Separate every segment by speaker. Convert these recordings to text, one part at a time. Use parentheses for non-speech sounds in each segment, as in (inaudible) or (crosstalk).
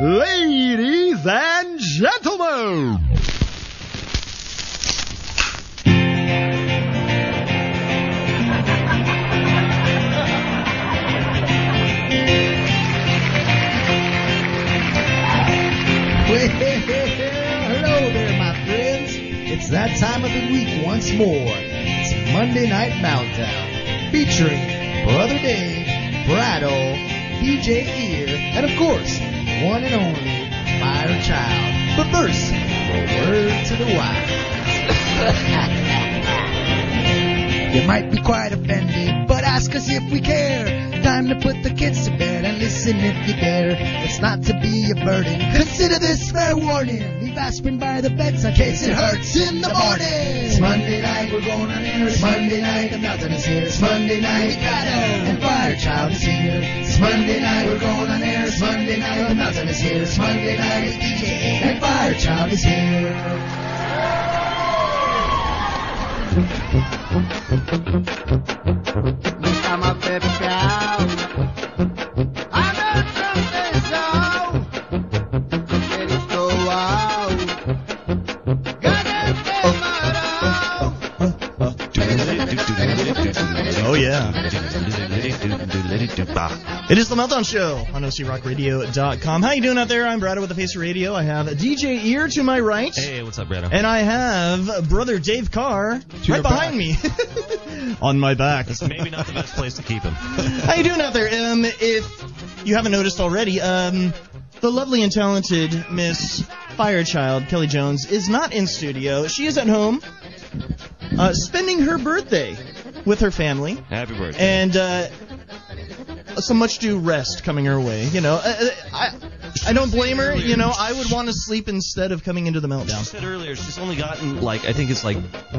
Speaker 1: Ladies and gentlemen!
Speaker 2: Well, hello there, my friends. It's that time of the week once more. It's Monday Night Meltdown, featuring Brother Dave, Brado, DJ Ear, and of course, one and only Fire Child. But first, a word to the wise. you might be quite offended, but ask us if we care. Time to put the kids to bed and listen if you dare. It's not to be a burden. Consider this fair warning. Leave aspirin by the bedside in case it hurts in the morning. It's Monday night, we're going on air. It's Monday night, and nothing is here. It's Monday night, Mikado and Fire Child is here. It's Monday night, we're going on air. It's Monday night, and nothing is here. It's Monday night, DJ and Fire Child is here.
Speaker 3: Busca más pescado. Anoche un pesado. Cristo, wow. Gané quemarao.
Speaker 1: Oh yeah. It is the Meltdown Show on OCRockRadio.com. How you doing out there? I'm Brad with the Face Radio. I have DJ Ear to my right.
Speaker 4: Hey, what's up, Brad?
Speaker 1: And I have brother Dave Carr right behind me. (laughs) on my back.
Speaker 4: It's maybe not the best place to keep him.
Speaker 1: How you doing out there? Um, if you haven't noticed already, um, the lovely and talented Miss Firechild Kelly Jones is not in studio. She is at home, uh, spending her birthday with her family,
Speaker 4: Happy birthday.
Speaker 1: and uh, some much due rest coming her way. You know, I, I, I don't blame her. You know, I would want to sleep instead of coming into the
Speaker 4: I
Speaker 1: meltdown.
Speaker 4: said earlier, she's only gotten like I think it's like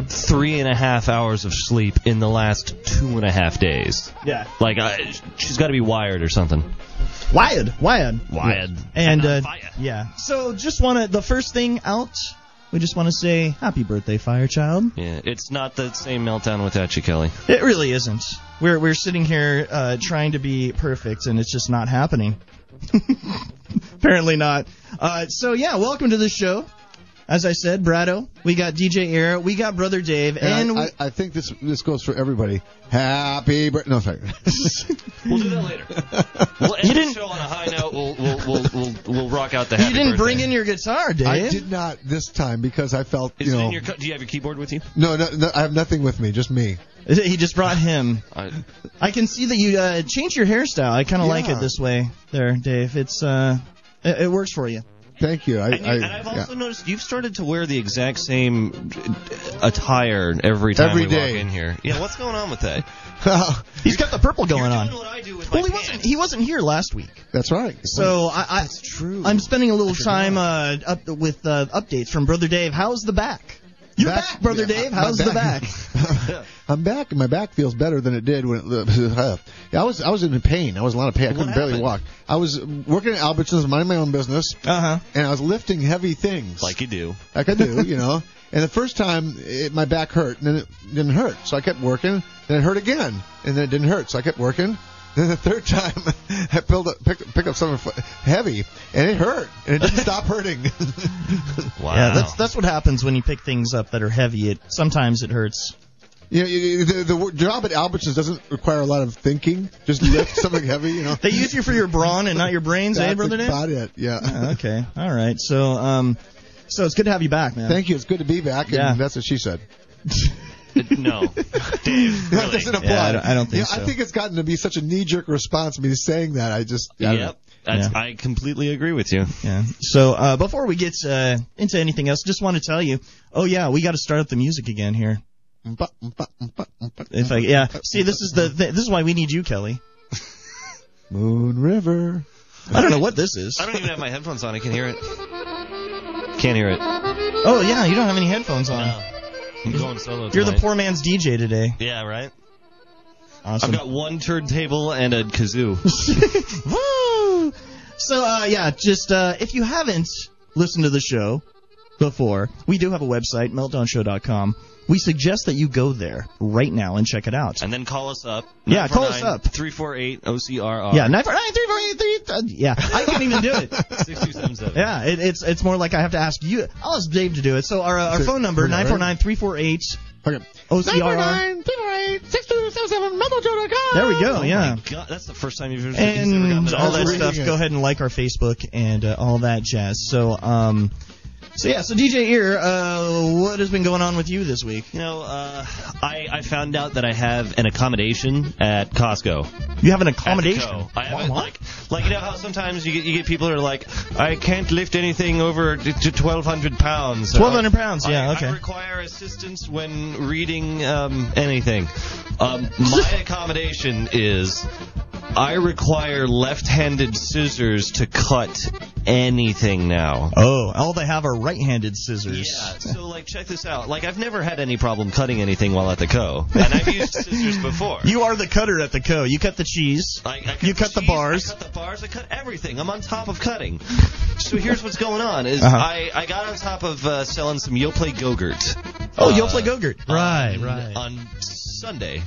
Speaker 4: three and a half hours of sleep in the last two and a half days.
Speaker 1: Yeah.
Speaker 4: Like I, she's got to be wired or something.
Speaker 1: Wired, wired,
Speaker 4: Wired.
Speaker 1: and
Speaker 4: Not
Speaker 1: uh,
Speaker 4: fire.
Speaker 1: yeah. So just want to the first thing out. We just want to say happy birthday, Firechild.
Speaker 4: Yeah, it's not the same meltdown without you, Kelly.
Speaker 1: It really isn't. We're we're sitting here uh, trying to be perfect, and it's just not happening. (laughs) Apparently not. Uh, so yeah, welcome to the show. As I said, Brado, we got DJ Air, we got Brother Dave, and,
Speaker 5: And, I,
Speaker 1: we-
Speaker 5: I, I think this this goes for everybody. Happy birthday! No, sorry. (laughs)
Speaker 4: We'll do that later. We'll end the show on a high note. We'll we'll we'll we'll, we'll rock out the.
Speaker 1: you didn't bring in your guitar, Dave.
Speaker 5: I did not this time because I felt
Speaker 4: Is
Speaker 5: you
Speaker 4: it
Speaker 5: know.
Speaker 4: in your? co- Do you have your keyboard with you?
Speaker 5: no, no, no, I have nothing with me, just me.
Speaker 1: He just brought him.
Speaker 4: I,
Speaker 1: I can see that you uh, changed your hairstyle. I kind of like
Speaker 5: Yeah.
Speaker 1: it this way, there, Dave. It's uh, it, it works for you.
Speaker 5: Thank you. I,
Speaker 4: And, you,
Speaker 5: I,
Speaker 4: and I've also
Speaker 5: yeah.
Speaker 4: noticed you've started to wear the exact same attire every time
Speaker 5: Every
Speaker 4: we
Speaker 5: day.
Speaker 4: walk in here. Yeah, what's going on with that?
Speaker 1: He's got the purple going
Speaker 4: (laughs) You're
Speaker 1: on.
Speaker 4: doing what I do with
Speaker 1: Well,
Speaker 4: my
Speaker 1: he wasn't.
Speaker 4: pants.
Speaker 1: He wasn't here last week,
Speaker 5: (laughs) That's right.
Speaker 1: so I, I
Speaker 5: that's true.
Speaker 1: I'm spending a little time uh, up with uh, updates from Brother Dave. How's the back? You're back,
Speaker 5: Back-
Speaker 1: Brother
Speaker 5: yeah,
Speaker 1: Dave.
Speaker 5: my
Speaker 1: How's the back?
Speaker 5: back. (laughs) I'm back. and My back feels better than it did when it, (laughs) I was I was in pain. I was in a lot of pain. I couldn't barely
Speaker 4: happened?
Speaker 5: walk. I was working at Albertsons, minding my own business,
Speaker 1: Uh huh.
Speaker 5: and I was lifting heavy things.
Speaker 4: Like you do.
Speaker 5: like I do, you know. And the first time, it, my back hurt, and then it didn't hurt. So I kept working, then it hurt again, and then it didn't hurt. So I kept working. Then the third time, (laughs) I pulled up, picked, picked up something f- heavy, and it hurt, and it
Speaker 1: (laughs)
Speaker 5: didn't stop hurting. (laughs)
Speaker 4: Wow.
Speaker 1: Yeah, that's that's what happens when you pick things up that are heavy. It sometimes it hurts.
Speaker 5: you know, you- you- the, the work- job at Albertsons doesn't require a lot of thinking. Just lift something heavy, you
Speaker 1: (laughs)
Speaker 5: know.
Speaker 1: They use you for your brawn and not your brains, eh,
Speaker 5: That's
Speaker 1: Brother Dave? Ah,
Speaker 5: about it. Yeah.
Speaker 1: Okay. All right. So um, so it's good to have you back, man.
Speaker 5: Thank you. It's good to be back, and
Speaker 1: Yeah.
Speaker 5: that's what she said. (laughs)
Speaker 4: (laughs) no. Dave,
Speaker 5: That
Speaker 4: really.
Speaker 5: doesn't apply.
Speaker 1: Yeah, I don't- I don't think
Speaker 5: Yeah,
Speaker 1: so.
Speaker 5: I think it's gotten to be such a knee-jerk response to me saying that. I just. I don't know.
Speaker 4: Yep. That's,
Speaker 1: Yeah.
Speaker 4: I completely agree with you.
Speaker 1: Yeah. So uh, before we get uh, into anything else, just want to tell you. Oh yeah, we got to start up the music again here.
Speaker 5: Mm-hmm.
Speaker 1: If I yeah. See, this is the th- this is why we need you, Kelly.
Speaker 5: Moon River.
Speaker 1: I don't know what this is.
Speaker 4: I don't even have my headphones on. I can hear it. Can't hear it.
Speaker 1: Oh yeah, you don't have any headphones on.
Speaker 4: I'm going solo.
Speaker 1: You're the
Speaker 4: tonight.
Speaker 1: poor man's DJ today.
Speaker 4: Yeah, right? I've
Speaker 1: Awesome.
Speaker 4: got one turntable and a kazoo.
Speaker 1: (laughs) Woo! So uh, yeah, just uh, if you haven't listened to the show, before, we do have a website, meltdownshow.com. We suggest that you go there right now and check it out.
Speaker 4: And then call us (laughs) up.
Speaker 1: Yeah, call us up.
Speaker 4: 348 OCRR.
Speaker 1: Yeah, nine four nine three four eight three. uh, Yeah, I can't even do it.
Speaker 4: 6277.
Speaker 1: Yeah, it, it's it's more like I have to ask you. I'll ask Dave to do it. So our uh, our
Speaker 5: So,
Speaker 1: phone number
Speaker 5: we're not,
Speaker 1: nine
Speaker 5: right?
Speaker 1: four nine three four eight
Speaker 5: Okay.
Speaker 1: OCRR.
Speaker 5: 949-348-6277,
Speaker 1: There we go.
Speaker 4: Oh
Speaker 1: yeah.
Speaker 4: My God, that's the first time you've ever, he's ever
Speaker 1: and
Speaker 4: gotten
Speaker 1: all that
Speaker 5: That's
Speaker 1: stuff.
Speaker 5: really good.
Speaker 1: Go ahead and like our Facebook and uh, all that jazz. So, um, so yeah. So DJ Ear, uh, what has been going on with you this week?
Speaker 4: You know, uh, I, I found out that I have an accommodation at Costco.
Speaker 1: You have an
Speaker 4: At the
Speaker 1: accommodation.
Speaker 4: co. I haven't, like, like you know how sometimes you get you get people who are like, I can't lift anything over t- to twelve hundred pounds.
Speaker 1: Twelve hundred pounds.
Speaker 4: I-
Speaker 1: Yeah.
Speaker 4: I
Speaker 1: Okay.
Speaker 4: require assistance when reading um, anything. Um,
Speaker 1: (laughs)
Speaker 4: my accommodation is I require left-handed scissors to cut anything now.
Speaker 1: Oh, all they have are right-handed
Speaker 4: Yeah,
Speaker 1: scissors.
Speaker 4: so like check this out. Like I've never had any problem cutting anything while at the co, (laughs) and I've used scissors before.
Speaker 1: You are the cutter at the co. You cut the cheese.
Speaker 4: I, I cut
Speaker 1: you cut the
Speaker 4: cheese,
Speaker 1: bars.
Speaker 4: I cut the bars. I cut everything. I'm on top of cutting. So here's what's going on: is
Speaker 1: Uh-huh.
Speaker 4: I, I got on top of uh, selling some Yoplait Go-Gurt.
Speaker 1: oh,
Speaker 4: uh,
Speaker 1: you'll play Gogurt.
Speaker 4: Right, right. Mm-hmm. On Sunday,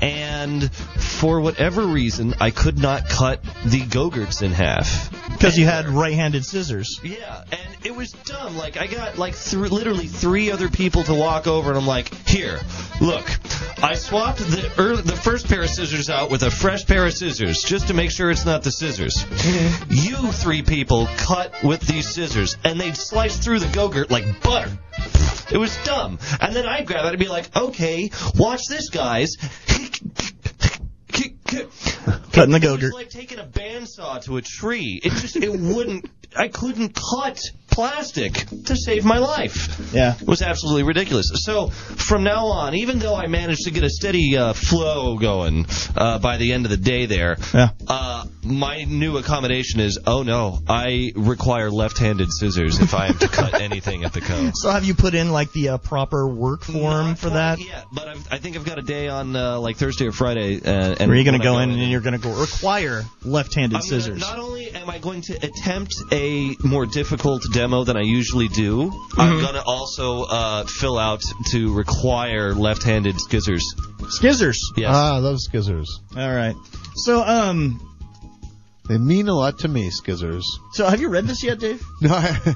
Speaker 4: and for whatever reason, I could not cut the Go-Gurts in half
Speaker 1: Because you had right-handed scissors.
Speaker 4: yeah, and it was dumb. Like I got like thr literally three other people to walk over, and I'm like, here, look, I swapped the early, the first pair of scissors out with a fresh pair of scissors just to make sure it's not
Speaker 1: (laughs)
Speaker 4: the scissors. you three people cut with these scissors, and they sliced through the go-gurt like butter. It was dumb. And then I'd grab it and be like, okay, watch this, guys. (laughs)
Speaker 1: Cutting the
Speaker 4: It's
Speaker 1: Gogurt.
Speaker 4: like taking a bandsaw to a tree. It just it wouldn't. (laughs) I couldn't cut plastic to save my life.
Speaker 1: Yeah.
Speaker 4: It was absolutely ridiculous. So from now on, even though I managed to get a steady uh, flow going uh, by the end of the day, there,
Speaker 1: Yeah.
Speaker 4: uh, my new accommodation is oh no, I require left-handed scissors if I am
Speaker 1: (laughs)
Speaker 4: to cut anything at the co.
Speaker 1: So have you put in like the uh, proper work form
Speaker 4: Not
Speaker 1: for
Speaker 4: quite
Speaker 1: that?
Speaker 4: yet, but I've, I think I've got a day on uh, like Thursday or Friday. Uh, and
Speaker 1: Where you're gonna
Speaker 4: when I
Speaker 1: go in
Speaker 4: and-
Speaker 1: and you're gonna go require left-handed
Speaker 4: I'm gonna-
Speaker 1: scissors.
Speaker 4: not only am I going to attempt a more difficult demo than I usually do,
Speaker 1: Mm-hmm.
Speaker 4: I'm going to also uh, fill out to require left-handed skizzers.
Speaker 1: Scissors.
Speaker 4: Yes.
Speaker 5: Ah, I love skizzers.
Speaker 1: All right. So um,
Speaker 5: They mean a lot to me, skizzers.
Speaker 1: so have you read this yet, Dave?
Speaker 5: No, I,
Speaker 1: (laughs)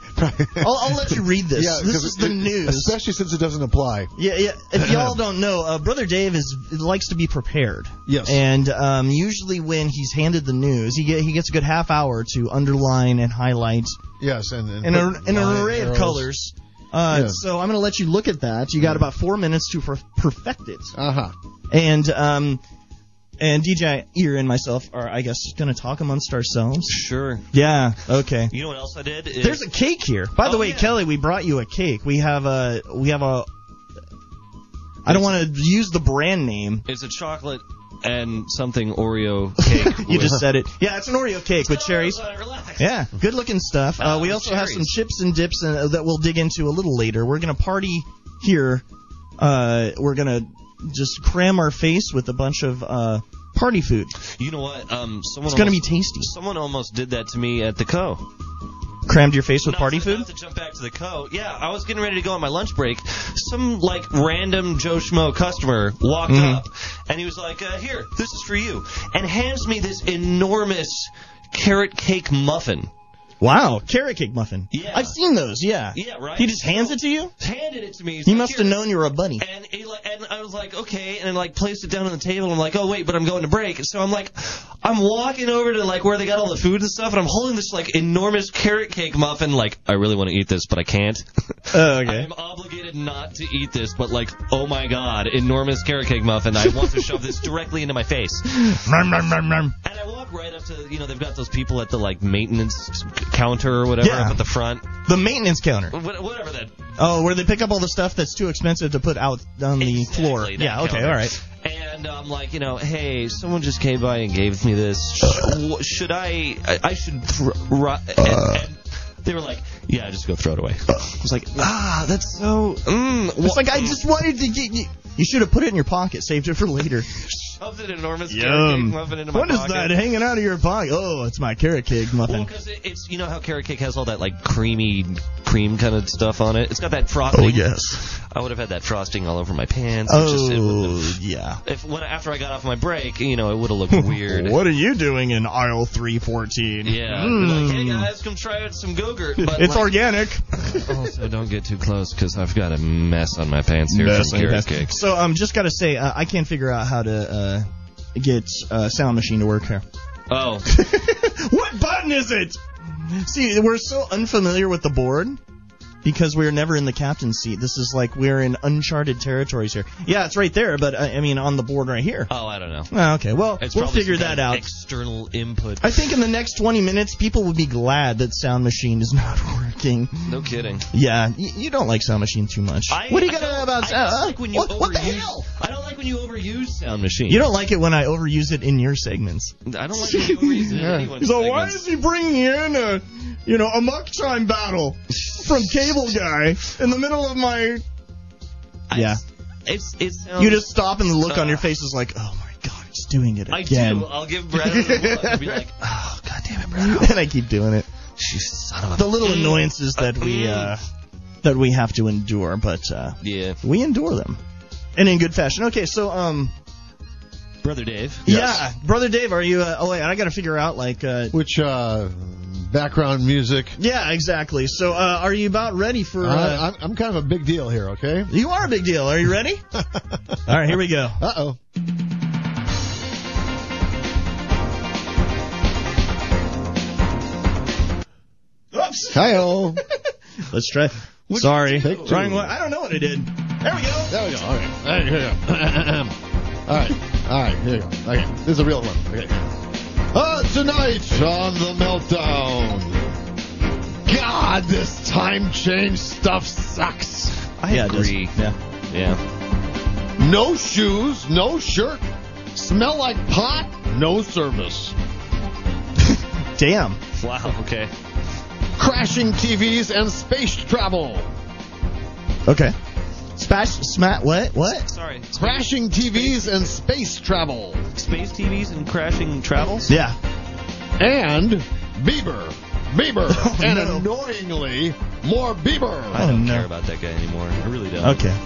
Speaker 1: I'll, I'll let you read this.
Speaker 5: yeah,
Speaker 1: this
Speaker 5: 'cause
Speaker 1: is the
Speaker 5: it-
Speaker 1: news.
Speaker 5: Especially since it doesn't apply.
Speaker 1: Yeah, yeah.
Speaker 5: (laughs)
Speaker 1: If y'all don't know, uh, brother Dave is likes to be prepared.
Speaker 5: Yes.
Speaker 1: And um, usually when he's handed the news, he get, he gets a good half hour to underline and highlight
Speaker 5: Yes, and and,
Speaker 1: in, a,
Speaker 5: put
Speaker 1: in an
Speaker 5: line
Speaker 1: array of
Speaker 5: arrows.
Speaker 1: colors. Uh,
Speaker 5: Yeah. Mm-hmm.
Speaker 1: So I'm going to let you look at that. You got about four minutes to per- perfect it.
Speaker 5: Uh-huh.
Speaker 1: And um, and DJ Ear and myself are, I guess, going to talk amongst ourselves.
Speaker 4: sure.
Speaker 1: Yeah. Okay.
Speaker 4: You know what else I did? Is
Speaker 1: There's a cake here. By the
Speaker 4: Oh,
Speaker 1: way,
Speaker 4: yeah.
Speaker 1: Kelly, we brought you a cake. We have a we have a. I don't want to use the brand name.
Speaker 4: it's a chocolate and something
Speaker 1: (laughs)
Speaker 4: Oreo cake.
Speaker 1: You just said it. Yeah, it's an Oreo cake with cherries.
Speaker 4: Relax.
Speaker 1: Yeah, good looking stuff. Uh, we
Speaker 4: Um,
Speaker 1: also have some
Speaker 4: cherries.
Speaker 1: chips and dips uh, that we'll dig into a little later. We're gonna party here. Uh, we're gonna just cram our face with a bunch of uh, party food.
Speaker 4: You know what? Um, someone
Speaker 1: It's gonna be
Speaker 4: almost,
Speaker 1: tasty.
Speaker 4: someone almost did that to me at the co.
Speaker 1: Crammed your face with party
Speaker 4: to,
Speaker 1: food.
Speaker 4: Not to jump back to the co. Yeah, I was getting ready to go on my lunch break. Some like random Joe Schmo customer walked
Speaker 1: Mm-hmm.
Speaker 4: up, and he was like, uh, "Here, this is for you," and hands me this enormous carrot cake muffin.
Speaker 1: Wow, carrot cake muffin.
Speaker 4: Yeah.
Speaker 1: I've seen those. Yeah.
Speaker 4: Yeah, right.
Speaker 1: He just hands it to you.
Speaker 4: Handed it to me. He's
Speaker 1: He
Speaker 4: like,
Speaker 1: must
Speaker 4: "Here."
Speaker 1: have known you were a bunny.
Speaker 4: And he like, and I was like, okay, and like placed it down on the table. I'm like, oh wait, but I'm going to break. So I'm like, I'm walking over to like where they got all the food and stuff, and I'm holding this like enormous carrot cake muffin. Like, I really want to eat this, but I can't. (laughs)
Speaker 1: Oh,
Speaker 4: I'm obligated not to eat this, but like, oh my god, enormous carrot cake muffin. I want to shove this directly into
Speaker 1: (laughs)
Speaker 4: my face. And I walk right up to, you know, they've got those people at the like maintenance counter or whatever
Speaker 1: Yeah.
Speaker 4: up at the front,
Speaker 1: The maintenance counter.
Speaker 4: Wh- whatever that.
Speaker 1: Oh, where they pick up all the stuff that's too expensive to put out on the
Speaker 4: Exactly,
Speaker 1: floor.
Speaker 4: that
Speaker 1: Yeah. Okay.
Speaker 4: counter.
Speaker 1: All right.
Speaker 4: And I'm like, you know, hey, someone just came by and gave me this. Sh- wh- Should I? I, I should. Th- ru- and,
Speaker 1: Uh.
Speaker 4: and they were like, yeah, just go throw it away. I was like, ah, that's so. Mm,
Speaker 1: It's
Speaker 4: wha- (laughs)
Speaker 1: like I just wanted to get you. You should have put it in your pocket, saved it for later.
Speaker 4: shoved an enormous carrot cake
Speaker 1: Yum.
Speaker 4: muffin into my
Speaker 1: What is
Speaker 4: pocket.
Speaker 1: that hanging out of your pocket? Oh, it's my carrot cake muffin.
Speaker 4: Well, because it, it's you know how carrot cake has all that like creamy cream kind of stuff on it. It's got that frosting.
Speaker 1: Oh, yes.
Speaker 4: I would have had that frosting all over my pants. It oh, just- it would
Speaker 1: Oh
Speaker 4: have-
Speaker 1: yeah.
Speaker 4: if when after I got off my break, you know, it would have looked
Speaker 1: (laughs)
Speaker 4: weird.
Speaker 1: What are you doing in aisle 314? (laughs)
Speaker 4: Yeah.
Speaker 1: Mm.
Speaker 4: Like, hey guys, come try out some Go-Gurt. But
Speaker 1: it's Oh,
Speaker 4: (laughs) like,
Speaker 1: organic.
Speaker 4: also don't get too close because I've got a mess on my pants here
Speaker 1: Best
Speaker 4: from
Speaker 1: and
Speaker 4: carrot
Speaker 1: best.
Speaker 4: cakes.
Speaker 1: So um, just gotta say, uh, I can't figure out how to uh, get uh, sound machine to work here.
Speaker 4: (laughs) Oh,
Speaker 1: what button is it? See, we're so unfamiliar with the board because we're never in the captain's seat. This is like we're in uncharted territories here. Yeah, it's right there, but uh, I, I mean on the board right here.
Speaker 4: oh, I don't know.
Speaker 1: Oh, okay, well
Speaker 4: It's
Speaker 1: we'll
Speaker 4: probably
Speaker 1: figure
Speaker 4: some kind
Speaker 1: that
Speaker 4: of
Speaker 1: out.
Speaker 4: External input.
Speaker 1: I think in the next 20 minutes, people will be glad that Sound Machine is (laughs) not working.
Speaker 4: No kidding.
Speaker 1: Yeah, y- you don't like Sound Machine too much.
Speaker 4: I,
Speaker 1: what do you
Speaker 4: I
Speaker 1: got to
Speaker 4: don't-
Speaker 1: know about
Speaker 4: I
Speaker 1: Sound?
Speaker 4: just
Speaker 1: huh?
Speaker 4: like when you
Speaker 1: what, what the
Speaker 4: overuse-
Speaker 1: hell?
Speaker 4: I don't like when you overuse sound machine.
Speaker 1: You don't like it when I overuse it in your segments.
Speaker 4: I don't like when you
Speaker 1: (laughs)
Speaker 4: overuse it in anyone's
Speaker 1: So why
Speaker 4: segments.
Speaker 1: is he bringing in a, you know, a muck time battle from Cable Guy in the middle of my?
Speaker 4: I-
Speaker 1: Yeah.
Speaker 4: It's it's. um,
Speaker 1: You just stop and the look on your face is like, oh my god, he's doing it
Speaker 4: I
Speaker 1: again.
Speaker 4: do. I'll give Brad a look and
Speaker 1: (laughs)
Speaker 4: be like, oh god damn it, (laughs) Brad.
Speaker 1: and I keep doing it.
Speaker 4: You son of a.
Speaker 1: The little annoyances that we uh, that we have to endure, but uh,
Speaker 4: yeah,
Speaker 1: we endure them, and in good fashion. Okay, so um,
Speaker 4: brother Dave.
Speaker 1: yeah, brother Dave, are you? Uh, oh wait, I got to figure out like. Uh,
Speaker 5: Which uh, background music?
Speaker 1: yeah, exactly. So, uh, are you about ready for? Uh,
Speaker 5: I, I'm, I'm kind of a big deal here, okay?
Speaker 1: you are a big deal. Are you (laughs) ready? All right, here we go.
Speaker 5: Uh oh.
Speaker 1: Oops.
Speaker 5: Hi oh.
Speaker 1: Let's try. Sorry.
Speaker 5: Take two.
Speaker 1: Trying what? I don't know what I did. There we go.
Speaker 5: There we go. All right. All right. Here we go. (coughs) All right. All right. Here we go. Okay. This is a real one. Okay. Uh, tonight on the meltdown. God, this time change stuff sucks.
Speaker 1: I yeah, it does.
Speaker 4: agree.
Speaker 1: Yeah.
Speaker 4: Yeah.
Speaker 5: No shoes, no shirt. Smell like pot, no service.
Speaker 1: Damn.
Speaker 4: Wow. Okay.
Speaker 5: Crashing TVs and space travel.
Speaker 1: Okay. Smash. Smat. What? What?
Speaker 4: Sorry.
Speaker 5: Crashing TVs and space travel.
Speaker 4: Space TVs and crashing travels.
Speaker 1: Yeah.
Speaker 5: And Bieber. Bieber.
Speaker 1: (laughs) Oh,
Speaker 5: and
Speaker 1: no.
Speaker 5: annoyingly, more Bieber.
Speaker 4: I don't
Speaker 1: Oh, no.
Speaker 4: care about that guy anymore. I really don't.
Speaker 1: Okay.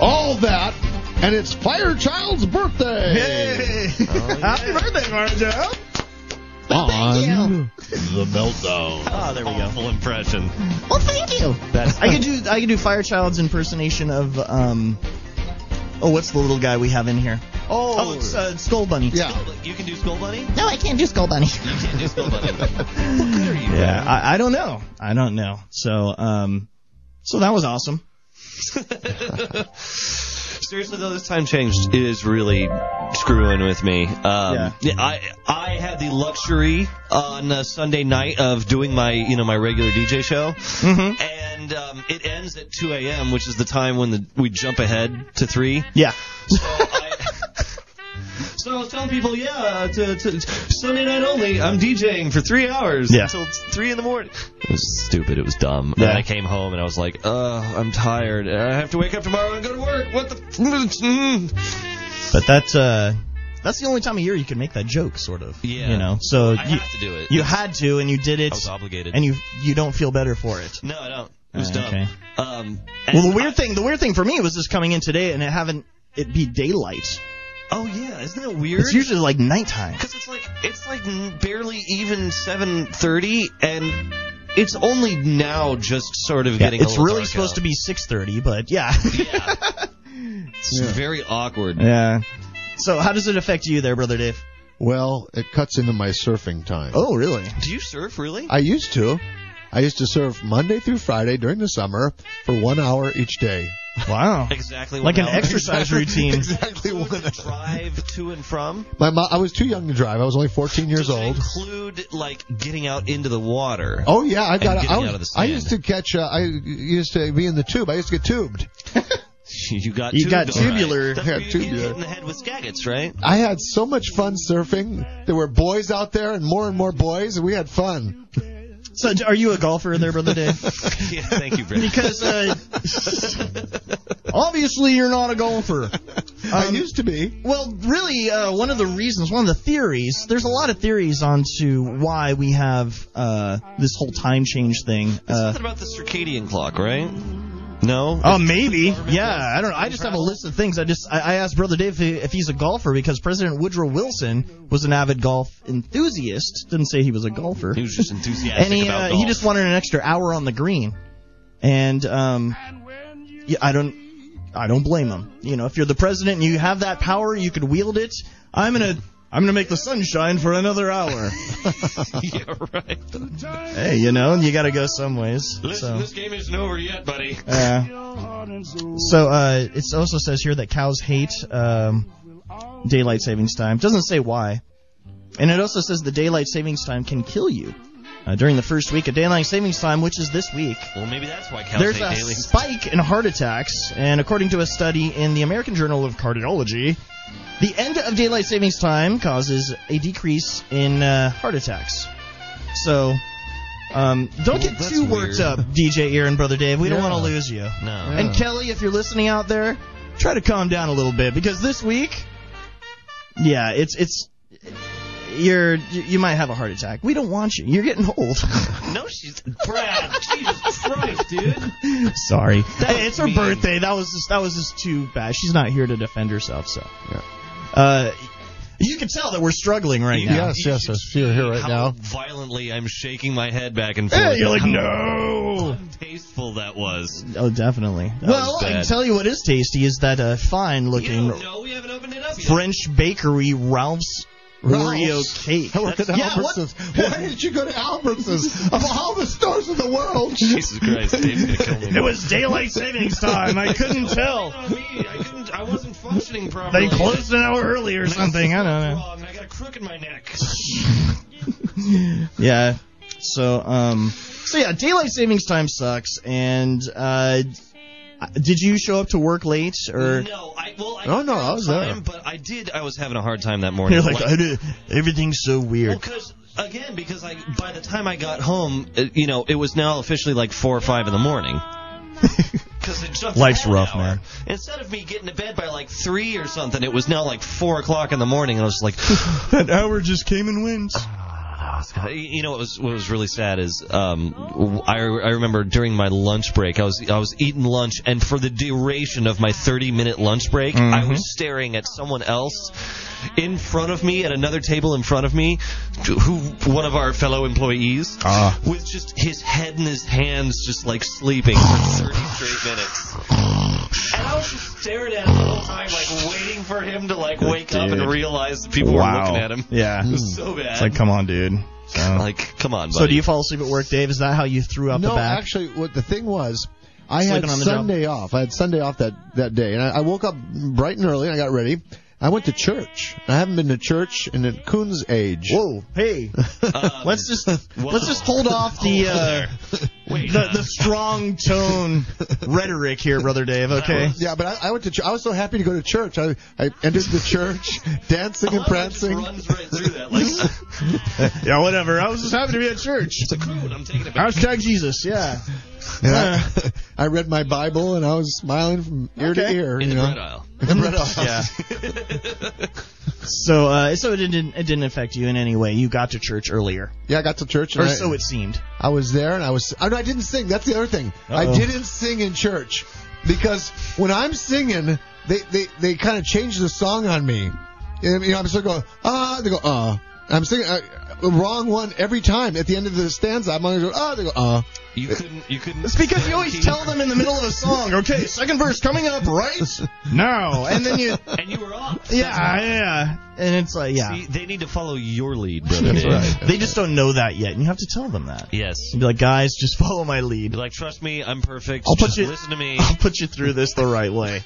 Speaker 5: All that, and it's Firechild's birthday
Speaker 1: Hey. (laughs) Happy birthday, Marjo.
Speaker 5: on the meltdown.
Speaker 4: Ah,
Speaker 1: Oh, there we go.
Speaker 4: Awful impression.
Speaker 1: Well, thank you.
Speaker 4: That's
Speaker 1: I could do. I could do Firechild's impersonation of um. Oh, what's the little guy we have in here? Oh, it's uh, Skull Bunny.
Speaker 5: Yeah.
Speaker 4: You can do Skull Bunny. You
Speaker 1: No, I can't do Skull Bunny.
Speaker 4: can't do
Speaker 1: (laughs)
Speaker 4: Skull Bunny. what good are you?
Speaker 1: Yeah, (laughs)
Speaker 4: Brad?
Speaker 1: I, I don't know. I don't know. So, um, so that was awesome.
Speaker 4: (laughs) Seriously though, this time changed is really screwing with me. Um,
Speaker 1: Yeah.
Speaker 4: I I had the luxury on a Sunday night of doing my you know my regular DJ show,
Speaker 1: Mhm.
Speaker 4: and um, it ends at 2 a.m., which is the time when the, we jump ahead to three.
Speaker 1: Yeah.
Speaker 4: So I, (laughs) so I was telling people, yeah, uh, to, to Sunday night only. I'm DJing for three hours
Speaker 1: Yeah.
Speaker 4: until three in the morning. It was stupid. It was dumb.
Speaker 1: Yeah.
Speaker 4: And I came home and I was like, uh, I'm tired. I have to wake up tomorrow and go to work. What the? Mm.
Speaker 1: But that's uh, that's the only time of year you can make that joke, sort of.
Speaker 4: Yeah.
Speaker 1: You know, so
Speaker 4: I
Speaker 1: you,
Speaker 4: have to do it.
Speaker 1: you had to, and you did it,
Speaker 4: I was obligated.
Speaker 1: and you you don't feel better for it.
Speaker 4: no, I don't. It was
Speaker 1: Uh,
Speaker 4: dumb.
Speaker 1: okay.
Speaker 4: Um, and
Speaker 1: Well, the
Speaker 4: I-
Speaker 1: weird thing, the weird thing for me was just coming in today and it having it be daylight.
Speaker 4: oh yeah, isn't that weird?
Speaker 1: It's usually like nighttime.
Speaker 4: Because it's like it's like n- barely even 7:30, and it's only now just sort of
Speaker 1: Yeah,
Speaker 4: getting. a
Speaker 1: it's
Speaker 4: little
Speaker 1: really
Speaker 4: dark
Speaker 1: supposed to
Speaker 4: out.
Speaker 1: be 6:30, but (laughs) yeah.
Speaker 4: It's very awkward.
Speaker 1: yeah. So how does it affect you there, brother Dave?
Speaker 5: Well, it cuts into my surfing time.
Speaker 1: Oh, really?
Speaker 4: Do you surf really?
Speaker 5: I used to. I used to surf Monday through Friday during the summer for one hour each day.
Speaker 1: Wow.
Speaker 4: exactly.
Speaker 1: Like
Speaker 4: one
Speaker 1: an
Speaker 4: hour.
Speaker 1: exercise
Speaker 5: (laughs)
Speaker 1: routine.
Speaker 5: Exactly
Speaker 4: So
Speaker 5: one
Speaker 4: to
Speaker 5: hour.
Speaker 4: drive to and from.
Speaker 5: My mom, I was too young to drive. I was only 14 years
Speaker 4: Does it
Speaker 5: old.
Speaker 4: Include like getting out into the water.
Speaker 5: Oh yeah, I got.
Speaker 4: getting
Speaker 5: I,
Speaker 4: out
Speaker 5: was-
Speaker 4: of the
Speaker 5: I
Speaker 4: sand.
Speaker 5: used to catch. Uh, I used to be in the tube. I used to get tubed.
Speaker 4: (laughs) you got
Speaker 1: You
Speaker 4: tubed,
Speaker 1: got
Speaker 4: all
Speaker 1: tubular.
Speaker 4: (laughs) Right. That's
Speaker 5: Yeah,
Speaker 4: where you
Speaker 5: tubular.
Speaker 4: get hit in the head with scaggots, right?
Speaker 5: I had so much fun surfing. There were boys out there, and more and more boys, and we had fun.
Speaker 1: (laughs) So d- are you a golfer there, brother Dave? (laughs)
Speaker 4: yeah, thank you, Brad.
Speaker 1: because uh, obviously you're not a golfer.
Speaker 5: I used to be.
Speaker 1: Well, really, uh, one of the reasons, one of the theories, there's a lot of theories onto why we have uh, this whole time change thing. Uh,
Speaker 4: Something about the circadian clock, right? No.
Speaker 1: Oh, maybe. Yeah, I don't know. I just have a list of things. I just I, I asked Brother Dave if, he, if he's a golfer because President Woodrow Wilson was an avid golf enthusiast. Didn't say he was a golfer.
Speaker 4: He was just enthusiastic
Speaker 1: and he
Speaker 4: about
Speaker 1: uh,
Speaker 4: golf.
Speaker 1: he just wanted an extra hour on the green, and um, yeah, I don't I don't blame him. You know, if you're the president and you have that power, you could wield it. I'm gonna I'm gonna make the sun shine for another hour.
Speaker 4: (laughs) yeah, right.
Speaker 1: hey, you know, you gotta go some ways.
Speaker 4: Listen,
Speaker 1: so.
Speaker 4: this game isn't over yet, buddy.
Speaker 1: Uh, so uh, it also says here that cows hate um, daylight savings time. Doesn't say why, and it also says the daylight savings time can kill you. Uh, during the first week of daylight savings time, which is this week,
Speaker 4: Well, maybe that's why cows
Speaker 1: there's
Speaker 4: hate
Speaker 1: a
Speaker 4: daily.
Speaker 1: spike in heart attacks, and according to a study in the American Journal of Cardiology, the end of daylight savings time causes a decrease in uh, heart attacks. So, um, don't get
Speaker 4: that's
Speaker 1: too worked
Speaker 4: weird.
Speaker 1: up, DJ Ear and Brother Dave. We don't
Speaker 5: Yeah.
Speaker 1: want to lose you.
Speaker 4: No.
Speaker 1: And Kelly, if you're listening out there, try to calm down a little bit because this week, yeah, it's it's you're you might have a heart attack. We don't want you. You're getting old. (laughs)
Speaker 4: No, she's Brad. Jesus Christ, dude.
Speaker 1: Sorry, hey, it's her
Speaker 4: mean.
Speaker 1: birthday. That was just, that was just too bad. She's not here to defend herself, so. Uh, you can tell that we're struggling right now.
Speaker 5: Yes, yes, yes. You're here right
Speaker 4: How
Speaker 5: now.
Speaker 4: violently I'm shaking my head back and forth.
Speaker 1: Hey, you're like
Speaker 4: How
Speaker 1: no.
Speaker 4: tasteful that was.
Speaker 1: Oh, definitely. well,
Speaker 4: was
Speaker 1: I can
Speaker 4: bad.
Speaker 1: tell you what is tasty is that uh,
Speaker 4: You
Speaker 1: fine-looking
Speaker 4: don't know. We haven't opened it up yet.
Speaker 1: French bakery Ralph's Oreo
Speaker 5: Ralph's?
Speaker 1: cake.
Speaker 5: I work at
Speaker 1: Yeah, what-
Speaker 5: Albertsons. Why did you go to Albertsons? Of all the stores in the
Speaker 1: (laughs)
Speaker 5: world.
Speaker 4: Jesus Christ, Dave's gonna kill
Speaker 5: (laughs)
Speaker 4: me.
Speaker 1: It was daylight savings time. I couldn't (laughs) tell.
Speaker 4: On me. I couldn't. I wasn't functioning properly.
Speaker 1: They closed an hour early or something. I don't know.
Speaker 4: Wrong. I got a crook in my neck.
Speaker 1: Yeah. So um. So yeah, daylight savings time sucks. And uh, did you show up to work late or?
Speaker 4: No, I well, I
Speaker 5: No, Oh, no,
Speaker 4: got
Speaker 5: I was
Speaker 4: time,
Speaker 5: there.
Speaker 4: but I did. I was having a hard
Speaker 5: (laughs)
Speaker 4: time that morning.
Speaker 1: (laughs) You're like, I did- everything's so weird.
Speaker 4: because again, because I by the time I got home, uh, you know, it was now officially like four or five in
Speaker 1: (laughs)
Speaker 4: the morning. Because it jumped
Speaker 1: Life's
Speaker 4: an
Speaker 1: rough,
Speaker 4: hour.
Speaker 1: man.
Speaker 4: Instead of me getting to bed by like three or something, it was now like four o'clock in the morning, and I was like,
Speaker 1: (laughs) That hour just came and went.
Speaker 4: Uh, you know, what was what was really sad is um, I I remember during my lunch break, I was I was eating lunch, and for the duration of my 30 minute lunch break,
Speaker 1: Mm-hmm.
Speaker 4: I was staring at someone else in front of me at another table in front of me, who one of our fellow employees,
Speaker 1: Ah.
Speaker 4: with just his head in his hands, just like sleeping for 30 straight minutes. And I was just staring at him the whole time, like waiting for him to like wake up and
Speaker 1: Dude.
Speaker 4: realize that people (laughs) were looking at him. (laughs)
Speaker 1: Yeah.
Speaker 4: It was so bad.
Speaker 1: It's like, come on, dude. So,
Speaker 4: Like, come on, buddy.
Speaker 1: Oh. so do you fall asleep at work, Dave? Is that how you threw up
Speaker 5: no,
Speaker 1: the back?
Speaker 5: actually, what the thing was, I
Speaker 1: Sleeping
Speaker 5: had
Speaker 1: on the job.
Speaker 5: Sunday off. I had Sunday off that that day, and I, I woke up bright and early. and I got ready. I went to church. I haven't been to church in a coon's age.
Speaker 1: Whoa, (laughs) hey.
Speaker 4: Um,
Speaker 1: let's just let's just hold off the uh,
Speaker 4: Wait,
Speaker 1: the,
Speaker 4: uh,
Speaker 1: the strong tone
Speaker 4: (laughs)
Speaker 1: rhetoric here, brother Dave. Okay.
Speaker 5: Yeah, but I, I went to. Ch- I was so happy to go to church. I, I entered the
Speaker 1: (laughs)
Speaker 5: church, dancing
Speaker 1: Oh,
Speaker 5: and prancing.
Speaker 4: runs right through that. Like,
Speaker 1: Yeah, whatever. I was just happy to be at church.
Speaker 4: it's a coon. I'm taking it back.
Speaker 1: Hashtag Jesus. Yeah.
Speaker 5: And I, I read my Bible and I was smiling from ear to
Speaker 1: Okay.
Speaker 5: ear.
Speaker 4: In
Speaker 5: you
Speaker 4: the
Speaker 5: know? (laughs)
Speaker 4: bread aisle.
Speaker 1: yeah. so uh, so it didn't it didn't affect you in any way. You got to church earlier,
Speaker 5: Yeah, I got to church and
Speaker 1: or
Speaker 5: I,
Speaker 1: so it seemed.
Speaker 5: I was there and I was. Oh, no, I didn't sing. That's the other thing. I
Speaker 1: Uh-oh.
Speaker 5: didn't sing in church because when I'm singing, they they, they kind of change the song on me. And, you know, I'm still going ah. They go ah. I'm singing uh, the wrong one every time. At the end of the stanza, I'm going to go ah. They go ah.
Speaker 4: You couldn't. You couldn't.
Speaker 1: It's because you
Speaker 4: (laughs)
Speaker 1: always tell them in the middle of a song, okay, second verse coming up right now, and then you,
Speaker 4: And you were off.
Speaker 1: yeah, (laughs) yeah, and it's like, yeah,
Speaker 4: See, they need to follow your lead, brother. Dave.
Speaker 1: they just don't know that yet, and you have to tell them that.
Speaker 4: Yes.
Speaker 1: You'd be like, guys, just follow my lead.
Speaker 4: Be like, trust me, I'm perfect.
Speaker 1: I'll put
Speaker 4: Just
Speaker 1: you-
Speaker 4: Listen
Speaker 1: (laughs)
Speaker 4: to me.
Speaker 1: I'll put you through this the right way.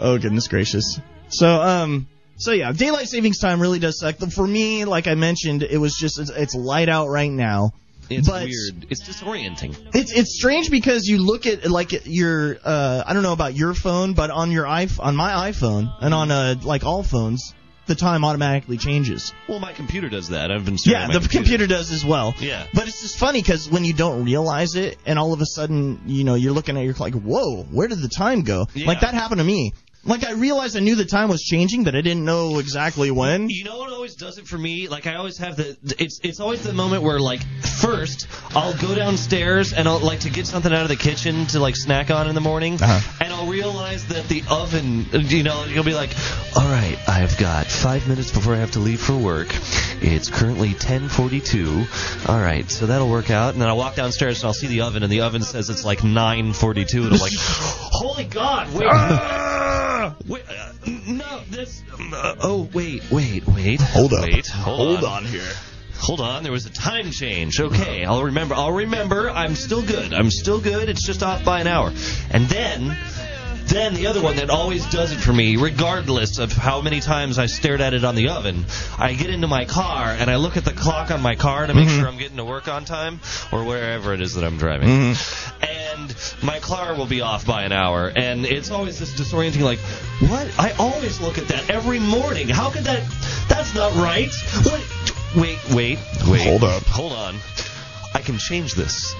Speaker 1: Oh goodness gracious. So um so yeah, daylight savings time really does suck. For me, like I mentioned, it was just it's, it's light out right now.
Speaker 4: It's
Speaker 1: but-
Speaker 4: weird. It's disorienting.
Speaker 1: It's it's strange because you look at like your uh I don't know about your phone, but on your iPhone, on my iPhone and on uh like all phones, the time automatically changes.
Speaker 4: Well, my computer does that. I've been. staring
Speaker 1: Yeah,
Speaker 4: at
Speaker 1: the
Speaker 4: my
Speaker 1: computer does as well.
Speaker 4: Yeah.
Speaker 1: But it's just funny because when you don't realize it, and all of a sudden, you know, you're looking at your clock, like, whoa, where did the time go?
Speaker 4: Yeah.
Speaker 1: Like that happened to me. Like I realized I knew the time was changing, but I didn't know exactly
Speaker 4: (laughs)
Speaker 1: when.
Speaker 4: You know what always does it for me? Like I always have the it's it's always the moment where like first I'll go downstairs and I'll like to get something out of the kitchen to like snack on in the morning, and I'll realize that the oven. You know, you'll be like, all right, I've got five minutes before I have to leave for work. It's currently 10:42. All right, so that'll work out. And then I walk downstairs and I'll see the oven, and the oven says it's like 9:42, and I'm like, holy God, wait. Ah! Wait, uh, no, this. Uh, oh, wait, wait, wait.
Speaker 5: Hold up.
Speaker 4: Wait, hold, on.
Speaker 5: here.
Speaker 4: Hold on. There was a time change. Okay, I'll remember. I'll remember. I'm still good. I'm still good. It's just off by an hour. And then. Then the other one that always does it for me, regardless of how many times I stared at it on the oven, I get into my car and I look at the clock on my car to make sure I'm getting to work on time or wherever it is that I'm driving and my car will be off by an hour. And it's always this disorienting, like, what? I always look at that every morning. How could that? That's not right. What? Wait, wait, wait.
Speaker 5: Hold up.
Speaker 4: Hold on. I can change this.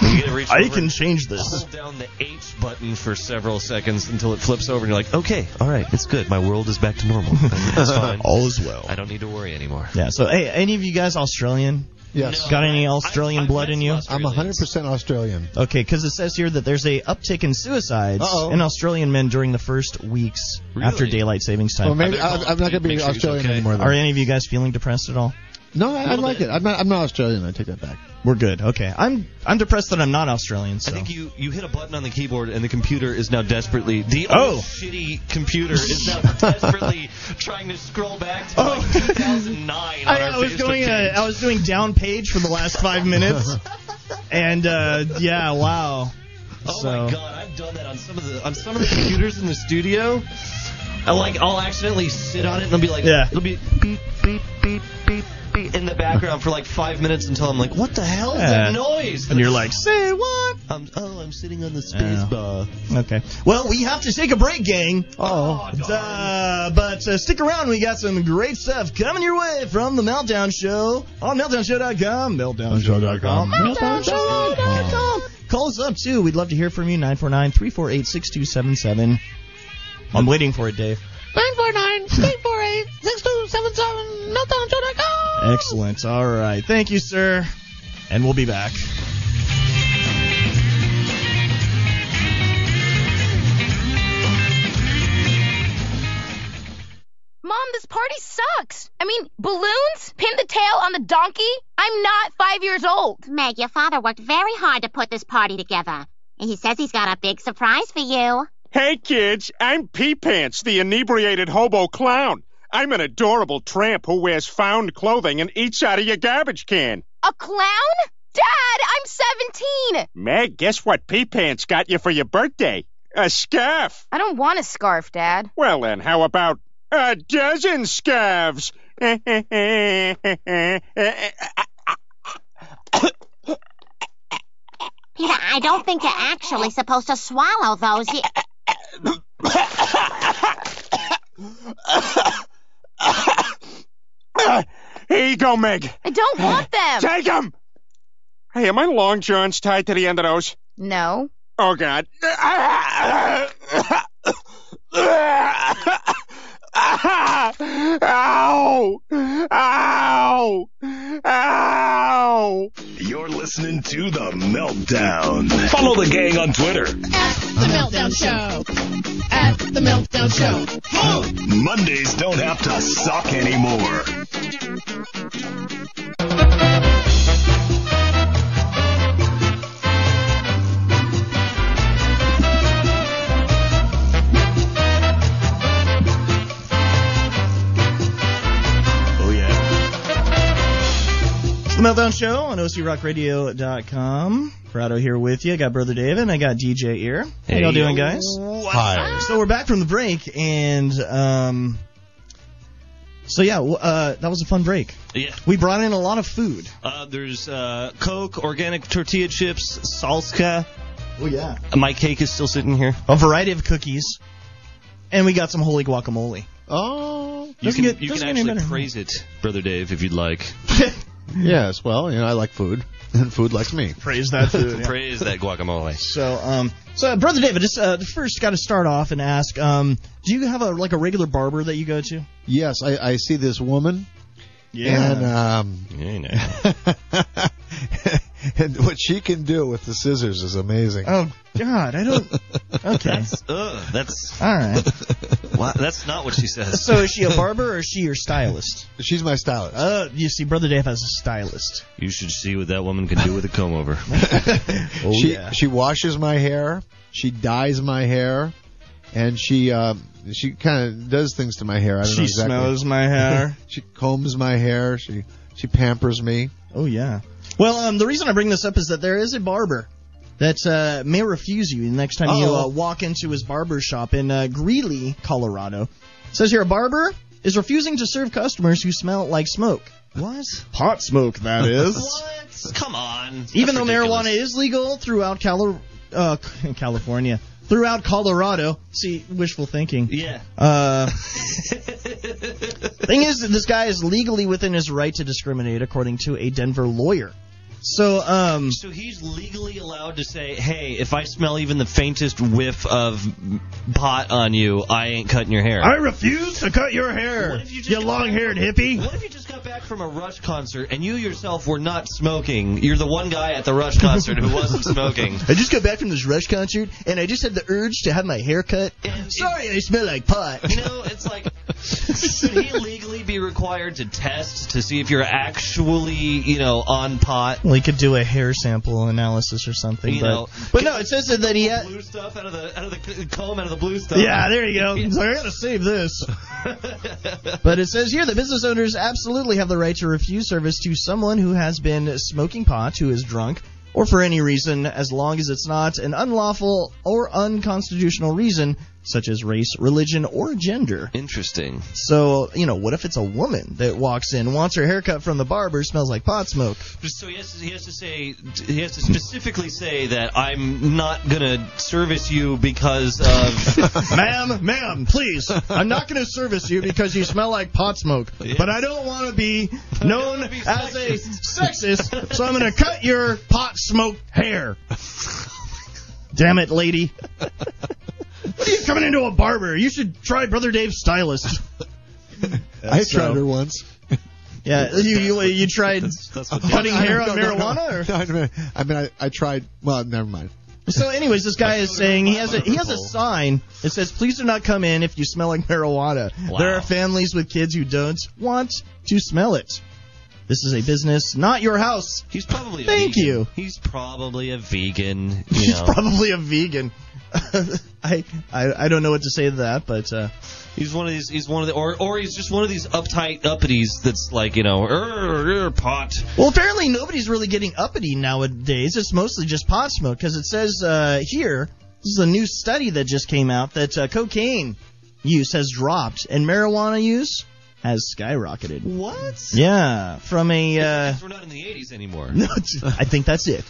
Speaker 4: You gotta reach
Speaker 1: I
Speaker 4: over
Speaker 1: can
Speaker 4: and
Speaker 1: change this.
Speaker 4: Hold down the H button for several seconds until it flips over, and you're like, okay, all right, it's good. My world is back
Speaker 1: (laughs)
Speaker 4: to normal. It's fine.
Speaker 5: All is well.
Speaker 4: I don't need to worry anymore.
Speaker 1: Yeah. So hey, any of you guys Australian?
Speaker 5: Yes.
Speaker 1: Got any
Speaker 4: I-
Speaker 1: Australian
Speaker 4: I- I-
Speaker 1: blood in you?
Speaker 4: that's
Speaker 5: I'm
Speaker 4: Australians.
Speaker 5: 100% Australian.
Speaker 1: Okay, because it says here that there's a uptick in suicides
Speaker 5: Uh-oh.
Speaker 1: in Australian men during the first weeks after
Speaker 4: Really?
Speaker 1: daylight savings time.
Speaker 5: Well, maybe
Speaker 4: I-
Speaker 5: I, I'm not going to be
Speaker 4: Make sure he's
Speaker 5: Australian
Speaker 4: okay.
Speaker 5: anymore. Then.
Speaker 1: Are any of you guys feeling depressed at all?
Speaker 5: No, I, I
Speaker 4: Little
Speaker 5: like
Speaker 4: bit.
Speaker 5: it. I'm not, I'm not Australian. I take that back.
Speaker 1: We're good. Okay, I'm I'm depressed that I'm not Australian. So.
Speaker 4: I think you, you hit a button on the keyboard and the computer is now desperately the
Speaker 1: Oh.
Speaker 4: old shitty computer
Speaker 1: (laughs)
Speaker 4: is now desperately trying to scroll back to
Speaker 1: Oh.
Speaker 4: like 2009. on
Speaker 1: I,
Speaker 4: our
Speaker 1: I was uh,
Speaker 4: Facebook
Speaker 1: doing
Speaker 4: page.
Speaker 1: a, I was doing down page for the last five
Speaker 4: (laughs)
Speaker 1: minutes, and uh, yeah, wow.
Speaker 4: oh
Speaker 1: so-
Speaker 4: my god, I've done that on some of the on some of the computers in the studio. I like I'll accidentally sit on it and I'll be like
Speaker 1: Yeah.
Speaker 4: it'll be beep beep beep beep beep in the background for like five minutes until I'm like what the hell is
Speaker 1: Yeah.
Speaker 4: that noise
Speaker 1: And you're like, say what?
Speaker 4: I'm, oh I'm sitting on the space
Speaker 1: Yeah.
Speaker 4: bar.
Speaker 1: Okay. Well, we have to take a break, gang.
Speaker 5: Oh.
Speaker 1: Uh, but uh, stick around. We got some great stuff coming your way from the Meltdown Show on meltdownshow.com. Meltdownshow.com. Meltdownshow.com. Call us up, too. We'd love to hear from you. 949 348 6277. I'm waiting for it, Dave. 949 348 6277. Excellent. All right. Thank you, sir. And we'll be back.
Speaker 6: Mom, this party sucks. I mean, balloons? Pin the tail on the donkey? I'm not five years old.
Speaker 7: Meg, your father worked very hard to put this party together. And he says he's got a big surprise for you.
Speaker 8: Hey kids, I'm Pee Pants, the inebriated hobo clown. I'm an adorable tramp who wears found clothing and eats out of your garbage can.
Speaker 6: A clown? Dad, I'm 17.
Speaker 8: Meg, guess what Pee Pants got you for your birthday? A scarf.
Speaker 6: I don't want a scarf, Dad.
Speaker 8: Well then, how about a dozen scarves? (laughs)
Speaker 7: Peter, I don't think you're actually supposed to swallow those. You-
Speaker 8: Here you go, Meg.
Speaker 6: I don't want them.
Speaker 8: Take 'em. Hey, am my long johns tied to the end of those?
Speaker 6: No.
Speaker 8: Oh God. Ow! Ow! Ow!
Speaker 9: You're listening to The Meltdown. Follow the gang on Twitter.
Speaker 10: The Meltdown Show. At the Meltdown Show.
Speaker 9: Mondays don't have to suck anymore. Oh yeah.
Speaker 1: It's the Meltdown Show on OCRockRadio.com. Corrado here with you. I got Brother David and I got DJ Ear. How y'all doing, guys?
Speaker 4: Hi.
Speaker 1: So we're back from the break, and um, so yeah, w- uh, that was a fun break.
Speaker 4: Yeah.
Speaker 1: We brought in a lot of food.
Speaker 4: Uh, there's uh, Coke, organic tortilla chips, salsa.
Speaker 1: Oh yeah,
Speaker 4: My cake is still sitting here.
Speaker 1: a variety of cookies, and we got some holy guacamole.
Speaker 5: Oh.
Speaker 4: You
Speaker 1: Doesn't
Speaker 4: can,
Speaker 1: get-
Speaker 4: you can
Speaker 1: doesn't get any
Speaker 4: actually
Speaker 1: better.
Speaker 4: praise it, Brother Dave, if you'd like.
Speaker 5: Yes. Well, you know, I like food. (laughs) and food likes me.
Speaker 1: Praise that
Speaker 4: (laughs)
Speaker 1: food. yeah.
Speaker 4: Praise
Speaker 1: (laughs)
Speaker 4: that guacamole.
Speaker 1: So, um, so uh, brother David, just uh, first got to start off and ask, um, do you have a like a regular barber that you go to?
Speaker 5: Yes, I, I see this woman, and um, (laughs)
Speaker 4: You know.
Speaker 5: and what she can do with the scissors is
Speaker 1: (laughs)
Speaker 5: amazing.
Speaker 1: Oh God, I don't. (laughs) Okay,
Speaker 4: Ugh, that's
Speaker 1: all right.
Speaker 4: wow, that's not what she says.
Speaker 1: So is she a barber or is she your stylist?
Speaker 5: She's my stylist.
Speaker 1: Uh, you see, brother Dave has a stylist.
Speaker 4: You should see what that woman can do with a comb over.
Speaker 5: she
Speaker 1: Oh, yeah.
Speaker 5: she washes my hair, she dyes my hair, and she um, she kind of does things to my hair. I don't know
Speaker 1: She
Speaker 5: exactly.
Speaker 1: smells my hair.
Speaker 5: She combs my hair. She she pampers me.
Speaker 1: Oh yeah. Well, um, the reason I bring this up is that there is a barber that uh, may refuse you the next time you
Speaker 5: Uh-oh.
Speaker 1: uh, walk into his barber shop in uh, Greeley, Colorado. It says here a barber is refusing to serve customers who smell like smoke. What? Pot smoke,
Speaker 5: (laughs)
Speaker 1: that is.
Speaker 4: what? Come on.
Speaker 1: Even though
Speaker 4: That's ridiculous.
Speaker 1: marijuana is legal throughout Cali- uh, (laughs) California, throughout Colorado. See, wishful thinking.
Speaker 4: Yeah.
Speaker 1: Uh, thing is that this guy is legally within his right to discriminate, according to a Denver lawyer. So, um,
Speaker 4: So he's legally allowed to say, "Hey, if I smell even the faintest whiff of pot on you, I ain't cutting your hair."
Speaker 1: refuse to cut your hair,
Speaker 4: What if you just- you
Speaker 1: long-haired hippie.
Speaker 4: What if you just got back from a Rush concert and you yourself were not smoking? You're the one guy at the Rush concert who
Speaker 1: (laughs)
Speaker 4: wasn't smoking.
Speaker 1: I just got back from this Rush concert, and I just had the urge to have my hair cut. Sorry, I smell like pot. (laughs)
Speaker 4: You know, it's like, (laughs) should he legally be required to test to see if you're actually, you know, on pot?
Speaker 1: Well, he could do a hair sample analysis or something,
Speaker 4: You
Speaker 1: but
Speaker 4: know,
Speaker 1: but no, it says that that he had.
Speaker 4: Blue stuff out of the out of the comb out of the blue stuff.
Speaker 1: Yeah, there you (laughs) go. He's like, I gotta save this. (laughs) but it says here that business owners absolutely have the right to refuse service to someone who has been smoking pot, who is drunk, or for any reason, as long as it's not an unlawful or unconstitutional reason, such as race, religion, or gender.
Speaker 4: Interesting.
Speaker 1: So, you know, what if it's a woman that walks in, wants her haircut from the barber, smells like pot smoke?
Speaker 4: So he has, to, he has to say he has to specifically say that I'm not gonna service you because of
Speaker 1: ma'am, ma'am, please. I'm not going to service you because you smell like pot smoke. But I don't want to be known
Speaker 4: be
Speaker 1: (laughs) as a sexist, so I'm going to cut your pot smoked hair. Damn it, lady. What are you coming into a barber? You should try Brother Dave's stylist.
Speaker 5: I tried
Speaker 1: so-
Speaker 5: her once.
Speaker 1: Yeah, you you, you tried
Speaker 5: (laughs)
Speaker 1: cutting hair on (laughs)
Speaker 5: No, no, no,
Speaker 1: marijuana?
Speaker 5: no. No,
Speaker 1: or-
Speaker 5: I mean, I, mean, I, I tried. Well, never mind.
Speaker 1: So, anyways, this guy is saying he has a he has a sign that says, "Please do not come in if you smell like marijuana."
Speaker 4: Wow.
Speaker 1: There are families with kids who don't want to smell it. This is a business, not your house.
Speaker 4: (laughs)
Speaker 1: (laughs)
Speaker 4: He's probably a
Speaker 1: Thank
Speaker 4: vegan.
Speaker 1: you.
Speaker 4: He's probably
Speaker 1: (laughs)
Speaker 4: a vegan. You
Speaker 1: She's
Speaker 4: know.
Speaker 1: probably a vegan. (laughs) I, I I don't know what to say to that, but uh,
Speaker 4: he's one of these. He's one of the, or or he's just one of these uptight uppities that's like you know, "Er, er, pot.
Speaker 1: well, apparently nobody's really getting uppity nowadays. It's mostly just pot smoke because it says uh, here this is a new study that just came out that uh, cocaine use has dropped and marijuana use has skyrocketed.
Speaker 4: What?
Speaker 1: Yeah, from a. Uh, (laughs)
Speaker 4: We're not in the 80s anymore.
Speaker 1: no, it's- I think that's it.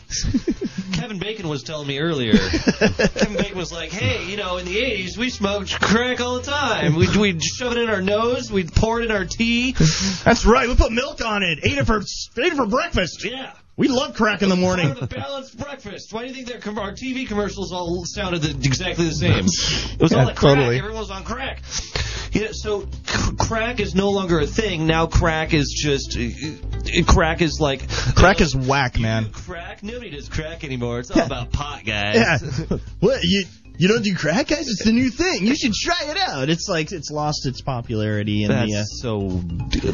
Speaker 4: Kevin Bacon was telling me earlier. Kevin Bacon was like, "Hey, you know, in the '80s, we smoked crack all the time. We'd, we'd shove it in our nose. We'd pour it in
Speaker 1: (laughs)
Speaker 4: our tea.
Speaker 1: (laughs) That's right. We put milk on it. Ate it for ate it for breakfast.
Speaker 4: Yeah,
Speaker 1: We love crack in the
Speaker 4: part
Speaker 1: morning.
Speaker 4: of the balanced breakfast. Why do you think their com- our TV commercials all sounded the, exactly
Speaker 1: (laughs)
Speaker 4: the same? It was all
Speaker 1: Yeah,
Speaker 4: like
Speaker 1: totally.
Speaker 4: crack. Everyone was on crack. Yeah, so c- crack is no longer a thing. Now crack is just uh, uh, crack is like oh,
Speaker 1: Crack is whack, man.
Speaker 4: crack. Nobody does crack anymore. It's all about pot, guys.
Speaker 1: Yeah. (laughs) What you you don't do crack, guys? It's the new thing. You should try it out. It's like it's lost its popularity in the. Uh,
Speaker 4: That's so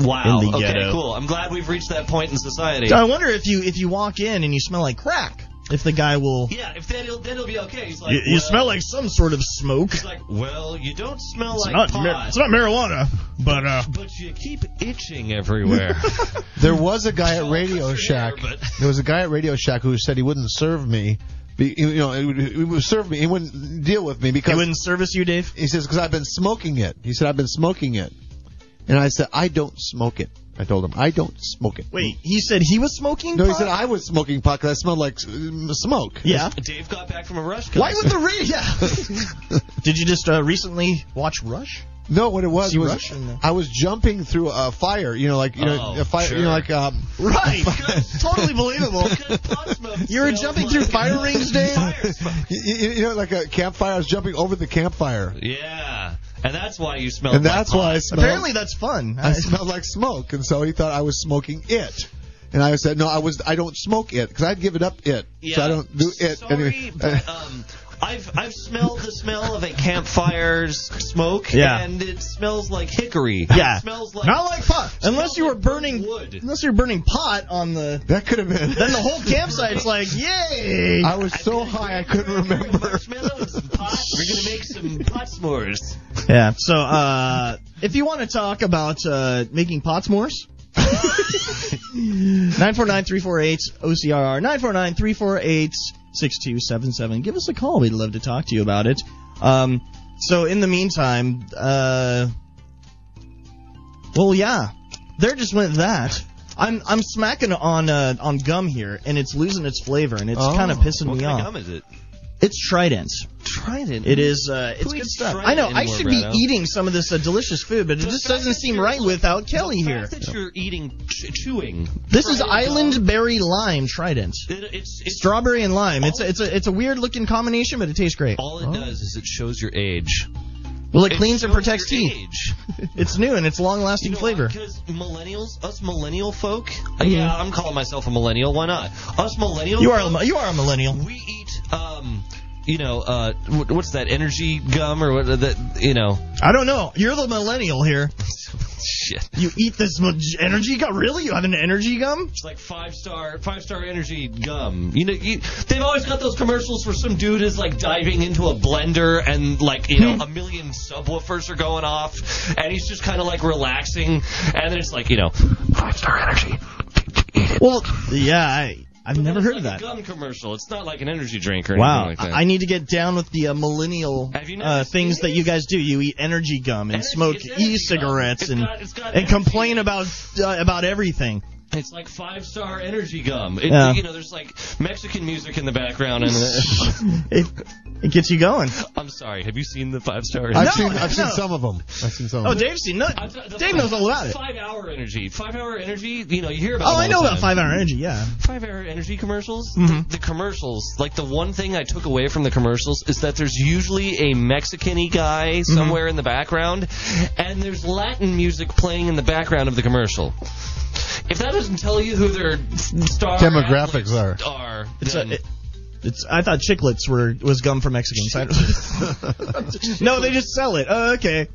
Speaker 4: wow.
Speaker 1: in the
Speaker 4: okay,
Speaker 1: ghetto.
Speaker 4: cool. I'm glad we've reached that point in society.
Speaker 1: I wonder if you if you walk in and you smell like crack, if the guy will.
Speaker 4: yeah, if then it'll, then it'll be okay. He's like,
Speaker 1: You, you
Speaker 4: well,
Speaker 1: smell like some sort of smoke.
Speaker 4: He's like, well, you don't smell
Speaker 1: It's
Speaker 4: like
Speaker 1: not,
Speaker 4: pot,
Speaker 1: mar- it's not marijuana, but uh,
Speaker 4: but you keep itching everywhere.
Speaker 1: (laughs)
Speaker 4: (laughs)
Speaker 5: There was a guy at
Speaker 4: Well,
Speaker 5: Radio
Speaker 4: it's there,
Speaker 5: Shack.
Speaker 4: but-
Speaker 5: There was a guy at Radio Shack who said he wouldn't serve me. Be, you know, he would, he would serve me. He wouldn't deal with me
Speaker 1: he
Speaker 5: because
Speaker 1: wouldn't service you, Dave.
Speaker 5: he says because I've been smoking it. He said I've been smoking it, and I said I don't smoke it. I told him I don't smoke it.
Speaker 1: Wait, he said he was smoking.
Speaker 5: No, he
Speaker 1: pot?
Speaker 5: said I was smoking pot because I smelled like uh, smoke.
Speaker 1: Yeah.
Speaker 4: Dave got back from a rush.
Speaker 1: Why would
Speaker 4: concert.
Speaker 5: (laughs)
Speaker 1: the re- yeah? Did you just uh, recently watch Rush?
Speaker 5: No, what it was
Speaker 1: See
Speaker 5: was
Speaker 1: Russian.
Speaker 5: I was jumping through a fire, you know, like you know,
Speaker 4: Oh,
Speaker 5: a fire, you
Speaker 4: sure.
Speaker 5: know, like um,
Speaker 1: Right. Good. (laughs)
Speaker 5: (laughs)
Speaker 1: totally believable. You were jumping through
Speaker 4: (laughs)
Speaker 1: fire rings, Dan?
Speaker 5: you, you you know, like a campfire. I was jumping over the campfire,
Speaker 4: Yeah, and that's why you smell.
Speaker 5: and that's why I smelled.
Speaker 1: Oh, Apparently that's fun.
Speaker 5: I smelled like smoke, and so he thought I was smoking it. And I said, no, I was. I don't smoke it because I'd given up it, so I don't do it.
Speaker 4: Sorry,
Speaker 5: anyway.
Speaker 1: (laughs)
Speaker 4: but, um, I've I've smelled the smell of a campfire's smoke,
Speaker 1: Yeah.
Speaker 4: and it smells like hickory.
Speaker 1: Yeah.
Speaker 4: it smells like
Speaker 1: Not like pot. Unless you were burning
Speaker 4: wood.
Speaker 1: unless you were burning pot on the
Speaker 5: (laughs) that could have been.
Speaker 1: then the whole campsite's like, yay.
Speaker 5: (laughs) I was
Speaker 1: (laughs)
Speaker 5: so high I couldn't remember.
Speaker 4: Marshmallows (laughs) and pot. We're gonna make some pot s'mores.
Speaker 1: Yeah. So uh, if you want to talk about uh, making pots mores. 949-348 OCRR 949-348-6277 give us a call we'd love to talk to you about it um, so in the meantime uh, well yeah there just went that I'm I'm smacking on uh, on gum here and it's losing its flavor and it's
Speaker 5: Oh,
Speaker 1: kind of pissing
Speaker 4: What
Speaker 1: me
Speaker 4: kind of
Speaker 1: off
Speaker 4: gum is it?
Speaker 1: it's Trident
Speaker 4: Trident.
Speaker 1: it is. Uh, it's
Speaker 4: Who
Speaker 1: good
Speaker 4: eats
Speaker 1: stuff.
Speaker 4: shrimp
Speaker 1: I know. I
Speaker 4: anymore,
Speaker 1: should be
Speaker 4: Brado?
Speaker 1: eating some of this uh, delicious food, but it
Speaker 4: The
Speaker 1: just
Speaker 4: fact
Speaker 1: doesn't
Speaker 4: that
Speaker 1: seem
Speaker 4: you're-
Speaker 1: right without Kelly
Speaker 4: The
Speaker 1: here.
Speaker 4: fact that you're eating ch- chewing.
Speaker 1: This is
Speaker 4: Trident gum.
Speaker 1: Island Berry Lime Trident.
Speaker 4: It, it's, it's
Speaker 1: Strawberry and lime. It's a, it's a it's a weird looking combination, but it tastes great.
Speaker 4: All it does is it shows your age.
Speaker 1: Well, it cleans and
Speaker 4: shows
Speaker 1: protects
Speaker 4: your
Speaker 1: teeth.
Speaker 4: Age.
Speaker 1: It's new and it's long lasting flavor.
Speaker 4: Because millennials, us millennial folk, uh, yeah, I'm calling myself a millennial. Why not? Us millennial.
Speaker 1: You are
Speaker 4: folk,
Speaker 1: a, you are a millennial.
Speaker 4: we eat. Um, you know, uh, wh- what's that energy gum or what? That you know,
Speaker 1: I don't know. You're the millennial here.
Speaker 4: shit.
Speaker 1: You eat this mo- energy gum? Really? You have an energy gum?
Speaker 4: It's like five star, five star energy gum. You know, you, they've always got those commercials where some dude is like diving into a blender and like you
Speaker 1: Hmm.
Speaker 4: know a million subwoofers are going off, and he's just kind of like relaxing, and then it's like you know five star energy.
Speaker 1: Well, yeah. I, I've never
Speaker 4: It's
Speaker 1: heard of
Speaker 4: like
Speaker 1: that.
Speaker 4: a gum commercial. It's not like an energy drink or
Speaker 1: Wow,
Speaker 4: anything like that.
Speaker 1: I I need to get down with the uh, millennial
Speaker 4: Have you never
Speaker 1: uh,
Speaker 4: seen
Speaker 1: things
Speaker 4: it?
Speaker 1: that you guys do. You eat energy gum and
Speaker 4: Energy-
Speaker 1: smoke
Speaker 4: it's energy gum.
Speaker 1: e-cigarettes
Speaker 4: It's
Speaker 1: and
Speaker 4: got- it's got
Speaker 1: and
Speaker 4: energy
Speaker 1: complain
Speaker 4: in it.
Speaker 1: about uh, about everything.
Speaker 4: It's like five star energy gum. It,
Speaker 1: Yeah.
Speaker 4: You know, there's like Mexican music in the background,
Speaker 1: (laughs)
Speaker 4: and uh,
Speaker 1: It it gets you going.
Speaker 4: (laughs) I'm sorry. Have you seen the five star?
Speaker 5: I've
Speaker 1: No,
Speaker 5: seen I've seen
Speaker 1: (laughs) no.
Speaker 5: some of them. I've seen some.
Speaker 1: Oh,
Speaker 5: of them.
Speaker 1: Dave's seen no, Dave knows all about it.
Speaker 4: Five hour energy. Five hour energy. You know, you hear about.
Speaker 1: Oh,
Speaker 4: them
Speaker 1: I
Speaker 4: all
Speaker 1: know
Speaker 4: the
Speaker 1: about
Speaker 4: time.
Speaker 1: Five Hour Energy. Yeah,
Speaker 4: Five hour energy commercials.
Speaker 1: Mhm.
Speaker 4: The, the commercials. Like the one thing I took away from the commercials is that there's usually a Mexican-y guy
Speaker 1: Mm-hmm.
Speaker 4: somewhere in the background, and there's Latin music playing in the background of the commercial. If that doesn't tell you who their star
Speaker 5: Demographics are.
Speaker 4: athletes are
Speaker 1: it's
Speaker 4: then-
Speaker 1: a. It, it's, I thought chiclets were was gum for Mexicans. (laughs) I don't- no, they just sell it. Oh, okay,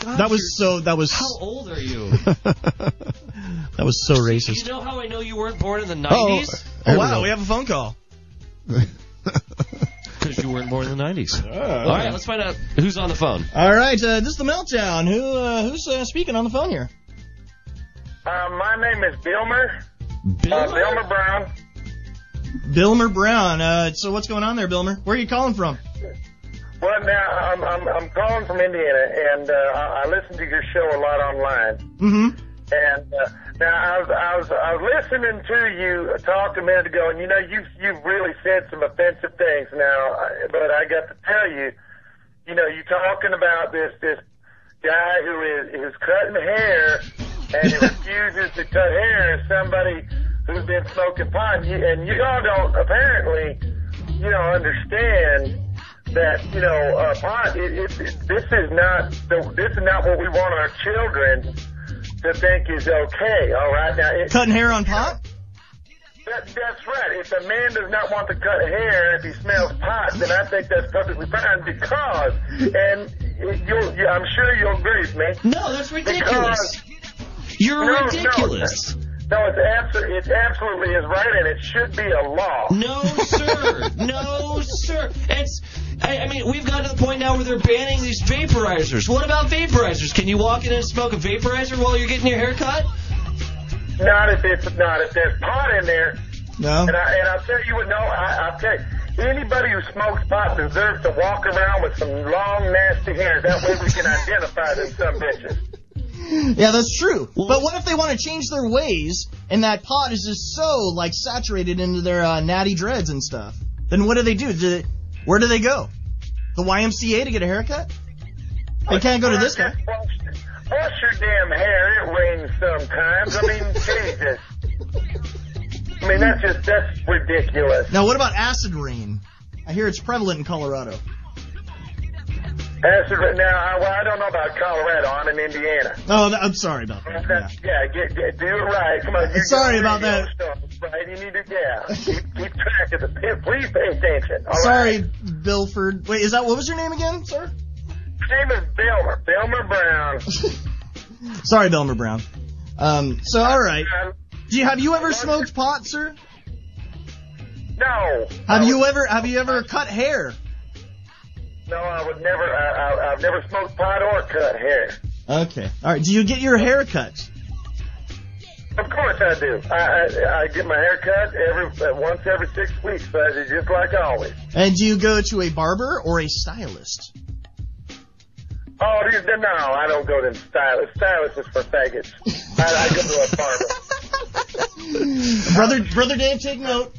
Speaker 4: God,
Speaker 1: that was
Speaker 4: you're-
Speaker 1: so that was
Speaker 4: How old
Speaker 1: (laughs)
Speaker 4: are you?
Speaker 1: that was so
Speaker 4: Do you
Speaker 1: racist.
Speaker 4: know how I know you weren't born in the
Speaker 5: Oh,
Speaker 4: 90s?
Speaker 5: (laughs) there
Speaker 1: Oh,
Speaker 5: we
Speaker 1: wow,
Speaker 5: go.
Speaker 1: we have a phone call.
Speaker 5: (laughs)
Speaker 4: Because you weren't born in the 90s.
Speaker 1: Oh.
Speaker 4: All right, let's find out who's on the phone.
Speaker 1: All right, uh, this is the meltdown. Who uh, who's uh, speaking on the phone here?
Speaker 11: Uh, my name is Bilmer. Uh, Bilmer Brown.
Speaker 1: Bilmer Brown. Uh, so what's going on there, Bilmer? Where are you calling from?
Speaker 11: Well, now I'm I'm, I'm calling from Indiana, and uh, I, I listen to your show a lot online.
Speaker 1: Mm-hmm.
Speaker 11: And uh, now I was I was I was listening to you talk a minute ago, and you know you you've really said some offensive things now, I- but I got to tell you, you know, you're talking about this this guy who is who's cutting hair and he refuses to cut hair is somebody who's been smoking pot. And you, and you all don't apparently, you know, understand that you know uh, pot. It, it, it, this is not the, this is not what we want our children to think is okay. All right, now it,
Speaker 1: Cutting hair on pot?
Speaker 11: that, that's right. If a man does not want to cut hair, if he smells pot, then I think that's perfectly fine because, and you'll, you, I'm sure you'll agree with me.
Speaker 4: No, that's ridiculous. You're
Speaker 11: uh, No, no.
Speaker 4: ridiculous.
Speaker 11: No, it's absolutely, it absolutely is right, and it should be a law.
Speaker 4: No, sir. no, sir. It's. I, I mean, we've gotten to the point now where they're banning these vaporizers. What about vaporizers? Can you walk in and smoke a vaporizer while you're getting your hair cut?
Speaker 11: Not if it's not if there's pot in there.
Speaker 1: No.
Speaker 11: And I and I'll tell you what. No, I, I'll tell you. Anybody who smokes pot deserves to walk around with some long, nasty hair. That way we can identify them some bitches.
Speaker 1: Yeah, that's true. But what if they want to change their ways and that pot is just so like saturated into their uh, natty dreads and stuff? Then what do they do? do they, where do they go? The YMCA to get a haircut? They can't go to this guy.
Speaker 11: Wash your damn hair. It rains sometimes.
Speaker 1: (laughs)
Speaker 11: I mean, Jesus. I mean, that's just that's ridiculous.
Speaker 1: Now, what about acid rain? I hear it's prevalent in Colorado.
Speaker 11: Acid rain. Now, I, well, I don't know about Colorado. I'm in Indiana.
Speaker 1: Oh, th- I'm sorry about that.
Speaker 11: That's- Yeah, get, get, do it right. Come on. you
Speaker 1: (laughs) Sorry
Speaker 11: got
Speaker 1: about
Speaker 11: radio
Speaker 1: that.
Speaker 11: Stuff, right? You need to, yeah. keep, keep track of the. Please pay attention. all
Speaker 1: sorry,
Speaker 11: right?
Speaker 1: Bilford. Wait, is that what was your name again, sir?
Speaker 11: Name is Belmer. Belmer Brown.
Speaker 1: Sorry, Belmer Brown. Um, so all right. Do you, have you ever smoked pot, sir?
Speaker 11: No.
Speaker 1: Have you ever have you ever cut hair?
Speaker 11: No, I would never. I, I, I've never smoked pot or cut hair.
Speaker 1: Okay. All right. Do you get your hair cut?
Speaker 11: Of course I do. I I, I get my hair cut every uh, once every six weeks, but it's just like always.
Speaker 1: And do you go to a barber or a stylist?
Speaker 11: Oh, these, no, I don't go to the stylist. Stylist is for faggots. I, I go to
Speaker 1: (laughs)
Speaker 11: a barber.
Speaker 1: Brother, brother Dave, take note.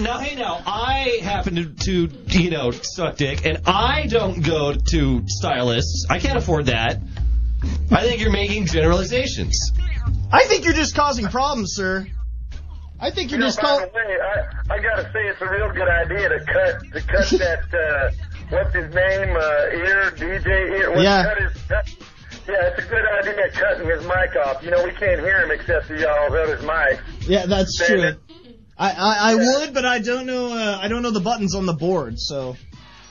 Speaker 4: Now, hey, now, I happen to, to, you know, suck dick, and I don't go to stylists. I can't afford that. I think you're making generalizations.
Speaker 1: I think you're just causing problems, sir. I think you're
Speaker 11: You know,
Speaker 1: just
Speaker 11: by
Speaker 1: call.
Speaker 11: the way, I, I gotta say it's a real good idea to cut to
Speaker 1: (laughs)
Speaker 11: cut that uh, what's his name uh, ear DJ ear. What,
Speaker 1: Yeah.
Speaker 11: Cut his, cut, yeah, it's a good idea cutting his mic off. You know we can't hear him except through y'all's other mics.
Speaker 1: Yeah, that's
Speaker 11: Damn
Speaker 1: true.
Speaker 11: it.
Speaker 1: I, I, I would, but I don't know. Uh, I don't know the buttons on the board, so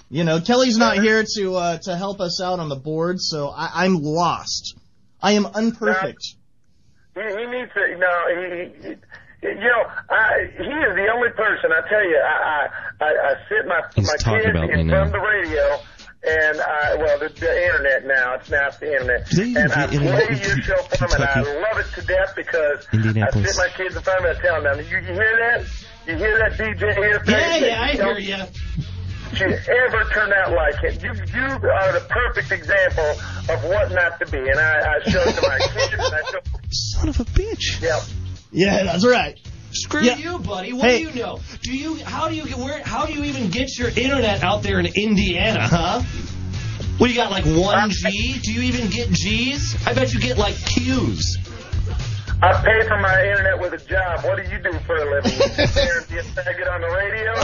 Speaker 1: you know Kelly's not here to uh, to help us out on the board, so I, I'm lost. I am unperfect.
Speaker 11: He, he needs to. No, he. he you know, I, he is the only person. I tell you, I I, I, I sit my
Speaker 4: He's
Speaker 11: my
Speaker 4: talking
Speaker 11: kids
Speaker 4: about me
Speaker 11: in
Speaker 4: now.
Speaker 11: front of the radio, and I well the, the internet now. It's now it's the internet,
Speaker 4: They-
Speaker 11: and I
Speaker 4: the internet
Speaker 11: play
Speaker 4: in
Speaker 11: your show for them, and I
Speaker 4: Kentucky.
Speaker 11: love it to death because I
Speaker 4: Indianapolis.
Speaker 11: sit my kids in front of them and tell them, "You, you hear that? You hear that DJ here?
Speaker 4: Yeah, yeah, I hear
Speaker 11: you." should ever turn out like him. You you are the perfect example of what not to be, and I, I show it to my kids. And I show,
Speaker 4: Son of a bitch.
Speaker 11: yeah,
Speaker 1: Yeah, that's right.
Speaker 4: Screw
Speaker 1: Yeah.
Speaker 4: you, buddy. What
Speaker 1: Hey.
Speaker 4: do you know? Do you? How do you get? Where? How do you even get your internet out there in Indiana? Huh? What do you got? Like one G? Do you even get G's? I bet you get like Q's.
Speaker 11: I pay for my internet with a job. What do you do for a living? You sit there and be a faggot on
Speaker 1: (laughs)
Speaker 11: the radio?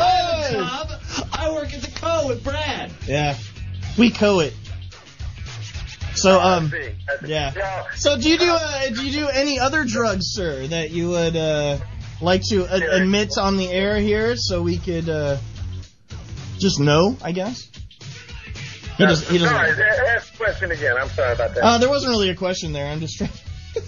Speaker 4: Bob, I work at the co with Brad.
Speaker 1: Yeah, we co it. So um,
Speaker 11: See, that's-
Speaker 1: yeah.
Speaker 11: y'all-
Speaker 1: So do you do uh, do you do any other drugs, sir, that you would uh, like to uh, admit on the air here, so we could uh, just know, I guess. He doesn't. He
Speaker 11: Sorry,
Speaker 1: doesn't.
Speaker 11: a- ask the question again. I'm sorry about that.
Speaker 1: Uh, there wasn't really a question there. I'm just. Trying.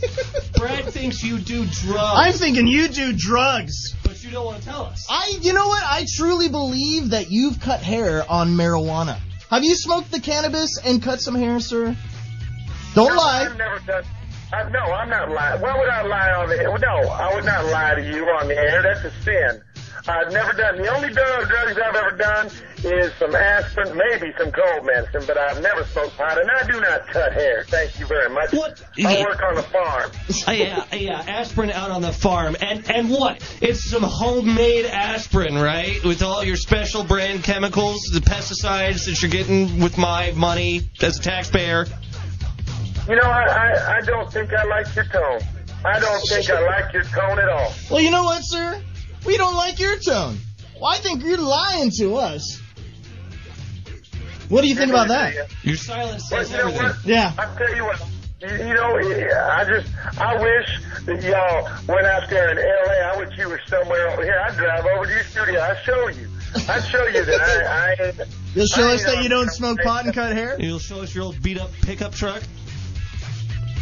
Speaker 1: (laughs)
Speaker 4: Brad thinks you do drugs,
Speaker 1: I'm thinking you do drugs.
Speaker 4: but you don't want to tell us.
Speaker 1: I, you know what? I truly believe that you've cut hair on marijuana. Have you smoked the cannabis and cut some hair, sir? Don't
Speaker 11: No,
Speaker 1: lie.
Speaker 11: I've never done. I, no, I'm not lying. Why would I lie on the air? No, I would not lie to you on the air. That's a sin. I've never done. The only drug, drugs I've ever done is some aspirin, maybe some cold medicine, but I've never smoked pot, and I do not cut hair. Thank you very much.
Speaker 4: What?
Speaker 11: I work on a farm.
Speaker 4: Uh, yeah, uh, yeah, aspirin out on the farm, and and what? It's some homemade aspirin, right? With all your special brand chemicals, the pesticides that you're getting with my money as a taxpayer.
Speaker 11: You know, I, I, I don't think I like your tone. I don't think I like your tone at all.
Speaker 1: Well, you know what, sir? We don't like your tone. Well, I think you're lying to us. What do you think about that?
Speaker 4: Your silence
Speaker 11: Well,
Speaker 4: says
Speaker 11: you know
Speaker 4: everything.
Speaker 11: what?
Speaker 1: Yeah.
Speaker 11: I tell you what. You, you know, I just I wish that y'all went out there in L.A. I wish you were somewhere over here. I'd drive over to your studio. I'd show you. I'd show you that I, I ain't.
Speaker 1: You'll show
Speaker 11: I
Speaker 1: us that
Speaker 11: ain't
Speaker 1: you
Speaker 11: on-
Speaker 1: don't smoke pot and cut hair?
Speaker 4: You'll show us your old beat up pickup truck.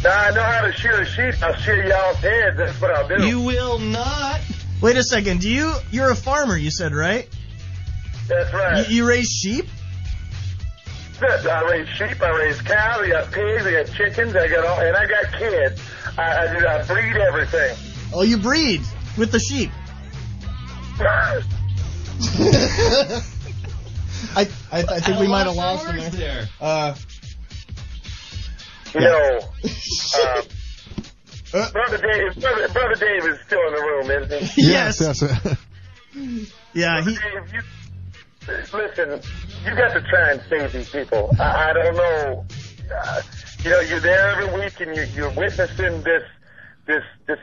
Speaker 11: Nah, I know how to shoot a sheep. I'll shoot y'all's heads. That's what I'll do.
Speaker 4: You will not.
Speaker 1: Wait a second. Do you? You're a farmer, you said, right?
Speaker 11: That's
Speaker 1: You,
Speaker 11: right.
Speaker 1: you raise sheep?
Speaker 11: I raise sheep. I raise cows. I got pigs. I got chickens. I got all, and I got kids. I I, do, I breed everything. (laughs)
Speaker 1: Oh, you breed with the sheep. I, I, I think we might have lost him there. Uh,
Speaker 11: you know. Um, Brother Dave, brother, brother Dave is still in the room, isn't he?
Speaker 1: yes.
Speaker 5: Yes. yes. (laughs)
Speaker 1: Yeah. He,
Speaker 11: Dave, you, listen, you got to try and save these people. I, I don't know. uh, you know, you're there every week and you, you're witnessing this, this, this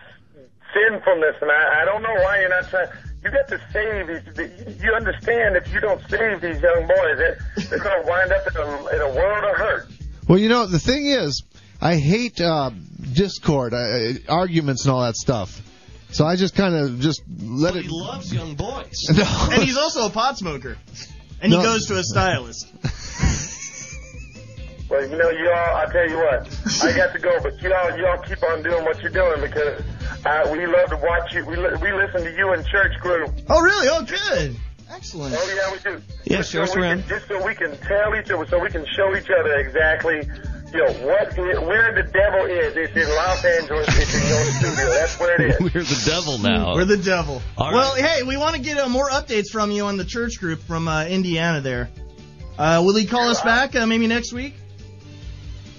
Speaker 11: sinfulness. And I, I don't know why you're not trying. You got to save these. You understand if you don't save these young boys, that they're going to wind up in a, in a world of hurt.
Speaker 5: Well, you know, the thing is, I hate uh, discord, uh, uh, arguments, and all that stuff. So I just kind of just let it.
Speaker 4: He loves young boys.
Speaker 5: (laughs) No.
Speaker 1: And he's also a pot smoker. And
Speaker 5: No.
Speaker 1: he goes to a stylist.
Speaker 11: Well, you know, you all. I tell you what, I got to go, but you all, you all keep on doing what you're doing because uh, we love to watch you. We li- we listen to you in church group.
Speaker 1: Oh, really? Oh, good. Excellent.
Speaker 11: Oh yeah, we do.
Speaker 1: Yeah,
Speaker 11: Just
Speaker 1: show us
Speaker 11: so we
Speaker 1: around.
Speaker 11: Can, just so we can tell each other, so we can show each other exactly, you know, what i where the devil is. It's in Los Angeles. It's in your studio. That's where it
Speaker 4: (laughs)
Speaker 11: is.
Speaker 2: (laughs)
Speaker 4: We're the devil
Speaker 2: Oh.
Speaker 4: now.
Speaker 1: We're the devil.
Speaker 4: All right.
Speaker 1: Well, hey, we want to get uh, more updates from you on the church group from uh, Indiana there. Uh, will he call us back uh, maybe next week?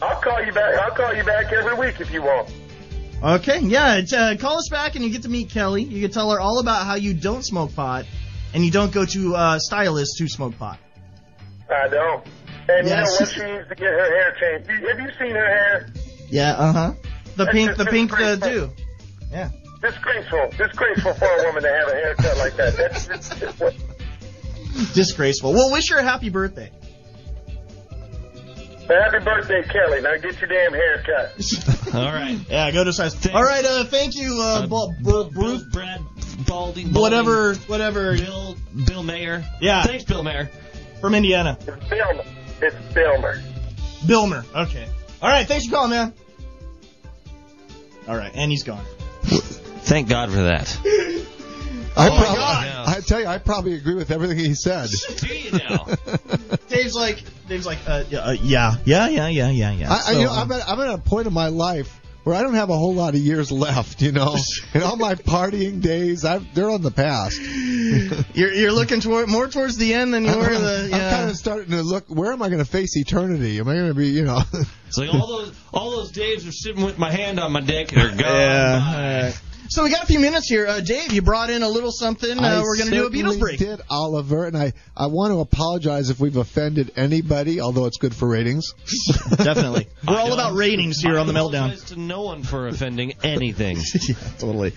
Speaker 11: I'll call you back. I'll call you back every week if you want.
Speaker 1: Okay, yeah. It's, uh, call us back and you get to meet Kelly. You can tell her all about how you don't smoke pot and you don't go to uh, stylists who smoke pot.
Speaker 11: I don't.
Speaker 1: Yes.
Speaker 11: And you know what? She needs to get her hair changed. You- Have you seen her hair?
Speaker 1: Yeah, uh
Speaker 5: uh-huh.
Speaker 1: huh. The
Speaker 11: That's
Speaker 1: pink,
Speaker 11: just
Speaker 1: the pink, the
Speaker 11: disgraceful.
Speaker 1: do. Yeah.
Speaker 11: Disgraceful. Disgraceful for a woman to have a haircut like that. That's just, just what.
Speaker 1: Disgraceful. Well, wish her a happy birthday.
Speaker 11: Happy birthday, Kelly. Now get your damn haircut.
Speaker 4: All right.
Speaker 1: Yeah, go to size. All right, uh, thank you, uh, Bal- Bal- Bruce,
Speaker 4: Brad, Baldy, Baldy,
Speaker 1: whatever, whatever.
Speaker 4: Bill, Bill Mayer.
Speaker 1: Yeah.
Speaker 4: Thanks, Bill Mayer.
Speaker 1: From Indiana.
Speaker 11: It's Bilmer. It's Bilmer.
Speaker 1: Bilmer. Okay. All right, thanks for calling, man. All right, and he's gone.
Speaker 4: Thank God for that.
Speaker 5: I,
Speaker 1: "Oh my
Speaker 5: probably,
Speaker 1: God.
Speaker 5: (laughs) I tell you, I probably agree with everything he said. (laughs)
Speaker 4: Do you now?
Speaker 1: Dave's like, Dave's like, uh, yeah, uh, yeah, yeah, yeah, yeah, yeah, yeah.
Speaker 5: I, I, you know,
Speaker 1: So,
Speaker 5: I'm,
Speaker 1: um,
Speaker 5: at, I'm at a point in my life where I don't have a whole lot of years left, you
Speaker 1: (laughs)
Speaker 5: know, and all my partying days, I've, they're on the past.
Speaker 1: you're you're looking toward more towards the end than you were
Speaker 5: (laughs)
Speaker 1: the
Speaker 5: I'm kind
Speaker 1: yeah.
Speaker 5: of starting to look. Where am I going to face eternity? Am I going to be, you
Speaker 1: (laughs)
Speaker 5: know?
Speaker 4: It's like all those all those days of sitting with my hand on my dick. They're gone.
Speaker 1: all right. So we got a few minutes here, uh, Dave. You brought in a little something. Uh,
Speaker 5: I
Speaker 1: we're gonna do a Beatles
Speaker 5: certainly
Speaker 1: break.
Speaker 5: Did Oliver and I? I want to apologize if we've offended anybody, although it's good for ratings. (laughs)
Speaker 1: Definitely. We're all about ratings here
Speaker 4: I
Speaker 1: on the meltdown.
Speaker 4: apologize to no one for offending anything.
Speaker 1: yeah, totally.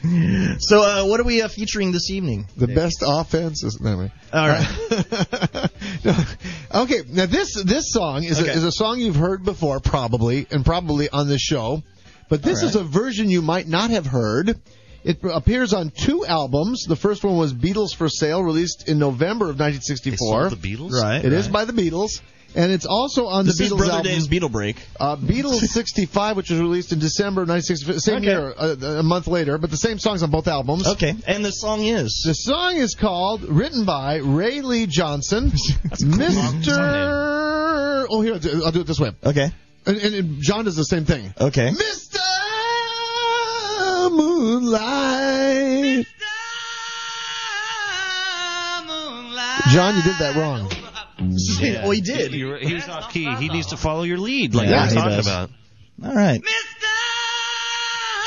Speaker 1: So uh, what are we uh, featuring this (laughs) evening?
Speaker 5: The best offense is anyway.
Speaker 1: All right.
Speaker 5: (laughs) No. okay, now this this song is,
Speaker 1: Okay.
Speaker 5: a, is a song you've heard before, probably, and probably on this show. But this is a version you might not have heard. It appears on two albums. The first one was Beatles for Sale, released in November of 1964.
Speaker 4: Sold the Beatles.
Speaker 1: (laughs) Right.
Speaker 5: It is by the Beatles, and it's also on
Speaker 1: This
Speaker 5: the
Speaker 1: is
Speaker 5: Beatles
Speaker 1: Brother
Speaker 5: album.
Speaker 1: Dave's Beatle break.
Speaker 5: Uh,
Speaker 1: (laughs)
Speaker 5: Beatles 65, which was released in December of 1965, same
Speaker 1: Okay.
Speaker 5: year, uh, a month later, but the same songs on both albums.
Speaker 1: Okay. And the song is.
Speaker 5: The song is called, written by Ray Lee (laughs) Johnson, Mr. Oh, here, I'll do- I'll do it this way.
Speaker 1: Okay.
Speaker 5: And, and, and John does the same thing.
Speaker 1: Okay.
Speaker 5: Mr. Moonlight. John, you did that wrong.
Speaker 4: Yeah.
Speaker 1: Oh, he did.
Speaker 4: He, he was off key. He needs to follow your lead, like
Speaker 1: Yeah,
Speaker 4: we
Speaker 1: he
Speaker 4: were talking
Speaker 1: does.
Speaker 4: about.
Speaker 1: All right.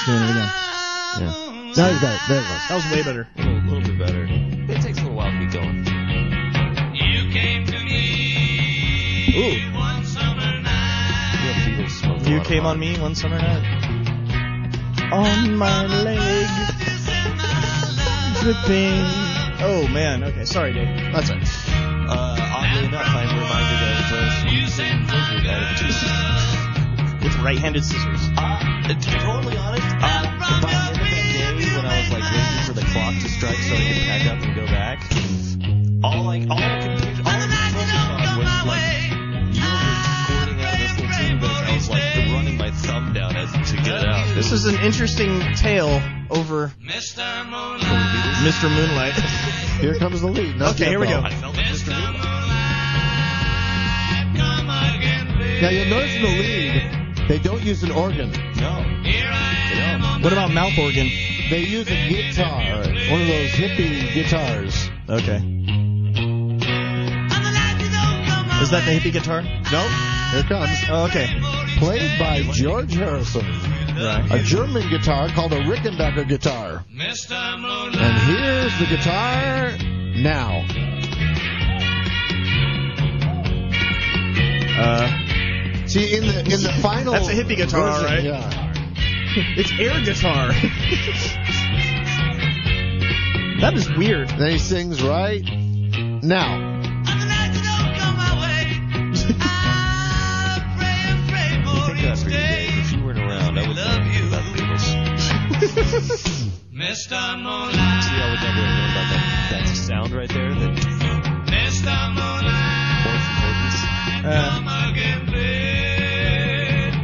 Speaker 1: Doing it again.
Speaker 5: Now you got it. There it goes.
Speaker 1: That was way better.
Speaker 4: A little bit better. It takes a little while to get going.
Speaker 1: (laughs) Ooh. You came on me one summer night. On my leg. Dripping. Oh man. Okay. Sorry, Dave.
Speaker 5: That's all right.
Speaker 4: Uh, oddly enough, I'm reminded of uh, Susan Blizzard out of Tucson.
Speaker 1: With right-handed scissors.
Speaker 4: Uh, to be totally honest, uh, by the end of that day, when I was like waiting for the clock to strike so I could pack up and go back, all like all I could picture, all I could focus on was like you were recording out of this little tube, and I was like running my thumb down as to get it out.
Speaker 1: This is an interesting tale over Mr. Moonlight.
Speaker 5: Here comes the lead. Not
Speaker 1: (laughs) Okay,
Speaker 5: the
Speaker 1: here we
Speaker 5: bell.
Speaker 1: go.
Speaker 4: I felt like Mr. Moonlight.
Speaker 5: Now you'll notice in the lead, they don't use an organ.
Speaker 4: No.
Speaker 1: What about mouth organ?
Speaker 5: They use a guitar, one of those hippie guitars.
Speaker 1: Okay. Is that the hippie guitar?
Speaker 5: Nope. Here it comes.
Speaker 1: Oh, okay.
Speaker 5: Played by George Harrison, a German guitar called a Rickenbacker guitar. And here's the guitar now.
Speaker 1: Uh,
Speaker 5: See, in the in the final.
Speaker 1: That's a hippie guitar,
Speaker 5: version-
Speaker 1: right?
Speaker 5: Yeah.
Speaker 1: it's air guitar. that is weird.
Speaker 5: Then he sings right now.
Speaker 4: I think that's pretty good. If you weren't around, I would love you about the Beatles. (laughs)
Speaker 3: Mr.
Speaker 4: See, I would never have known about that. That's a sound right there. That
Speaker 3: Mr. Moonlight,
Speaker 4: Morse
Speaker 1: Uh,
Speaker 3: again, please.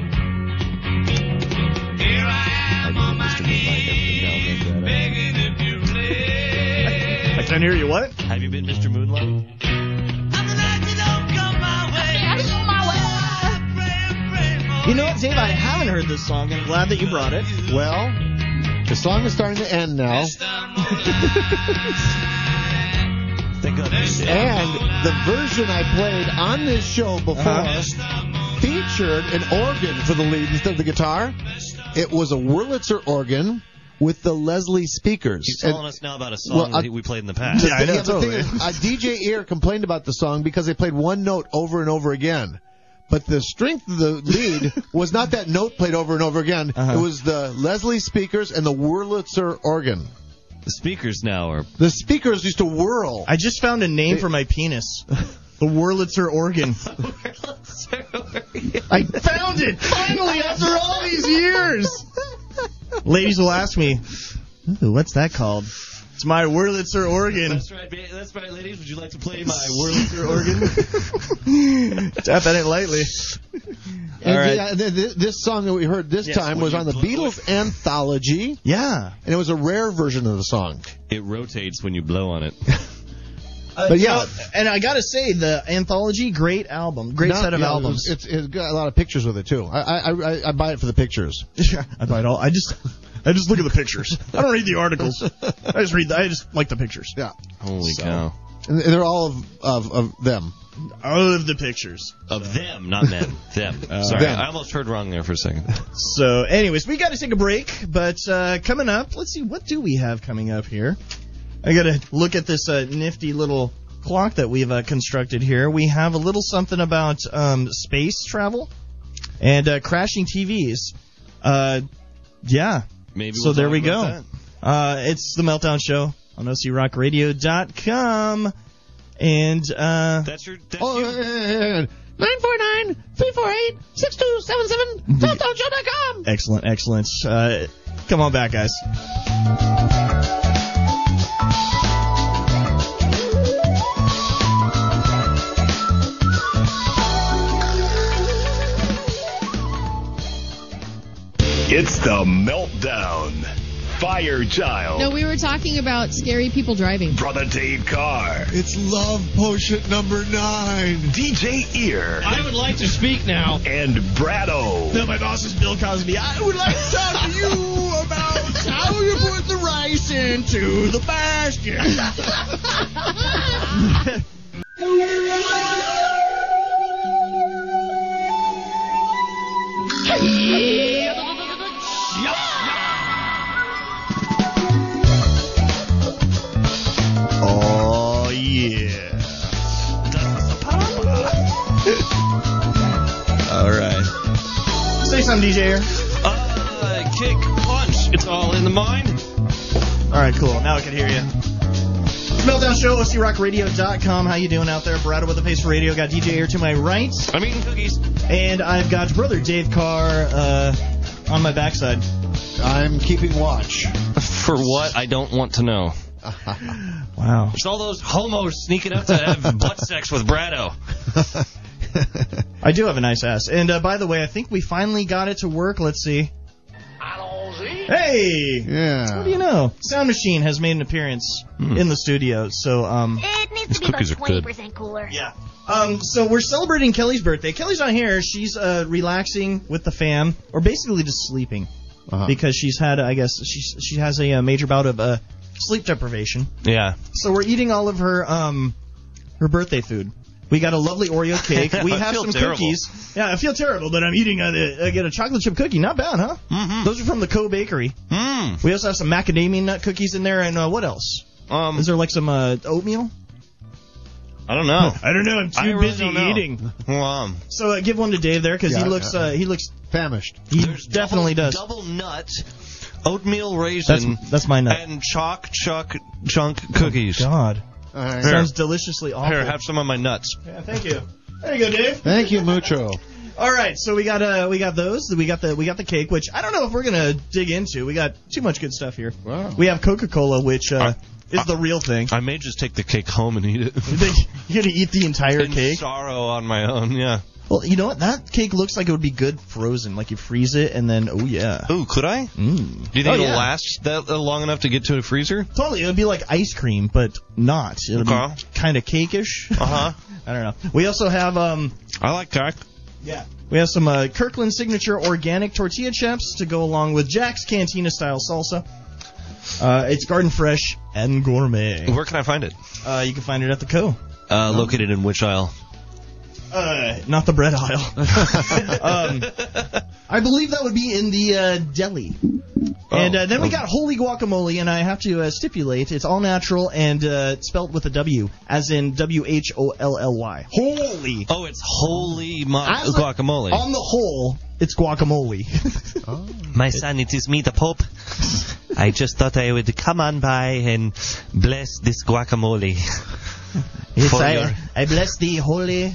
Speaker 3: Here I am on my knees,
Speaker 4: and uh, Morpheus.
Speaker 3: begging if you please.
Speaker 1: I can't hear you. What?
Speaker 4: Have you been Mr. Moonlight?
Speaker 1: You know what, Dave? I haven't heard this song. I'm glad that you brought
Speaker 4: (laughs)
Speaker 1: it.
Speaker 5: Well, the song is starting to end now,
Speaker 4: Thank God. you did.
Speaker 5: and the version I played on this show before
Speaker 1: Uh-huh.
Speaker 5: featured an organ for the lead instead of the guitar. It was a Wurlitzer organ with the Leslie speakers.
Speaker 4: He's
Speaker 5: And-
Speaker 4: telling us now about a song
Speaker 5: Well, I-
Speaker 4: that we played in the past.
Speaker 1: Yeah, I know,
Speaker 5: the
Speaker 1: totally.
Speaker 5: thing is, uh, DJ Ear complained about the song because they played one note over and over again. But the strength of the
Speaker 1: (laughs)
Speaker 5: lead was not that note played over and over again.
Speaker 1: Uh-huh.
Speaker 5: It was the Leslie speakers and the Wurlitzer organ.
Speaker 4: The speakers now are.
Speaker 5: The speakers used to whirl.
Speaker 1: I just found a name for my penis. The Wurlitzer organ. I found it finally after all these years. Ladies will ask me, Ooh, "What's that called?" It's my Wurlitzer organ.
Speaker 4: That's right, ba- that's right, ladies. Would you like to play my Wurlitzer organ?
Speaker 1: (laughs) Tap at it lightly.
Speaker 5: And
Speaker 1: All right.
Speaker 5: the- uh, th- th- this song that we heard this
Speaker 4: Yes,
Speaker 5: time
Speaker 4: would
Speaker 5: was
Speaker 4: you
Speaker 5: on the
Speaker 4: play-
Speaker 5: Beatles anthology,
Speaker 1: Yeah.
Speaker 5: and it was a rare version of the song.
Speaker 4: It rotates when you blow on it.
Speaker 5: But yeah.
Speaker 1: and I gotta say, the anthology, great album, great
Speaker 5: Not-
Speaker 1: set of
Speaker 5: yeah, it was-
Speaker 1: albums.
Speaker 5: It's, it's got a lot of pictures with it too. I I, I, I buy it for the pictures.
Speaker 1: I buy it all. I just, I just look at the pictures. I don't read the articles. I just read. The, I just like the pictures.
Speaker 5: Yeah,
Speaker 4: Holy cow.
Speaker 5: and they're all of of, of them.
Speaker 1: All of the pictures.
Speaker 4: Of them, not men. (laughs) Them. Sorry,
Speaker 5: them.
Speaker 4: I almost heard wrong there for a second.
Speaker 1: So, anyways, we got to take a break, but uh, coming up, let's see what do we have coming up here. I got to look at this uh, nifty little clock that we've uh, constructed here. We have a little something about um, space travel and uh, crashing TVs. Uh, yeah,
Speaker 4: Maybe.
Speaker 1: so
Speaker 4: we'll
Speaker 1: there
Speaker 4: talk
Speaker 1: we
Speaker 4: about
Speaker 1: go. Uh, it's the Meltdown Show on OCRockRadio.com. And uh,
Speaker 4: That's your. That's
Speaker 5: Oh,
Speaker 4: you.
Speaker 5: and 949-348-6277, DeltaJoe.com.
Speaker 1: excellent, excellent. Uh, come on back, guys.
Speaker 9: It's the meltdown. Fire Child.
Speaker 10: No, we were talking about scary people driving.
Speaker 9: Brother Dave Carr.
Speaker 5: It's love potion number nine.
Speaker 9: DJ Ear.
Speaker 12: I would like to speak now.
Speaker 9: and Brado.
Speaker 1: No, my boss is Bill Cosby. I would like to talk to you about how you put the rice into the basket.
Speaker 5: (laughs)
Speaker 9: Oh, yeah.
Speaker 4: All right.
Speaker 1: Say something, DJ.
Speaker 4: Uh, kick, punch. It's all in the mind.
Speaker 1: All right, cool. Now I can hear you. Meltdown Show, OCRockRadio.com. How you doing out there? Brad with the Pace for Radio. Got DJ here to my right,
Speaker 4: I'm eating cookies.
Speaker 1: and I've got brother Dave Carr uh, on my backside.
Speaker 5: I'm keeping watch.
Speaker 4: For what? I don't want to know.
Speaker 1: Wow.
Speaker 4: It's all those homos sneaking out to (laughs) have butt sex with Brado.
Speaker 1: I do have a nice ass. And uh, by the way, I think we finally got it to work. Let's see. Hey! What do
Speaker 5: yeah.
Speaker 1: you know? Sound Machine has made an appearance in the studio, so um
Speaker 7: It needs to be
Speaker 4: cookies
Speaker 7: about
Speaker 4: are good.
Speaker 7: 20% cooler.
Speaker 1: yeah. Um so we're celebrating Kelly's birthday. Kelly's not here. She's uh relaxing with the fam or basically just sleeping
Speaker 5: Uh-huh.
Speaker 1: because she's had I guess she's she has a, uh major bout of uh sleep deprivation.
Speaker 4: Yeah.
Speaker 1: So we're eating all of her um her birthday food. We got a lovely
Speaker 4: (laughs)
Speaker 1: Oreo cake. We
Speaker 4: I
Speaker 1: have
Speaker 4: feel
Speaker 1: some
Speaker 4: terrible.
Speaker 1: cookies. Yeah, I feel terrible, but I'm eating a, I get a chocolate chip cookie. Not bad, huh?
Speaker 4: Mhm.
Speaker 1: Those are from the Co Bakery.
Speaker 4: Mm.
Speaker 1: We also have some macadamia nut cookies in there, and uh, what else?
Speaker 4: Um.
Speaker 1: Is there like some uh, oatmeal?
Speaker 4: I don't know.
Speaker 1: (laughs) I don't know. I'm too
Speaker 4: I really
Speaker 1: busy
Speaker 4: don't know.
Speaker 1: eating.
Speaker 4: Well, um,
Speaker 1: So uh, give one to Dave there because
Speaker 4: Yeah,
Speaker 1: he looks
Speaker 4: yeah.
Speaker 1: uh, he looks
Speaker 5: famished.
Speaker 1: He definitely does.
Speaker 4: double nut, oatmeal raisin.
Speaker 1: That's- that's my nut.
Speaker 4: And chalk chuck chunk cookies.
Speaker 1: God.
Speaker 5: right.
Speaker 1: Sounds deliciously awful.
Speaker 4: Here, have some of my nuts.
Speaker 1: Yeah, thank you. There you go, Dave.
Speaker 5: Thank you, Mucho.
Speaker 1: All right, so we got uh we got those. We got the we got the cake, which I don't know if we're gonna dig into. We got too much good stuff here.
Speaker 5: Wow.
Speaker 1: We have Coca Cola, which uh, is the real thing.
Speaker 4: I may just take the cake home
Speaker 1: (laughs)
Speaker 4: and eat it.
Speaker 1: You're gonna eat the entire
Speaker 4: In
Speaker 1: cake.
Speaker 4: sorrow on my own, yeah.
Speaker 1: Well, you know what? That cake looks like it would be good frozen. Like you freeze it and then oh yeah.
Speaker 4: Ooh, could I? Do
Speaker 1: Mm.
Speaker 4: you think
Speaker 1: Oh,
Speaker 4: it'll
Speaker 1: yeah.
Speaker 4: last that uh, long enough to get to a freezer?
Speaker 1: Totally, it would be like ice cream, but not. It would
Speaker 4: Okay.
Speaker 1: be kind of cakeish.
Speaker 4: Uh huh.
Speaker 1: (laughs) I don't know. We also have um
Speaker 4: I like cake.
Speaker 1: yeah. We have some uh, Kirkland signature organic tortilla chips to go along with Jack's Cantina style salsa. Uh, it's garden fresh and gourmet.
Speaker 4: Where can I find it?
Speaker 1: Uh, you can find it at the Co.
Speaker 4: Uh, located in which aisle?
Speaker 1: Uh, not the bread aisle. um, I believe that would be in the uh, deli. and uh, then we got holy guacamole, and I have to uh, stipulate it's all natural and uh, spelt with a W, as in W H O L L Y. Holy.
Speaker 4: Oh, it's holy ma-
Speaker 1: As a-
Speaker 4: guacamole.
Speaker 1: On the whole, it's guacamole. (laughs)
Speaker 12: My son, it is me, the Pope. I just thought I would come on by and bless this guacamole.
Speaker 1: Yes,
Speaker 12: for,
Speaker 1: I-
Speaker 12: your-
Speaker 1: I bless the holy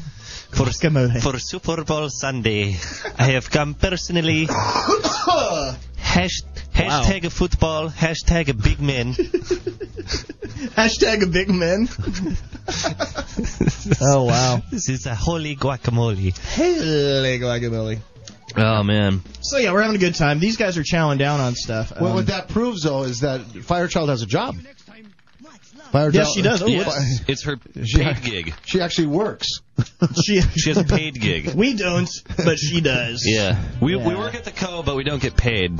Speaker 12: for,
Speaker 1: guacamole.
Speaker 12: for Super Bowl Sunday, I have come personally. Hash, hashtag football, hashtag big men.
Speaker 1: (laughs) Hashtag a big (laughs) man. oh, wow.
Speaker 12: This is a holy guacamole.
Speaker 1: Holy guacamole.
Speaker 4: Oh man.
Speaker 1: So yeah, we're having a good time. These guys are chowing down on stuff.
Speaker 5: Well,
Speaker 1: Um,
Speaker 5: what that proves, though, is that Firechild has a job. Firechild,
Speaker 1: Yes, she does. Oh,
Speaker 4: Yes, it's her paid gig.
Speaker 5: She actually works.
Speaker 1: (laughs) she
Speaker 4: She has a paid
Speaker 1: (laughs)
Speaker 4: gig.
Speaker 1: we don't, but she does.
Speaker 4: Yeah. We, we
Speaker 1: (laughs) Yeah.
Speaker 4: work at the co, but we don't get paid.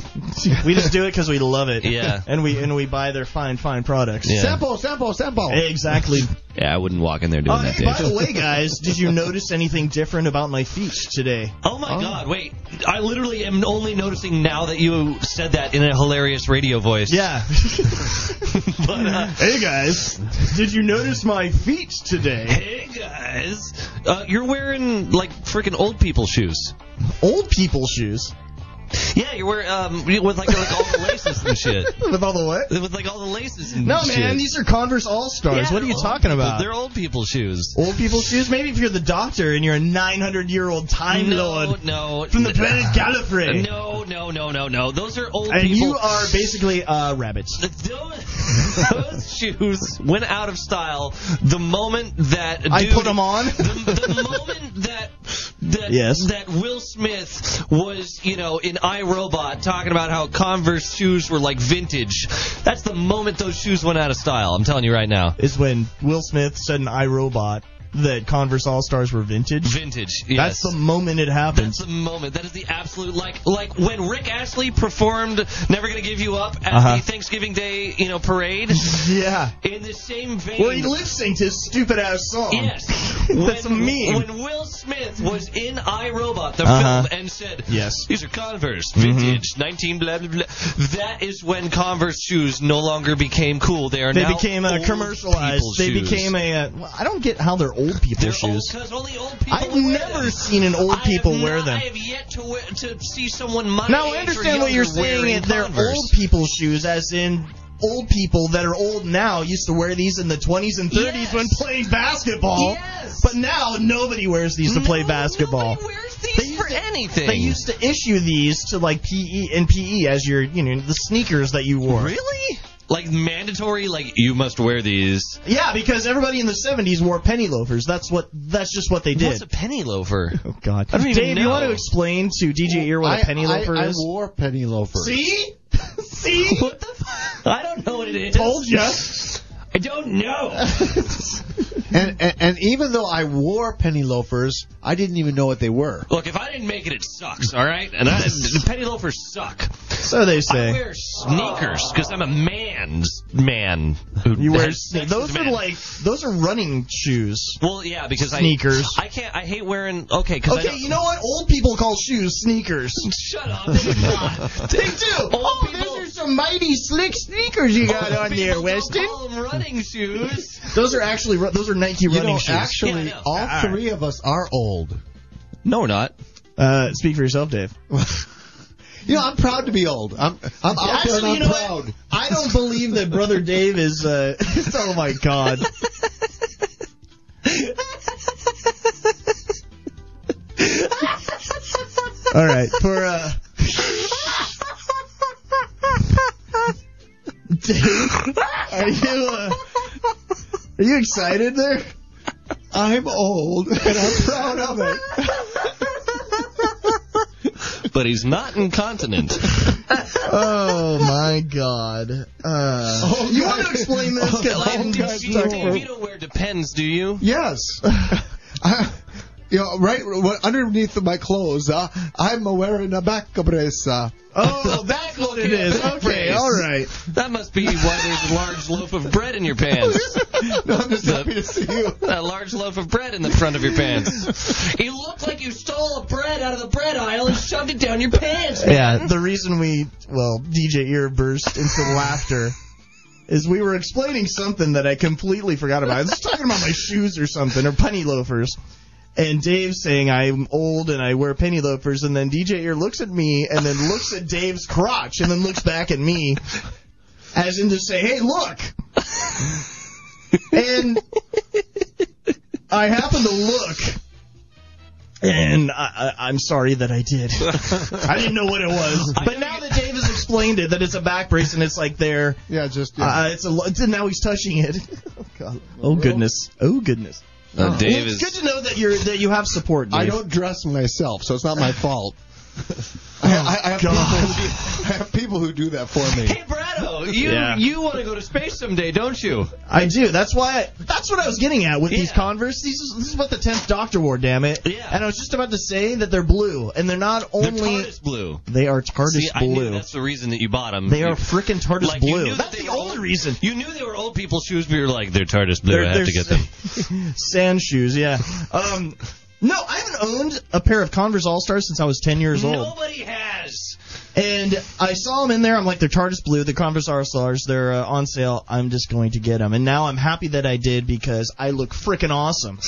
Speaker 1: We just do it because we love it.
Speaker 4: Yeah.
Speaker 1: And we and we buy their fine fine products.
Speaker 4: Yeah.
Speaker 5: Sample, sample, sample.
Speaker 1: (laughs) Exactly.
Speaker 4: Yeah, I wouldn't walk in there doing
Speaker 1: Oh,
Speaker 4: that.
Speaker 1: hey,
Speaker 4: Dave.
Speaker 1: by the way, guys, did you notice anything different about my feet today?
Speaker 4: Oh my God! Wait, I literally am only noticing now that you said that in a hilarious radio voice.
Speaker 1: Yeah. (laughs)
Speaker 4: but uh,
Speaker 1: hey guys, did you notice my feet today?
Speaker 4: hey guys, uh, you're wearing like freaking old people shoes.
Speaker 1: Old people shoes
Speaker 4: Yeah, you're wearing um with like like all the laces and shit.
Speaker 1: with all the what?
Speaker 4: With like all the laces and
Speaker 1: No
Speaker 4: shit.
Speaker 1: man, these are Converse All Stars.
Speaker 4: Yeah,
Speaker 1: what are you
Speaker 4: they're
Speaker 1: talking
Speaker 4: old people-
Speaker 1: about?
Speaker 4: They're old people shoes.
Speaker 1: Old people shoes? Maybe if you're the doctor and you're a 900 year old time
Speaker 4: no,
Speaker 1: lord
Speaker 4: no,
Speaker 1: from the (laughs) planet Gallifrey.
Speaker 4: No, no, no, no, no. Those are old
Speaker 1: And
Speaker 4: people.
Speaker 1: you are basically uh, rabbits.
Speaker 4: Those, (laughs) those shoes went out of style the moment that
Speaker 1: I
Speaker 4: dude-
Speaker 1: put them on.
Speaker 4: The, the moment that that
Speaker 1: Yes.
Speaker 4: that Will Smith was you know in iRobot talking about how Converse shoes were like vintage. That's the moment those shoes went out of style. I'm telling you right now.
Speaker 1: Is when Will Smith said in iRobot that Converse All Stars were vintage.
Speaker 4: Vintage. Yes.
Speaker 1: That's the moment it happened.
Speaker 4: That's the moment. That is the absolute like like when Rick Ashley performed "Never Gonna Give You Up" at
Speaker 1: Uh-huh.
Speaker 4: the Thanksgiving Day you know parade.
Speaker 1: Yeah.
Speaker 4: In the same vein,
Speaker 1: Well, he lip synced his stupid ass song.
Speaker 4: Yes.
Speaker 1: Um, (laughs) That's
Speaker 4: when,
Speaker 1: mean.
Speaker 4: When Will Smith was in iRobot, the
Speaker 1: Uh-huh.
Speaker 4: film, and said,
Speaker 1: Yes. Mm-hmm.
Speaker 4: these are Converse, vintage, 19 blah, blah, blah. That is when Converse shoes no longer became cool. They are
Speaker 1: They
Speaker 4: now
Speaker 1: became uh,
Speaker 4: old
Speaker 1: commercialized.
Speaker 4: people
Speaker 1: They
Speaker 4: shoes.
Speaker 1: became a. Uh, well, I don't get how they're old people
Speaker 4: They're
Speaker 1: shoes.
Speaker 4: Because only old people
Speaker 1: I've
Speaker 4: wear
Speaker 1: never
Speaker 4: them.
Speaker 1: seen an old
Speaker 4: I have
Speaker 1: people wear
Speaker 4: not-
Speaker 1: them.
Speaker 4: I have yet to, wear, to see someone my
Speaker 1: Now
Speaker 4: age
Speaker 1: I
Speaker 4: or
Speaker 1: understand what you're
Speaker 4: younger wearing
Speaker 1: saying. They're
Speaker 4: Converse.
Speaker 1: old people shoes, as in old people that are old now used to wear these in the 20s and 30s
Speaker 4: Yes.
Speaker 1: when playing basketball.
Speaker 4: Yes.
Speaker 1: But now nobody wears these to play
Speaker 4: No,
Speaker 1: basketball.
Speaker 4: Nobody wears
Speaker 1: They
Speaker 4: these
Speaker 1: used
Speaker 4: for
Speaker 1: to-
Speaker 4: anything.
Speaker 1: They used to issue these to like E, PE and PE as your, you know, the sneakers that you wore.
Speaker 4: really like mandatory. Like you must wear these.
Speaker 1: Yeah, because everybody in the 70s wore penny loafers. That's what. That's just what they did.
Speaker 4: What's a penny loafer?
Speaker 1: (laughs) oh God.
Speaker 4: I don't even
Speaker 1: Dave, you
Speaker 4: know.
Speaker 1: want to explain to DJ Ear what
Speaker 5: I-
Speaker 1: a penny loafer
Speaker 5: I,
Speaker 1: is?
Speaker 5: I wore penny loafers.
Speaker 1: See, (laughs) see,
Speaker 4: What the? F- I don't know what it is.
Speaker 1: told ya.
Speaker 4: I don't know.
Speaker 5: And, and and even though I wore penny loafers, I didn't even know what they were.
Speaker 4: Look, if I didn't make it, it sucks. All right, and I, the penny loafers suck.
Speaker 1: So they
Speaker 4: I
Speaker 1: say.
Speaker 4: wear sneakers because I'm a man's man. Who
Speaker 1: You wear
Speaker 4: has sex
Speaker 1: those
Speaker 4: with a
Speaker 1: are
Speaker 4: man.
Speaker 1: like those are running shoes.
Speaker 4: Well, yeah, because
Speaker 1: Sneakers.
Speaker 4: I I can't. I hate wearing. Okay, because
Speaker 1: Okay, you know what? Old people call shoes sneakers.
Speaker 4: Shut up. (laughs) They do not. (laughs)
Speaker 1: They do.
Speaker 4: Old
Speaker 1: oh,
Speaker 4: people,
Speaker 1: these are so
Speaker 13: some mighty slick sneakers you got on there, Weston.
Speaker 4: running shoes.
Speaker 1: Those are actually ru- those are Nike running
Speaker 5: know,
Speaker 1: shoes.
Speaker 5: actually, all three of us are old.
Speaker 4: No, we're not.
Speaker 1: Uh, speak for yourself, Dave.
Speaker 5: You know, I'm proud to be old. I'm I'm out
Speaker 1: Actually,
Speaker 5: there and I'm
Speaker 1: you know what?
Speaker 5: proud.
Speaker 1: I don't believe that brother Dave is. Uh, (laughs) oh my god. All right, for uh, Dave, are you uh, are you excited there?
Speaker 5: I'm old and I'm proud of it.
Speaker 4: But he's not incontinent.
Speaker 1: (laughs) Oh my god. Uh, you want to explain this? 'Cause I didn't
Speaker 4: you,
Speaker 1: do it.
Speaker 4: you don't wear depends, do you?
Speaker 1: (laughs)
Speaker 5: Yes. I, you know, right what- underneath my clothes, uh, I'm wearing a back brace. Uh, (laughs)
Speaker 1: Oh, that's what it is. Okay, all right.
Speaker 4: That must be why there's a large loaf of bread in your (laughs) pants.
Speaker 5: (laughs) no, I'm just happy to see you.
Speaker 4: That large loaf of bread in the front of your pants. You look like you stole a bread out of the bread aisle and shoved it down your pants.
Speaker 1: Yeah, Uh, the reason we, well, DJ Ear burst into laughter is we were explaining something that I completely forgot about. I was talking about my shoes or something, or penny loafers. And Dave's saying I'm old and I wear penny loafers, and then DJ Ear looks at me and then looks at Dave's crotch and then looks back at me, as in to say, "Hey, look." and I happen to look, and I, I, I'm sorry that I did. (laughs) I didn't know what it was. (laughs) But now that Dave has explained it, that it's a back brace and it's like there.
Speaker 5: Yeah, just.
Speaker 1: Uh, it's a. lo- it's- Now he's touching it. (laughs) Oh, God. oh goodness. Oh goodness.
Speaker 4: Uh,
Speaker 1: Oh.
Speaker 4: Dave
Speaker 1: Well, it's
Speaker 4: is-
Speaker 1: good to know that you're that you have support. Dave.
Speaker 5: I don't dress myself, so it's not my
Speaker 1: (laughs)
Speaker 5: fault.
Speaker 1: Oh,
Speaker 5: I, (laughs) I, I, have people who, I have people who do that for me.
Speaker 4: Brado, you
Speaker 1: Yeah.
Speaker 4: you want to go to space someday, don't you?
Speaker 1: I do. That's why. I, that's what I was getting at with these Converse. These is, this is what the tenth Doctor wore. Damn it. Yeah. And I was just about to say that they're blue, and they're not only
Speaker 4: It's blue.
Speaker 1: they are TARDIS
Speaker 4: See, I knew
Speaker 1: blue.
Speaker 4: that's the reason that you bought them.
Speaker 1: They are frickin' TARDIS
Speaker 4: Like, you knew
Speaker 1: blue.
Speaker 4: that
Speaker 1: That's
Speaker 4: they
Speaker 1: the
Speaker 4: were
Speaker 1: only reason.
Speaker 4: You knew they were old people's shoes, but you're like, they're TARDIS blue.
Speaker 1: They're-
Speaker 4: I have to
Speaker 1: they're
Speaker 4: get them.
Speaker 1: (laughs)
Speaker 4: (laughs)
Speaker 1: Sand shoes. Yeah. Um. No, I haven't owned a pair of Converse All Stars since I was ten years old.
Speaker 4: Nobody has.
Speaker 1: And I saw them in there. I'm like, they're TARDIS blue. The Converse R stars. They're uh, on sale. I'm just going to get them. And now I'm happy that I did because I look freaking
Speaker 4: (laughs)
Speaker 1: awesome.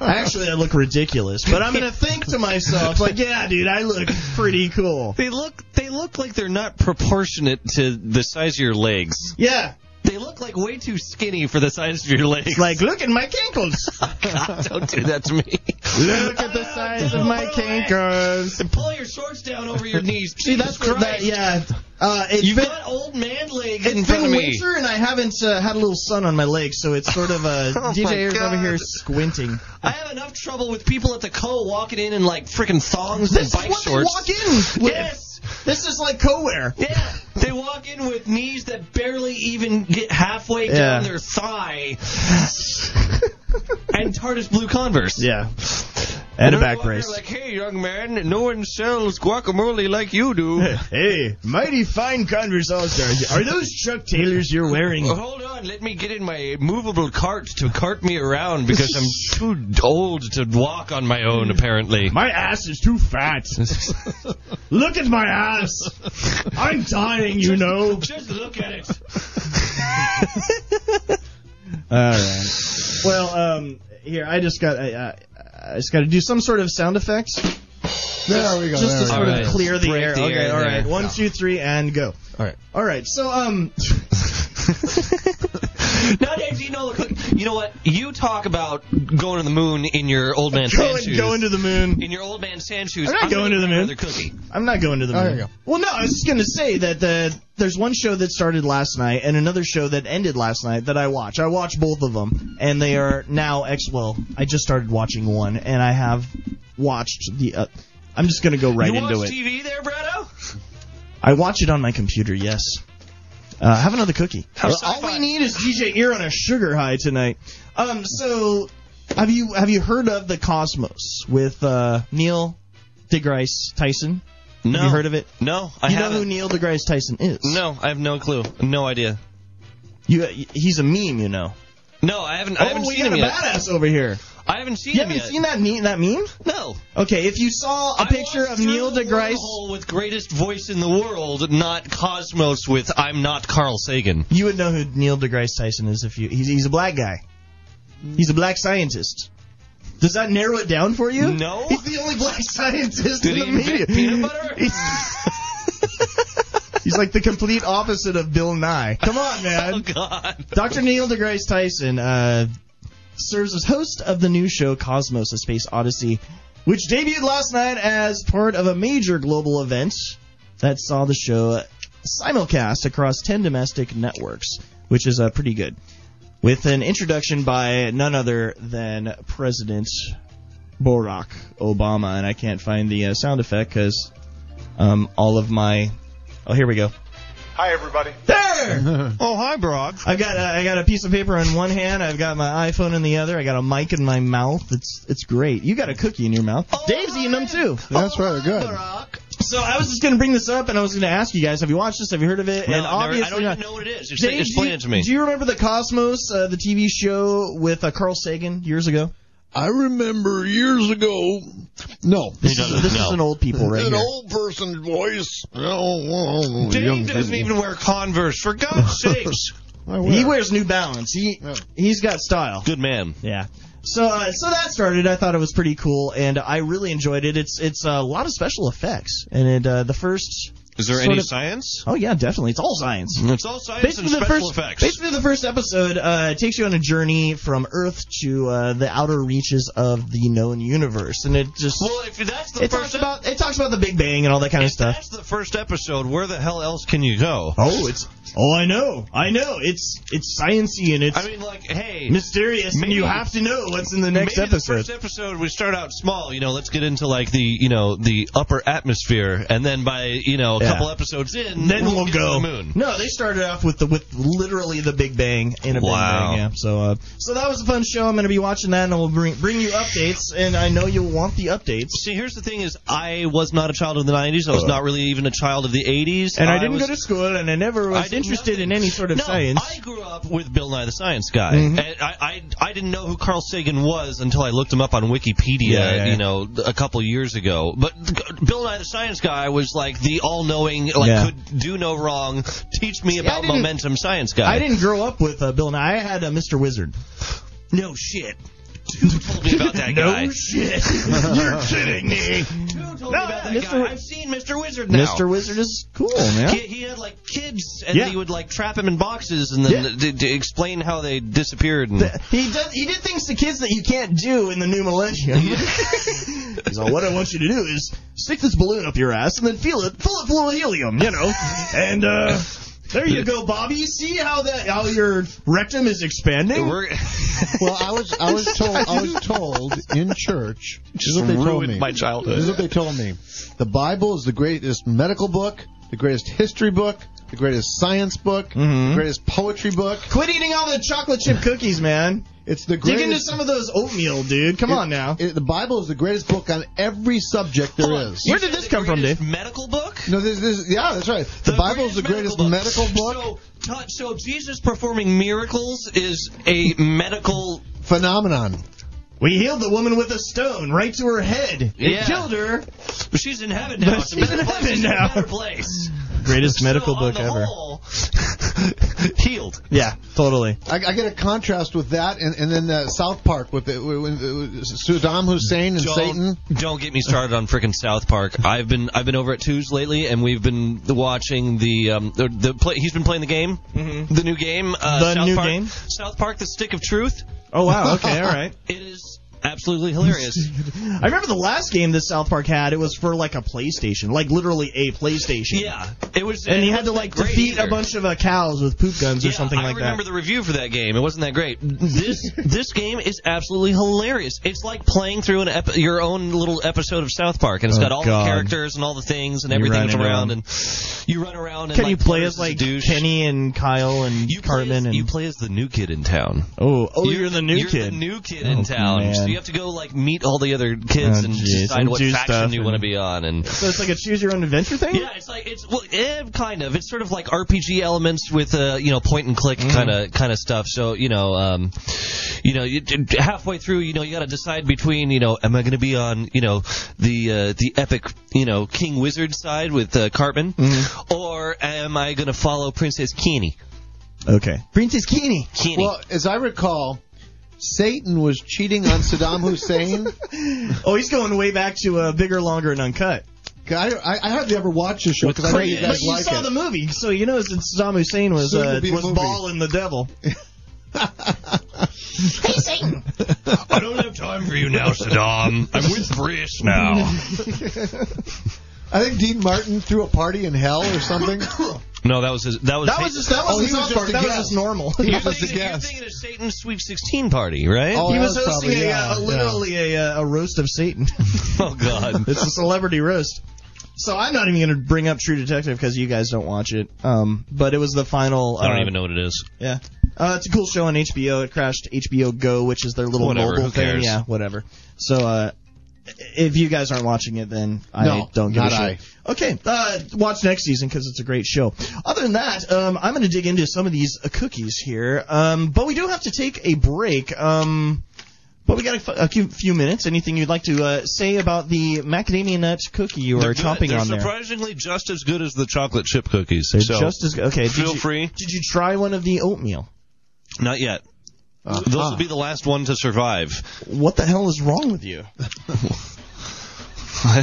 Speaker 1: Actually, I look ridiculous, but I'm gonna think to myself, like, yeah, dude, I look pretty cool.
Speaker 4: They look they look like they're not proportionate to the size of your legs.
Speaker 1: Yeah.
Speaker 4: They look like way too skinny for the size of your legs.
Speaker 1: Like, look at my kinkles.
Speaker 4: (laughs) God, don't do that to me.
Speaker 1: Look at the size of my kinkles.
Speaker 4: Pull your shorts down over your knees.
Speaker 1: See, that's
Speaker 4: Jesus
Speaker 1: what that,
Speaker 4: Christ.
Speaker 1: yeah. Uh, it's
Speaker 4: You've
Speaker 1: been,
Speaker 4: got old man legs in
Speaker 1: it's
Speaker 4: front
Speaker 1: been
Speaker 4: of me.
Speaker 1: winter and I haven't uh, had a little sun on my legs, so it's sort of uh,
Speaker 4: (laughs) Oh my
Speaker 1: DJ Ayers over
Speaker 4: God.
Speaker 1: here squinting.
Speaker 4: I have enough trouble with people at the co walking in in like freaking thongs
Speaker 1: This is
Speaker 4: and bike
Speaker 1: what
Speaker 4: shorts.
Speaker 1: they walk in with.
Speaker 4: Yes.
Speaker 1: This is like co-wear.
Speaker 4: Yeah, they walk in with knees that barely even get halfway
Speaker 1: Yeah.
Speaker 4: down their thigh, and TARDIS blue Converse.
Speaker 1: Yeah. And a
Speaker 4: They're
Speaker 1: back
Speaker 4: walking
Speaker 1: brace. (laughs)
Speaker 4: Like, hey, young man, no one sells guacamole like you
Speaker 1: (laughs)
Speaker 4: do.
Speaker 1: Hey, mighty fine Converse All Stars. Are those Chuck Taylors you're wearing?
Speaker 4: Well, hold on, let me get in my movable cart to cart me around because
Speaker 1: (laughs)
Speaker 4: I'm too old to walk on my own, apparently.
Speaker 1: My ass is too
Speaker 4: (laughs)
Speaker 1: fat. Look at my ass. I'm dying, you know.
Speaker 4: Just look at it.
Speaker 1: All right. Well, um, here I just got I, I, I just got to do some sort of sound effects
Speaker 5: There we go.
Speaker 1: just
Speaker 5: there we
Speaker 1: to sort
Speaker 5: go.
Speaker 1: of clear the
Speaker 4: Break
Speaker 1: air.
Speaker 4: the
Speaker 1: okay,
Speaker 4: air
Speaker 1: all
Speaker 4: there.
Speaker 1: right. One, two, three, and go.
Speaker 5: All right. (laughs)
Speaker 1: All right. So, um,
Speaker 4: Now, Dave, you know, look, you know what? You talk about going to the moon in your old man sand
Speaker 1: going
Speaker 4: shoes.
Speaker 1: going to the moon.
Speaker 4: in your old man sand shoes.
Speaker 1: I'm not going to
Speaker 4: gonna
Speaker 1: the
Speaker 4: grab
Speaker 1: moon.
Speaker 4: Another cookie.
Speaker 1: I'm not going to the
Speaker 5: Oh,
Speaker 1: moon.
Speaker 5: there you go.
Speaker 1: Well, no, I was just going to say that the, there's one show that started last night and another show that ended last night that I watch. I watch both of them, and they are now ex. Well, I just started watching one, and I have watched the. Uh, I'm just going to go right
Speaker 4: you
Speaker 1: into
Speaker 4: watch
Speaker 1: it.
Speaker 4: TV there, Brado?
Speaker 1: I watch it on my computer. Yes. Uh, have another cookie.
Speaker 4: Have
Speaker 1: all
Speaker 4: sci-fi.
Speaker 1: we need is DJ Ear on a sugar high tonight. Um, so have you have you heard of the Cosmos with uh, Neil deGrasse Tyson?
Speaker 4: No.
Speaker 1: Have you heard of it?
Speaker 4: No, I
Speaker 1: you know
Speaker 4: haven't.
Speaker 1: who Neil deGrasse Tyson is?
Speaker 4: no, I have no clue. No idea.
Speaker 1: You, he's a meme, you know.
Speaker 4: No, I haven't.
Speaker 1: Oh,
Speaker 4: I haven't
Speaker 1: we
Speaker 4: seen
Speaker 1: got
Speaker 4: him
Speaker 1: a
Speaker 4: yet.
Speaker 1: badass over here.
Speaker 4: I haven't seen
Speaker 1: You
Speaker 4: him
Speaker 1: haven't
Speaker 4: yet.
Speaker 1: seen that meme? That meme?
Speaker 4: No.
Speaker 1: Okay, if you saw a picture of Neil deGrasse,
Speaker 4: Wormhole with greatest voice in the world, not Cosmos with I'm not Carl Sagan.
Speaker 1: you would know who Neil deGrasse Tyson is if you. He's, he's a black guy. He's a black scientist. Does that narrow it down for you?
Speaker 4: No.
Speaker 1: He's the only black (laughs) scientist
Speaker 4: Did
Speaker 1: in the
Speaker 4: he
Speaker 1: media.
Speaker 4: invent
Speaker 1: (laughs)
Speaker 4: peanut butter?
Speaker 1: He's- He's like the complete opposite of Bill Nye. Come on, man.
Speaker 4: (laughs) Oh God.
Speaker 1: Dr. Neil deGrasse Tyson uh, serves as host of the new show Cosmos: A Space Odyssey, which debuted last night as part of a major global event that saw the show simulcast across 10 domestic networks, which is uh, pretty good. With an introduction by none other than President Barack Obama, and I can't find the uh, sound effect because um, all of my oh here we go.
Speaker 14: Hi, everybody.
Speaker 1: There.
Speaker 4: oh, hi, Brock.
Speaker 1: I've got a, I got a piece of paper in one hand. I've got my iPhone in the other. I got a mic in my mouth. It's it's great. You got a cookie in your mouth. Dave's eating them too.
Speaker 5: That's right. Good.
Speaker 1: Oh, So I was just gonna bring this up, and I was gonna ask you guys: Have you watched this? Have you heard of it?
Speaker 4: No,
Speaker 1: and
Speaker 4: I've never- I
Speaker 1: obviously,
Speaker 4: don't even know what it is. Just explain
Speaker 1: do you-
Speaker 4: it to me.
Speaker 1: Do you remember the Cosmos, uh, the TV show with uh, Carl Sagan years ago?
Speaker 5: I remember years ago. No,
Speaker 1: this, is, this is an old
Speaker 5: (laughs)
Speaker 1: people right
Speaker 5: an
Speaker 1: here.
Speaker 5: old person voice. Oh,
Speaker 4: Dave doesn't even wear Converse. For (laughs) God's sakes.
Speaker 1: He wears New Balance. He he's got style.
Speaker 4: Good man.
Speaker 1: Yeah. So uh, so that started. I thought it was pretty cool, and I really enjoyed it. It's it's a lot of special effects, and it uh, the first.
Speaker 4: Is there
Speaker 1: sort
Speaker 4: any
Speaker 1: of-
Speaker 4: science?
Speaker 1: Oh yeah, definitely. It's all science.
Speaker 4: It's all science
Speaker 1: Basically,
Speaker 4: and
Speaker 1: the
Speaker 4: special
Speaker 1: first
Speaker 4: effects.
Speaker 1: basically the first episode uh, takes you on a journey from Earth to uh, the outer reaches of the known universe, and it just
Speaker 4: well, if that's the
Speaker 1: it
Speaker 4: first
Speaker 1: talks about it talks about the Big Bang and all that kind of stuff.
Speaker 4: that's the first episode, where the hell else can you go?
Speaker 1: Oh, it's oh I know, I know. It's it's sciency and it's
Speaker 4: I mean, like, hey,
Speaker 1: mysterious, and
Speaker 4: maybe-
Speaker 1: you have to know what's in the next
Speaker 4: maybe
Speaker 1: episode.
Speaker 4: The first episode, we start out small. You know, let's get into like the you know the upper atmosphere, and then by you know a
Speaker 1: Yeah.
Speaker 4: couple episodes in,
Speaker 1: then we'll,
Speaker 4: get
Speaker 1: go.
Speaker 4: to the moon.
Speaker 1: No, they started off with the with literally the Big Bang in a
Speaker 4: Wow.
Speaker 1: Big Bang. Yeah. So uh, so that was a fun show. I'm going to be watching that, and we'll bring bring you updates. And I know you'll want the updates.
Speaker 4: See, here's the thing: is I was not a child of the '90s. I was not really even a child of the '80s,
Speaker 1: Uh. And I didn't
Speaker 4: was-
Speaker 1: go to school, and I never
Speaker 4: I
Speaker 1: was
Speaker 4: did
Speaker 1: interested in any sort of
Speaker 4: No,
Speaker 1: science.
Speaker 4: I grew up with Bill Nye the Science Guy,
Speaker 1: Mhm.
Speaker 4: and I, I I didn't know who Carl Sagan was until I looked him up on Wikipedia,
Speaker 1: Yeah, yeah, yeah.
Speaker 4: you know, a couple years ago. But th- Bill Nye the Science Guy was like the all-knowing, like
Speaker 1: Yeah.
Speaker 4: could do no wrong, teach me about
Speaker 1: didn't-
Speaker 4: momentum science guy.
Speaker 1: I didn't grow up with uh, Bill Nye. I had uh, Mr. Wizard.
Speaker 4: No shit. Who told me about that
Speaker 1: (laughs)
Speaker 4: guy?
Speaker 1: No shit.
Speaker 4: You're kidding me. Who told me about that
Speaker 1: Mr.
Speaker 4: guy? I've seen Mr. Wizard now.
Speaker 1: Mr. Wizard is cool, man.
Speaker 4: He, he had like kids, and
Speaker 1: Yeah.
Speaker 4: he would like trap him in boxes, and then
Speaker 1: Yeah.
Speaker 4: d- d- explain how they disappeared. And
Speaker 1: He does. He did things to kids that you can't do in the new millennium. (laughs) so what I want you to do is stick this balloon up your ass and then feel it, fill it full of helium, you know, and uh, there you go, Bobby. You see how that how your rectum is expanding? (laughs)
Speaker 4: (laughs) We're-
Speaker 5: Well, I was I was told I was told in church. This is what they told
Speaker 4: ruined
Speaker 5: me.
Speaker 4: my childhood.
Speaker 5: This is what they told me. The Bible is the greatest medical book, the greatest history book, the greatest science book, the greatest poetry book.
Speaker 1: Quit eating all the chocolate chip cookies, man.
Speaker 5: It's the
Speaker 1: Dig
Speaker 5: greatest.
Speaker 1: into some of those oatmeal, dude. Come on now.
Speaker 5: it- the Bible is the greatest book on every subject there is.
Speaker 1: Where did this come from, dude?
Speaker 4: medical book.
Speaker 5: No, this, this, yeah, that's right. The, Bible is the greatest medical book.
Speaker 4: So, t- so Jesus performing miracles is a medical.
Speaker 5: phenomenon.
Speaker 1: We healed the woman with a stone right to her head.
Speaker 4: Yeah.
Speaker 1: It killed her.
Speaker 4: She's in heaven now. It's a
Speaker 1: She's
Speaker 4: better
Speaker 1: in
Speaker 4: place.
Speaker 1: heaven
Speaker 4: It's a
Speaker 1: now.
Speaker 4: better place.
Speaker 1: Greatest medical
Speaker 4: So, on
Speaker 1: book
Speaker 4: the
Speaker 1: ever.
Speaker 4: whole, (laughs) healed.
Speaker 1: Yeah, totally.
Speaker 5: I, I get a contrast with that, and, and then uh, South Park with the, when, uh, Saddam Hussein and
Speaker 4: Don't,
Speaker 5: Satan.
Speaker 4: don't get me started on frickin' South Park. I've been I've been over at Twos lately, and we've been watching the um the, the play. He's been playing the game,
Speaker 1: Mm-hmm.
Speaker 4: the new game. Uh,
Speaker 1: The
Speaker 4: South
Speaker 1: new
Speaker 4: Park,
Speaker 1: game?
Speaker 4: South Park: The Stick of Truth.
Speaker 1: Oh wow. Okay. All right.
Speaker 4: It is
Speaker 1: (laughs)
Speaker 4: absolutely hilarious.
Speaker 1: I remember the last game that South Park had. It was for like a PlayStation, like literally a PlayStation.
Speaker 4: yeah, it was.
Speaker 1: And
Speaker 4: it
Speaker 1: you had to
Speaker 4: wasn't
Speaker 1: like
Speaker 4: that great
Speaker 1: defeat a
Speaker 4: either.
Speaker 1: bunch of uh, cows with poop guns or
Speaker 4: Yeah,
Speaker 1: something like
Speaker 4: I remember
Speaker 1: that.
Speaker 4: the review for that game. It wasn't that great.
Speaker 1: (laughs)
Speaker 4: This this game is absolutely hilarious. It's like playing through an epi- your own little episode of South Park, and it's
Speaker 1: Oh,
Speaker 4: got all
Speaker 1: God.
Speaker 4: the characters and all the things and
Speaker 1: You run
Speaker 4: everything's
Speaker 1: it around.
Speaker 4: around, and you run around. And,
Speaker 1: Can
Speaker 4: like,
Speaker 1: you play
Speaker 4: Peter's
Speaker 1: as
Speaker 4: a
Speaker 1: like
Speaker 4: douche.
Speaker 1: Kenny and Kyle and
Speaker 4: You play
Speaker 1: Cartman
Speaker 4: as,
Speaker 1: and
Speaker 4: you play as the new kid in town.
Speaker 1: oh oh you're, the new
Speaker 4: you're
Speaker 1: kid.
Speaker 4: the new kid in town.
Speaker 1: man.
Speaker 4: you have to go like meet all the other kids
Speaker 1: Oh,
Speaker 4: and
Speaker 1: jeez,
Speaker 4: decide
Speaker 1: and
Speaker 4: what
Speaker 1: do
Speaker 4: faction
Speaker 1: stuff
Speaker 4: you
Speaker 1: and-
Speaker 4: want to be on, and
Speaker 1: So it's like a choose your own adventure thing.
Speaker 4: Yeah, it's like it's well, eh, kind of. It's sort of like RPG elements with uh, you know point and click kind of kind of stuff. So you know, um, you know, you, halfway through, you know, you got to decide between you know, am I going to be on you know the uh, the epic you know King Wizard side with uh, Cartman, or am I going to follow Princess Keeny?
Speaker 1: Okay. Princess Keeney.
Speaker 5: Well, as I recall, Satan was cheating on Saddam Hussein.
Speaker 1: (laughs) oh, he's going way back to uh, bigger, longer, and uncut.
Speaker 5: I, I, I hardly ever watch the show because I know
Speaker 1: But
Speaker 5: you
Speaker 1: you,
Speaker 5: guys like
Speaker 1: saw
Speaker 5: it.
Speaker 1: the movie, so you know that Saddam Hussein was
Speaker 5: Soon to
Speaker 1: uh,
Speaker 5: be a
Speaker 1: was
Speaker 5: movie.
Speaker 1: balling the devil.
Speaker 7: Hey, Satan!
Speaker 4: I don't have time for you now, Saddam. I'm with Briss now.
Speaker 5: (laughs) I think Dean Martin threw a party in hell or something.
Speaker 4: No, that was his, that was
Speaker 5: That was his- that was Oh, his he was own just- party. that was his
Speaker 1: normal.
Speaker 5: He
Speaker 4: (laughs) You're
Speaker 5: was just a
Speaker 4: thinking, you're
Speaker 5: guest.
Speaker 4: thinking of Satan's Sweet 16 party, right?
Speaker 5: Oh,
Speaker 1: he
Speaker 5: that
Speaker 1: was,
Speaker 5: was
Speaker 1: hosting
Speaker 5: probably-
Speaker 1: a,
Speaker 5: yeah,
Speaker 1: uh,
Speaker 5: yeah.
Speaker 1: literally a, uh, a roast of Satan.
Speaker 4: oh God,
Speaker 1: (laughs) it's a celebrity roast. So I'm not even going to bring up True Detective because you guys don't watch it. Um, but it was the final.
Speaker 4: I don't
Speaker 1: uh,
Speaker 4: even know what it is.
Speaker 1: Yeah. Uh, it's a cool show on HBO. It crashed HBO Go, which is their little
Speaker 4: Whatever,
Speaker 1: mobile
Speaker 4: who
Speaker 1: thing.
Speaker 4: cares?
Speaker 1: Yeah, whatever. So uh, if you guys aren't watching it, then I
Speaker 5: No,
Speaker 1: don't give
Speaker 5: not
Speaker 1: a shit.
Speaker 5: I.
Speaker 1: Okay, uh, watch next season because it's a great show. Other than that, um, I'm going to dig into some of these uh, cookies here, um, but we do have to take a break. Um, but we got a, f- a few- few minutes. Anything you'd like to uh, say about the macadamia nut cookie you
Speaker 4: They're
Speaker 1: are
Speaker 4: good.
Speaker 1: chomping
Speaker 4: They're
Speaker 1: on there?
Speaker 4: surprisingly just as good as the chocolate chip cookies.
Speaker 1: They're
Speaker 4: so
Speaker 1: just as okay. Did
Speaker 4: Feel
Speaker 1: you,
Speaker 4: free.
Speaker 1: Did you try one of the oatmeal?
Speaker 4: Not yet.
Speaker 1: Uh,
Speaker 4: Those will be the last one to
Speaker 1: (laughs)
Speaker 4: survive.
Speaker 1: What the hell is wrong with you?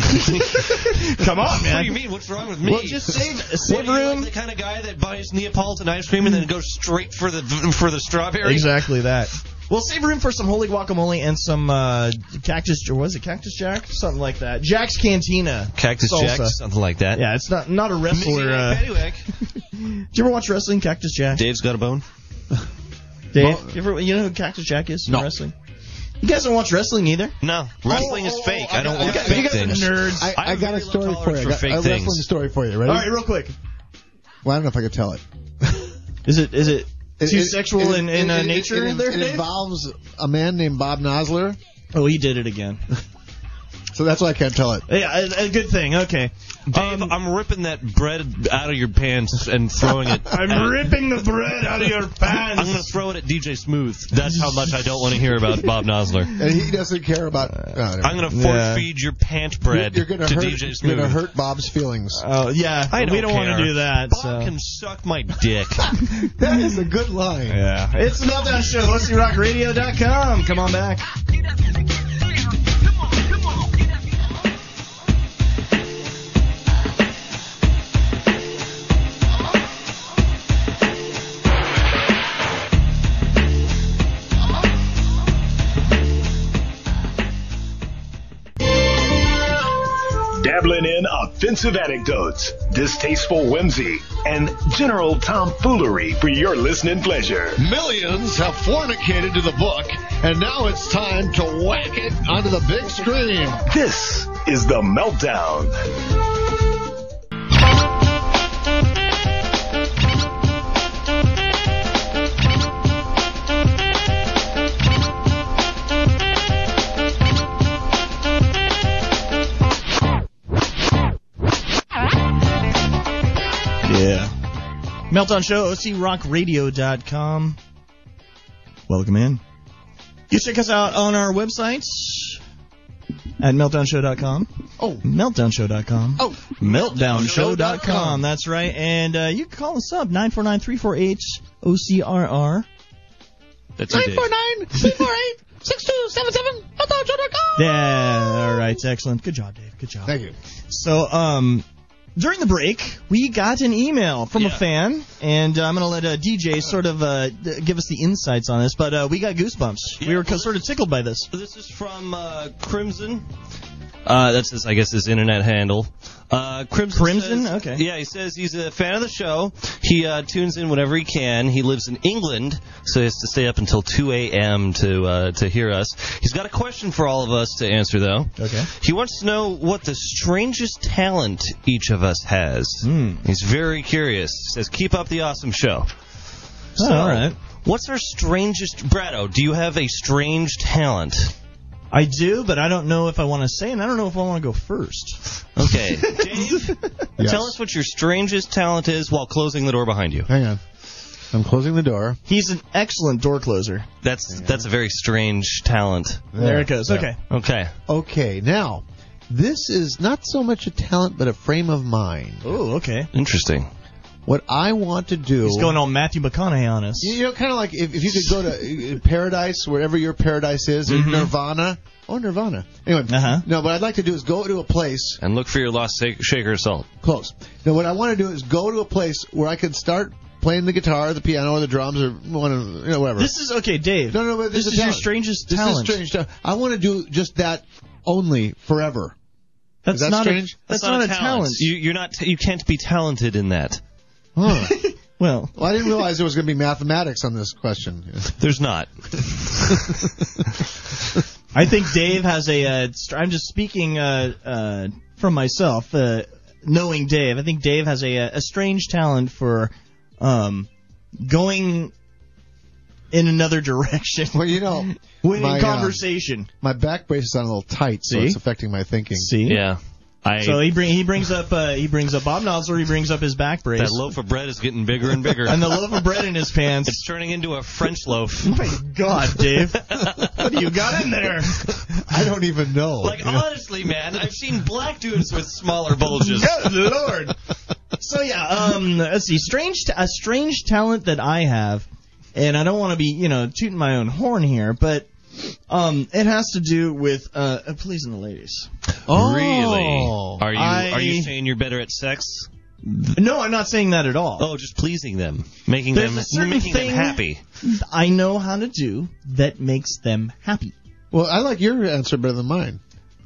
Speaker 1: Come on,
Speaker 4: What
Speaker 1: man.
Speaker 4: do you mean? What's wrong with me?
Speaker 1: Well, just save- save
Speaker 4: What are you,
Speaker 1: room.
Speaker 4: Like the kind of guy that buys Neapolitan ice cream and then goes straight for the for the strawberry.
Speaker 1: Exactly that. We'll save room for some holy guacamole and some uh, cactus. Or was it cactus jack? Something like that. Jack's Cantina.
Speaker 4: Cactus
Speaker 1: salsa.
Speaker 4: Jack, something like that.
Speaker 1: Yeah, it's not not a wrestler. Uh,
Speaker 4: Mizzy Wag,
Speaker 1: do you ever watch wrestling? Cactus Jack.
Speaker 4: Dave's got a bone.
Speaker 1: Dave, you, ever, you know who Cactus Jack is? No. Wrestling. You guys don't watch wrestling either.
Speaker 4: No, wrestling
Speaker 1: Oh,
Speaker 4: is fake. I don't
Speaker 1: you
Speaker 4: want
Speaker 1: guys-
Speaker 4: fake
Speaker 1: you guys are
Speaker 4: things.
Speaker 1: nerds.
Speaker 5: I, I got a story for you. I
Speaker 4: for
Speaker 5: got
Speaker 4: fake
Speaker 5: a wrestling
Speaker 4: things.
Speaker 5: story for you. Ready?
Speaker 1: All right, real quick.
Speaker 5: Well, I don't know if I could tell it.
Speaker 1: Is it is it
Speaker 5: It-
Speaker 1: too
Speaker 5: it-
Speaker 1: sexual
Speaker 5: it-
Speaker 1: in,
Speaker 5: it-
Speaker 1: in uh,
Speaker 5: it- it-
Speaker 1: nature?
Speaker 5: It,
Speaker 1: there,
Speaker 5: it
Speaker 1: Dave?
Speaker 5: involves a man named Bob Nosler,
Speaker 1: oh, he did it again.
Speaker 5: so that's why I can't tell it.
Speaker 1: Yeah, a, a good thing. Okay. Um,
Speaker 4: Dave, I'm ripping that bread out of your pants and
Speaker 1: (laughs)
Speaker 4: throwing it. at-
Speaker 1: ripping the bread out of your
Speaker 4: I'm gonna throw it at DJ Smooth.
Speaker 1: (laughs)
Speaker 4: That's how much I don't want to hear about Bob Nosler.
Speaker 5: And he doesn't care about. oh, never mind.
Speaker 4: I'm gonna force
Speaker 1: Yeah.
Speaker 4: feed your pant bread
Speaker 5: you're gonna
Speaker 4: to
Speaker 5: hurt.
Speaker 4: DJ
Speaker 5: you're
Speaker 4: Smooth.
Speaker 5: gonna hurt Bob's feelings.
Speaker 1: (laughs) Oh yeah,
Speaker 4: I don't
Speaker 1: we don't want to
Speaker 4: care.
Speaker 1: do that.
Speaker 4: Bob
Speaker 1: so.
Speaker 4: can suck my
Speaker 1: (laughs)
Speaker 4: dick.
Speaker 5: that is a good line.
Speaker 1: Yeah. It's the Meltdown Show, OCRockRadio.com. Come on back.
Speaker 9: Dabbling in offensive anecdotes, distasteful whimsy, and general tomfoolery for your listening pleasure.
Speaker 5: Millions have fornicated to the book, and now it's time to whack it onto the big screen.
Speaker 9: This is The Meltdown.
Speaker 1: Yeah. Meltdown Show, OCRockRadio.com. Welcome in. You check us out on our website at meltdownshow.com.
Speaker 5: Oh.
Speaker 1: Meltdownshow.com.
Speaker 5: Oh.
Speaker 1: Meltdownshow.com. That's right. And uh, you can call us up, 949 348 OCRR.
Speaker 4: That's your dick.
Speaker 10: 6277
Speaker 1: Yeah, all right, excellent. Good job, Dave. Good job.
Speaker 5: Thank you.
Speaker 1: So, um, during the break, we got an email from a
Speaker 4: Yeah. Uh-huh.
Speaker 1: fan, and uh, I'm gonna let uh, DJ sort of uh, d- give us the insights on this. But uh, we got goosebumps. we
Speaker 4: Yeah,
Speaker 1: were
Speaker 4: well,
Speaker 1: sort of tickled by this.
Speaker 4: This is from uh, Crimson. Uh, that's his, I guess, his internet handle. Uh, Crimson.
Speaker 1: Crimson?
Speaker 4: says-
Speaker 1: Okay.
Speaker 4: Yeah, he says he's a fan of the show. He uh, tunes in whenever he can. He lives in England, so he has to stay up until 2 a.m. to uh, to hear us. He's got a question for all of us to answer, though.
Speaker 1: Okay.
Speaker 4: He wants to know what the strangest talent each of us has.
Speaker 1: Hmm.
Speaker 4: He's very curious. He says, "Keep up the awesome show."
Speaker 1: Oh, all right.
Speaker 4: What's our strangest, Brado? Do you have a strange talent?
Speaker 1: I do, but I don't know if I want to say, and I don't know if I want to go first. (laughs)
Speaker 4: Okay. Dave, tell us what your strangest talent is while closing the door behind you.
Speaker 5: Hang on. I'm closing the door.
Speaker 1: He's an excellent door closer.
Speaker 4: That's that's a very strange talent.
Speaker 1: There it goes. Okay.
Speaker 4: Okay.
Speaker 5: Okay, now, this is not so much a talent, but a frame of mind.
Speaker 1: Oh, okay.
Speaker 4: Interesting.
Speaker 5: What I want to do.
Speaker 1: He's going all Matthew McConaughey on us.
Speaker 5: You you know, kind of like if, if you could go to uh, paradise, wherever your paradise is,
Speaker 1: Mm-hmm.
Speaker 5: or Nirvana. Oh, Nirvana. Anyway, uh-huh. no, what I'd like to do is go to a place
Speaker 4: And look for your lost sa- shaker of salt.
Speaker 5: close. Now, what I want to do is go to a place where I can start playing the guitar, the piano, or the drums, or one of you know whatever.
Speaker 1: This is okay, Dave.
Speaker 5: no, no, but
Speaker 1: this
Speaker 5: this,
Speaker 1: is
Speaker 5: a
Speaker 1: your
Speaker 5: talent.
Speaker 1: strangest
Speaker 5: This
Speaker 1: talent.
Speaker 5: is strange. talent. I want to do just that only forever.
Speaker 1: That's
Speaker 5: Is that
Speaker 1: not
Speaker 5: strange?
Speaker 1: A, that's, not, a talent.
Speaker 4: You, you're not. You can't be talented in that.
Speaker 5: Huh.
Speaker 1: Well,
Speaker 5: (laughs) well, I didn't realize there was going to be mathematics on this question. (laughs)
Speaker 4: There's not.
Speaker 1: (laughs) I think Dave has a. Uh, str- I'm just speaking uh, uh, from myself, uh, knowing Dave. I think Dave has a, uh, a strange talent for um, going in another (laughs) direction
Speaker 5: Well, you know,
Speaker 1: when
Speaker 5: My,
Speaker 1: in
Speaker 5: uh,
Speaker 1: conversation.
Speaker 5: my back brace is on a little tight, so
Speaker 1: See?
Speaker 5: it's affecting my thinking.
Speaker 1: See,
Speaker 4: Yeah. I.
Speaker 1: so he bring he brings up uh, he brings up Bob Nosler. He brings up his back brace
Speaker 4: that loaf of bread is getting bigger and bigger. (laughs)
Speaker 1: and the loaf of bread in his pants.
Speaker 4: it's turning into a French
Speaker 1: (laughs)
Speaker 4: loaf.
Speaker 1: My God, Dave, what do you got in there?
Speaker 5: I don't even know.
Speaker 4: Like honestly, man, I've seen black dudes with smaller (laughs) bulges.
Speaker 1: Good lord. So yeah, um, let's see. Strange, t- a strange talent that I have, and I don't want to be, you know, tooting my own horn here, but um, it has to do with uh, uh, pleasing the ladies.
Speaker 4: really? Are you
Speaker 1: I-
Speaker 4: are you saying you're better at sex?
Speaker 1: No, I'm not saying that at all.
Speaker 4: Oh, just pleasing them, making
Speaker 1: There's
Speaker 4: them
Speaker 1: a certain
Speaker 4: making
Speaker 1: thing-
Speaker 4: them happy.
Speaker 1: I know how to do that makes them happy.
Speaker 5: Well, I like your answer better than mine.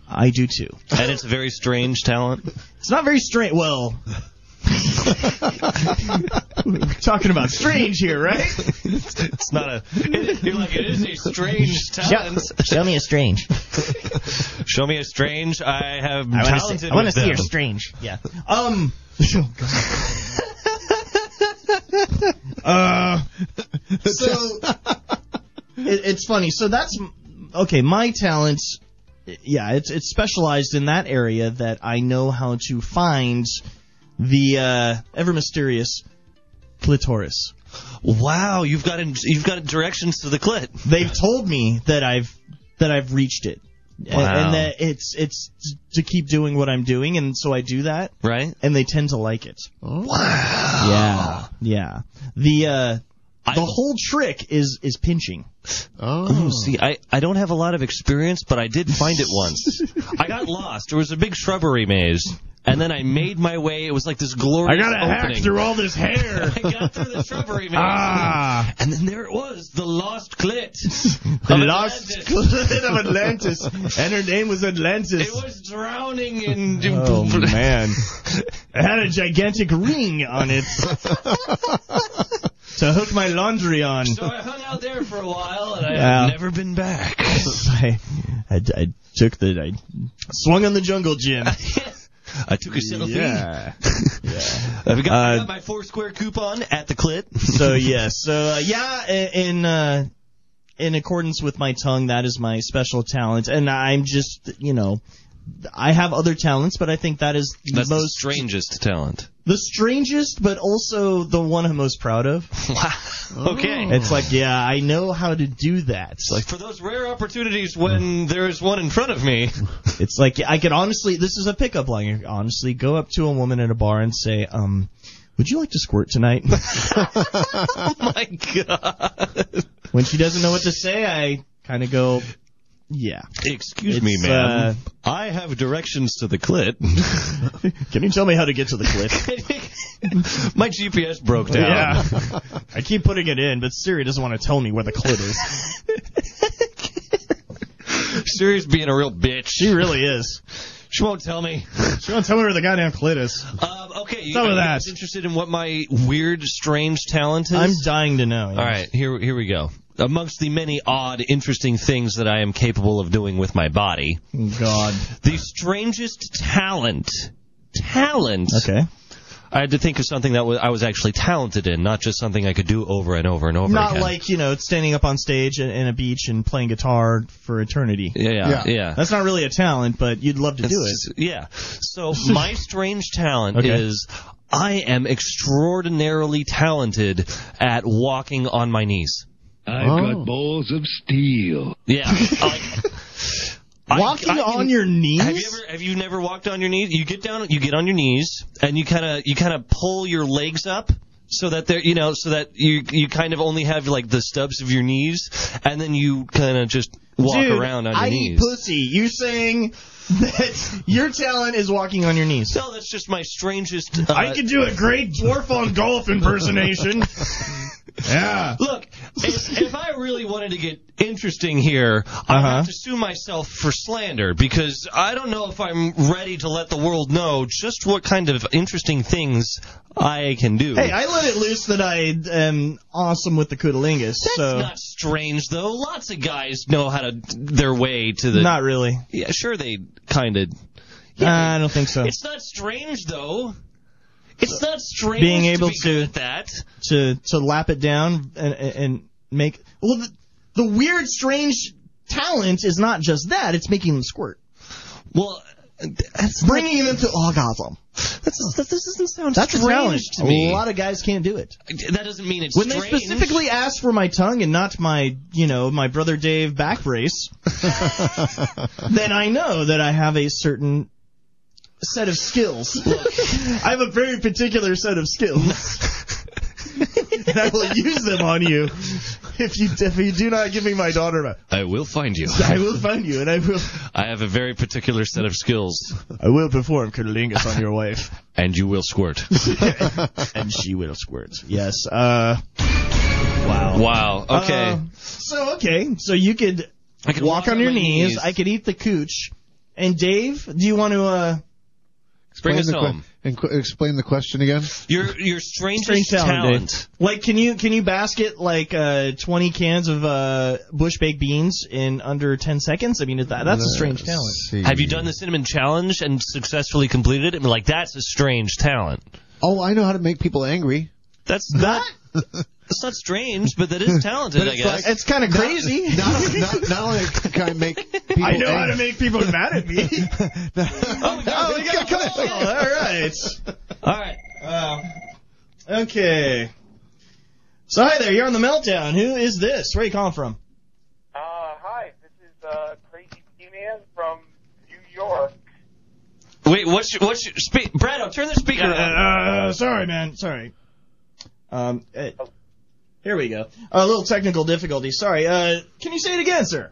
Speaker 1: I do too.
Speaker 4: And it's a very strange talent.
Speaker 1: It's not very strange. Well. we're talking about strange here, right?
Speaker 4: (laughs) It's not a. It, (laughs) you're like it is a strange (laughs) talent.
Speaker 1: Show me a strange.
Speaker 4: Show me a strange. I have
Speaker 1: I wanna
Speaker 4: talented.
Speaker 1: see- I want to
Speaker 4: with
Speaker 1: see her
Speaker 4: them.
Speaker 1: strange. Yeah. (laughs) Um. oh, God. (laughs) uh. (laughs) So it, it's funny. So that's okay. My talents. Yeah, it's it's specialized in that area that I know how to find the uh, ever mysterious clitoris.
Speaker 4: Wow, you've got in, you've got directions to the clit.
Speaker 1: They've told me that I've that I've reached it. A-
Speaker 4: Wow.
Speaker 1: And that it's it's t- to keep doing what I'm doing, and so I do that.
Speaker 4: Right? Ah.
Speaker 1: and they tend to like it. Wow. Yeah. Yeah. The uh,
Speaker 4: I-
Speaker 1: the whole trick is is (laughs) pinching.
Speaker 5: Oh,
Speaker 4: See, I, I don't have a lot of experience, but I did find it
Speaker 1: (laughs)
Speaker 4: once. I got lost. There was a big shrubbery maze, and then I made my way. It was like this glorious opening.
Speaker 1: all this hair.
Speaker 4: I got through the shrubbery maze.
Speaker 1: ah,
Speaker 4: And then there it was, the lost clit.
Speaker 1: (laughs) the
Speaker 4: Of
Speaker 1: lost
Speaker 4: Atlantis.
Speaker 1: clit of Atlantis, and her name was Atlantis.
Speaker 4: It was
Speaker 1: (laughs)
Speaker 4: drowning in.
Speaker 1: Oh man, it had a gigantic ring on (laughs) it to hook my laundry on.
Speaker 4: So I hung out there for a while, and I
Speaker 1: Yeah.
Speaker 4: have never been
Speaker 1: (laughs)
Speaker 4: back.
Speaker 1: I, I, I took the I swung on the jungle gym.
Speaker 4: (laughs) I took a selfie. (laughs)
Speaker 1: yeah.
Speaker 4: I've got, I
Speaker 1: Uh,
Speaker 4: got my four square coupon at
Speaker 1: (laughs)
Speaker 4: the clit.
Speaker 1: so yeah, so uh, yeah, i- in uh, in accordance with my tongue, that is my special talent, and I'm just you know, I have other talents, but I think that is the
Speaker 4: That's the
Speaker 1: most
Speaker 4: strangest (laughs) talent.
Speaker 1: the strangest, but also the one I'm most proud of. (laughs)
Speaker 4: okay.
Speaker 1: It's like yeah, I know how to do that. It's like
Speaker 4: For those rare opportunities when there is one in front of me, (laughs)
Speaker 1: it's like I could honestly, this is a pickup line. I could honestly, go up to a woman at a bar and say, um. Would you like to squirt (laughs) tonight?
Speaker 4: my God.
Speaker 1: when she doesn't know what to say, I kind of go, yeah.
Speaker 4: Excuse
Speaker 1: It's,
Speaker 4: me,
Speaker 1: uh,
Speaker 4: ma'am. I have directions to the clit. (laughs)
Speaker 1: Can you tell me how to get to the cliff?
Speaker 4: my GPS broke down. (laughs)
Speaker 1: Yeah. I keep putting it in, but Siri doesn't want to tell me where the clit is.
Speaker 4: Siri's being a real bitch.
Speaker 1: She really is.
Speaker 4: She won't tell me.
Speaker 1: She won't tell me where the goddamn clit is.
Speaker 4: Um, okay, you
Speaker 1: Some of
Speaker 4: are you
Speaker 1: that.
Speaker 4: guys interested in what my weird, strange talent is?
Speaker 1: I'm dying to know.
Speaker 4: All right, here here we go. Amongst the many odd, interesting things that I am capable of doing with my body,
Speaker 1: God.
Speaker 4: the strangest talent, talent
Speaker 1: Okay.
Speaker 4: I had to think of something that was, I was actually talented in, not just something I could do over and over and over
Speaker 1: Not
Speaker 4: again.
Speaker 1: like you know standing up on stage in, in a beach and playing guitar for eternity.
Speaker 4: Yeah, Yeah. yeah.
Speaker 1: That's not really a talent, but you'd love to do
Speaker 4: It's
Speaker 1: it.
Speaker 4: just- yeah.
Speaker 1: (laughs)
Speaker 4: So my strange talent
Speaker 1: Okay.
Speaker 4: is I am extraordinarily talented at walking on my knees.
Speaker 14: I've
Speaker 1: Oh.
Speaker 14: got balls of steel.
Speaker 1: (laughs)
Speaker 4: Yeah.
Speaker 1: Walking on your knees.
Speaker 4: Have you ever? Have you never walked on your knees? You get down. You get on your knees, and you kind of you kind of pull your legs up so that they're you know so that you you kind of only have like the stubs of your knees, and then you kind of just walk
Speaker 1: Dude,
Speaker 4: around on your
Speaker 1: I eat
Speaker 4: knees.
Speaker 1: pussy. You're saying that your talent is walking on your knees.
Speaker 4: No, that's just my strangest. uh,
Speaker 1: I could do a great dwarf on golf impersonation. yeah.
Speaker 4: Look, if, if I really wanted to get interesting here, I
Speaker 1: Uh-huh.
Speaker 4: have to sue myself for slander because I don't know if I'm ready to let the world know just what kind of interesting things I can do.
Speaker 1: Hey, I let it loose that I am awesome with the Koodalingus. so
Speaker 4: not strange though. Lots of guys know how to their way to the.
Speaker 1: Not really.
Speaker 4: Yeah, sure they kind of.
Speaker 1: I don't think so.
Speaker 4: It's not strange though. It's not strange
Speaker 1: Uh, Being able
Speaker 4: to, be
Speaker 1: to-
Speaker 4: good at that.
Speaker 1: to to lap it down and and- and make well the, the weird strange talent is not just that it's making them squirt
Speaker 4: well that's
Speaker 1: bringing them to orgasm
Speaker 4: that's, that, this doesn't sound
Speaker 1: that's a
Speaker 4: strange
Speaker 1: challenge
Speaker 4: to me.
Speaker 1: a lot of guys can't do it
Speaker 4: That doesn't mean it's
Speaker 1: when
Speaker 4: strange.
Speaker 1: they specifically asked for my tongue and not my you know my brother dave back (laughs) brace then i know that i have a certain set of skills i have a very particular set of skills (laughs) and i will use them on you if you if you do not give me my daughter back
Speaker 4: I will find you.
Speaker 1: I will find you, and I will.
Speaker 4: I have a very particular set of skills,
Speaker 1: I will perform cunnilingus on your wife,
Speaker 4: and you will squirt.
Speaker 1: and she will squirt. Yes. Uh. Wow.
Speaker 4: (laughs) Wow. Um, Okay.
Speaker 1: Uh, so okay, so you could,
Speaker 4: I could
Speaker 1: walk, on your
Speaker 4: my
Speaker 1: knees.
Speaker 4: knees.
Speaker 1: I could eat the cooch. And Dave, do you want to? uh
Speaker 4: Bring us
Speaker 5: the que-
Speaker 4: home.
Speaker 5: and qu- explain the question again.
Speaker 4: your your strangest
Speaker 1: Strange talent.
Speaker 4: talent.
Speaker 1: Dave. Like, can you can you basket like uh 20 cans of uh bush baked beans in under 10 seconds? I mean, that, that's a strange talent.
Speaker 4: Have you done the cinnamon challenge and successfully completed it? I mean, like that's a strange talent.
Speaker 5: Oh, I know how to make people angry.
Speaker 4: That's not. That's not strange, but that (laughs) is talented.
Speaker 5: But
Speaker 4: I
Speaker 5: it's
Speaker 4: guess
Speaker 5: like- it's kinda
Speaker 1: Not- crazy.
Speaker 5: (laughs) Not, not, not only can I make people
Speaker 1: I know
Speaker 5: angry.
Speaker 1: how to make people mad at me.
Speaker 5: (laughs)
Speaker 1: (laughs)
Speaker 4: oh,
Speaker 1: oh, we got a call. All right.
Speaker 4: All right.
Speaker 1: okay. So hi there, you're on the meltdown. Who is this? Where are you calling from?
Speaker 15: Uh, hi, this is uh, Crazy T-Man from New York.
Speaker 4: Wait, what's your, what's your spe- Brado? Turn the speaker. on.
Speaker 1: Uh, sorry, man. Sorry. Um, eh, here we go. A little technical difficulty. Sorry. Uh, can you say it again, sir?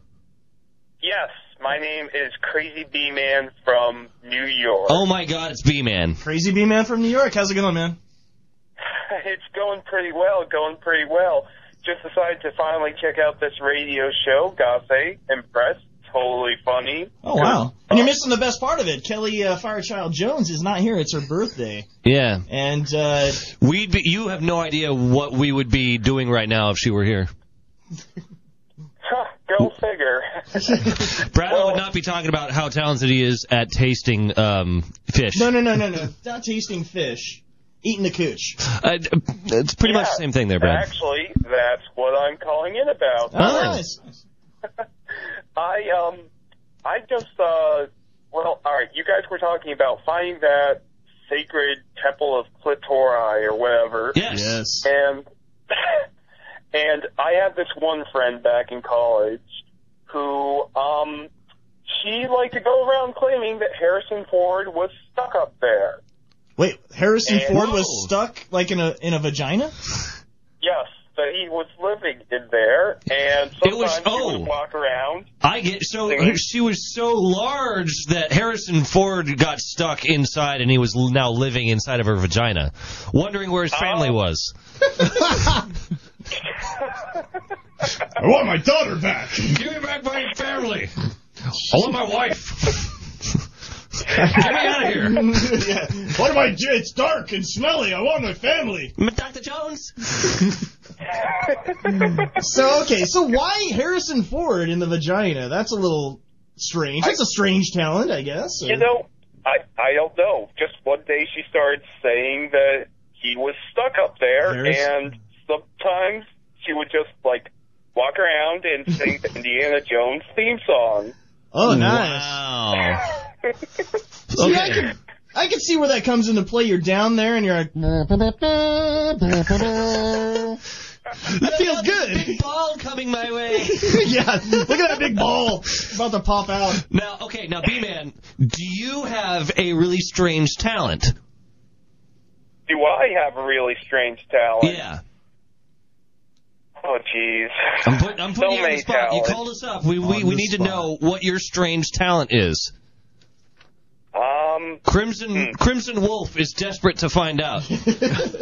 Speaker 15: Yes, my name is Crazy B-Man from New York.
Speaker 4: Oh my God, it's B man.
Speaker 1: Crazy B man from New York. How's it going, man?
Speaker 15: (laughs) it's going pretty well, going pretty well. Just decided to finally check out this radio show, Gosse. Impressed. Totally funny.
Speaker 1: Oh wow. And you're missing the best part of it. Kelly uh, Firechild Jones is not here. It's her birthday.
Speaker 4: Yeah,
Speaker 1: And uh,
Speaker 4: we'd be. You have no idea what we would be doing right now if she were here.
Speaker 15: (laughs) Go figure.
Speaker 4: Brad would not be talking about how talented he is at tasting um, fish.
Speaker 1: no, no, no, no, (laughs) no. Not tasting fish. Eating the cooch.
Speaker 4: Uh, d- it's pretty much the same thing there, Brad.
Speaker 15: Actually, that's what I'm calling in about.
Speaker 4: Oh.
Speaker 1: nice.
Speaker 15: I um, I just uh, well, all right. You guys were talking about finding that sacred temple of clitori or whatever.
Speaker 4: Yes.
Speaker 1: Yes.
Speaker 15: And (coughs) and I had this one friend back in college who um, she liked to go around claiming that Harrison Ford was stuck up there.
Speaker 1: Wait, Harrison
Speaker 15: And-
Speaker 1: Ford was
Speaker 15: Whoa.
Speaker 1: stuck like in a in a vagina.
Speaker 15: Yes, that he was living in there, and
Speaker 4: It was-
Speaker 15: sometimes he
Speaker 4: oh.
Speaker 15: would walk around.
Speaker 4: I get so she was so large that Harrison Ford got stuck inside, and he was l- now living inside of her vagina, wondering where his family was.
Speaker 3: I want my daughter back.
Speaker 4: Give me back my family. I want my wife. Get me out of here.
Speaker 1: yeah. What am I? do- It's dark and smelly. I want my family.
Speaker 4: Dr. Jones.
Speaker 1: So okay, so why Harrison
Speaker 4: Mm-hmm.
Speaker 1: Ford in the vagina? That's a little strange. That's a strange talent, I guess.
Speaker 15: You know, I I don't know. Just one day she started saying that he was stuck up there,
Speaker 11: Harris?
Speaker 15: and sometimes she would just like walk
Speaker 4: (laughs)
Speaker 15: around and sing the Indiana Jones theme song.
Speaker 1: Oh, nice. See, I can, I can see where that comes into play. You're down there and you're like, that feels good. (laughs) Big
Speaker 4: ball coming my way.
Speaker 1: (laughs) yeah, look at that big ball about to pop out.
Speaker 4: Now, okay, now B man, do you have a really strange talent?
Speaker 15: Do I have a really strange talent?
Speaker 4: Yeah.
Speaker 15: Oh, jeez.
Speaker 4: I'm, put, I'm putting
Speaker 15: so
Speaker 4: you on
Speaker 15: many
Speaker 4: the spot. You
Speaker 15: talents.
Speaker 4: called us up. We we, we need to know what your strange talent is.
Speaker 15: Um.
Speaker 4: Crimson Crimson Wolf is desperate to find
Speaker 1: (laughs)
Speaker 4: out.
Speaker 15: Uh, okay,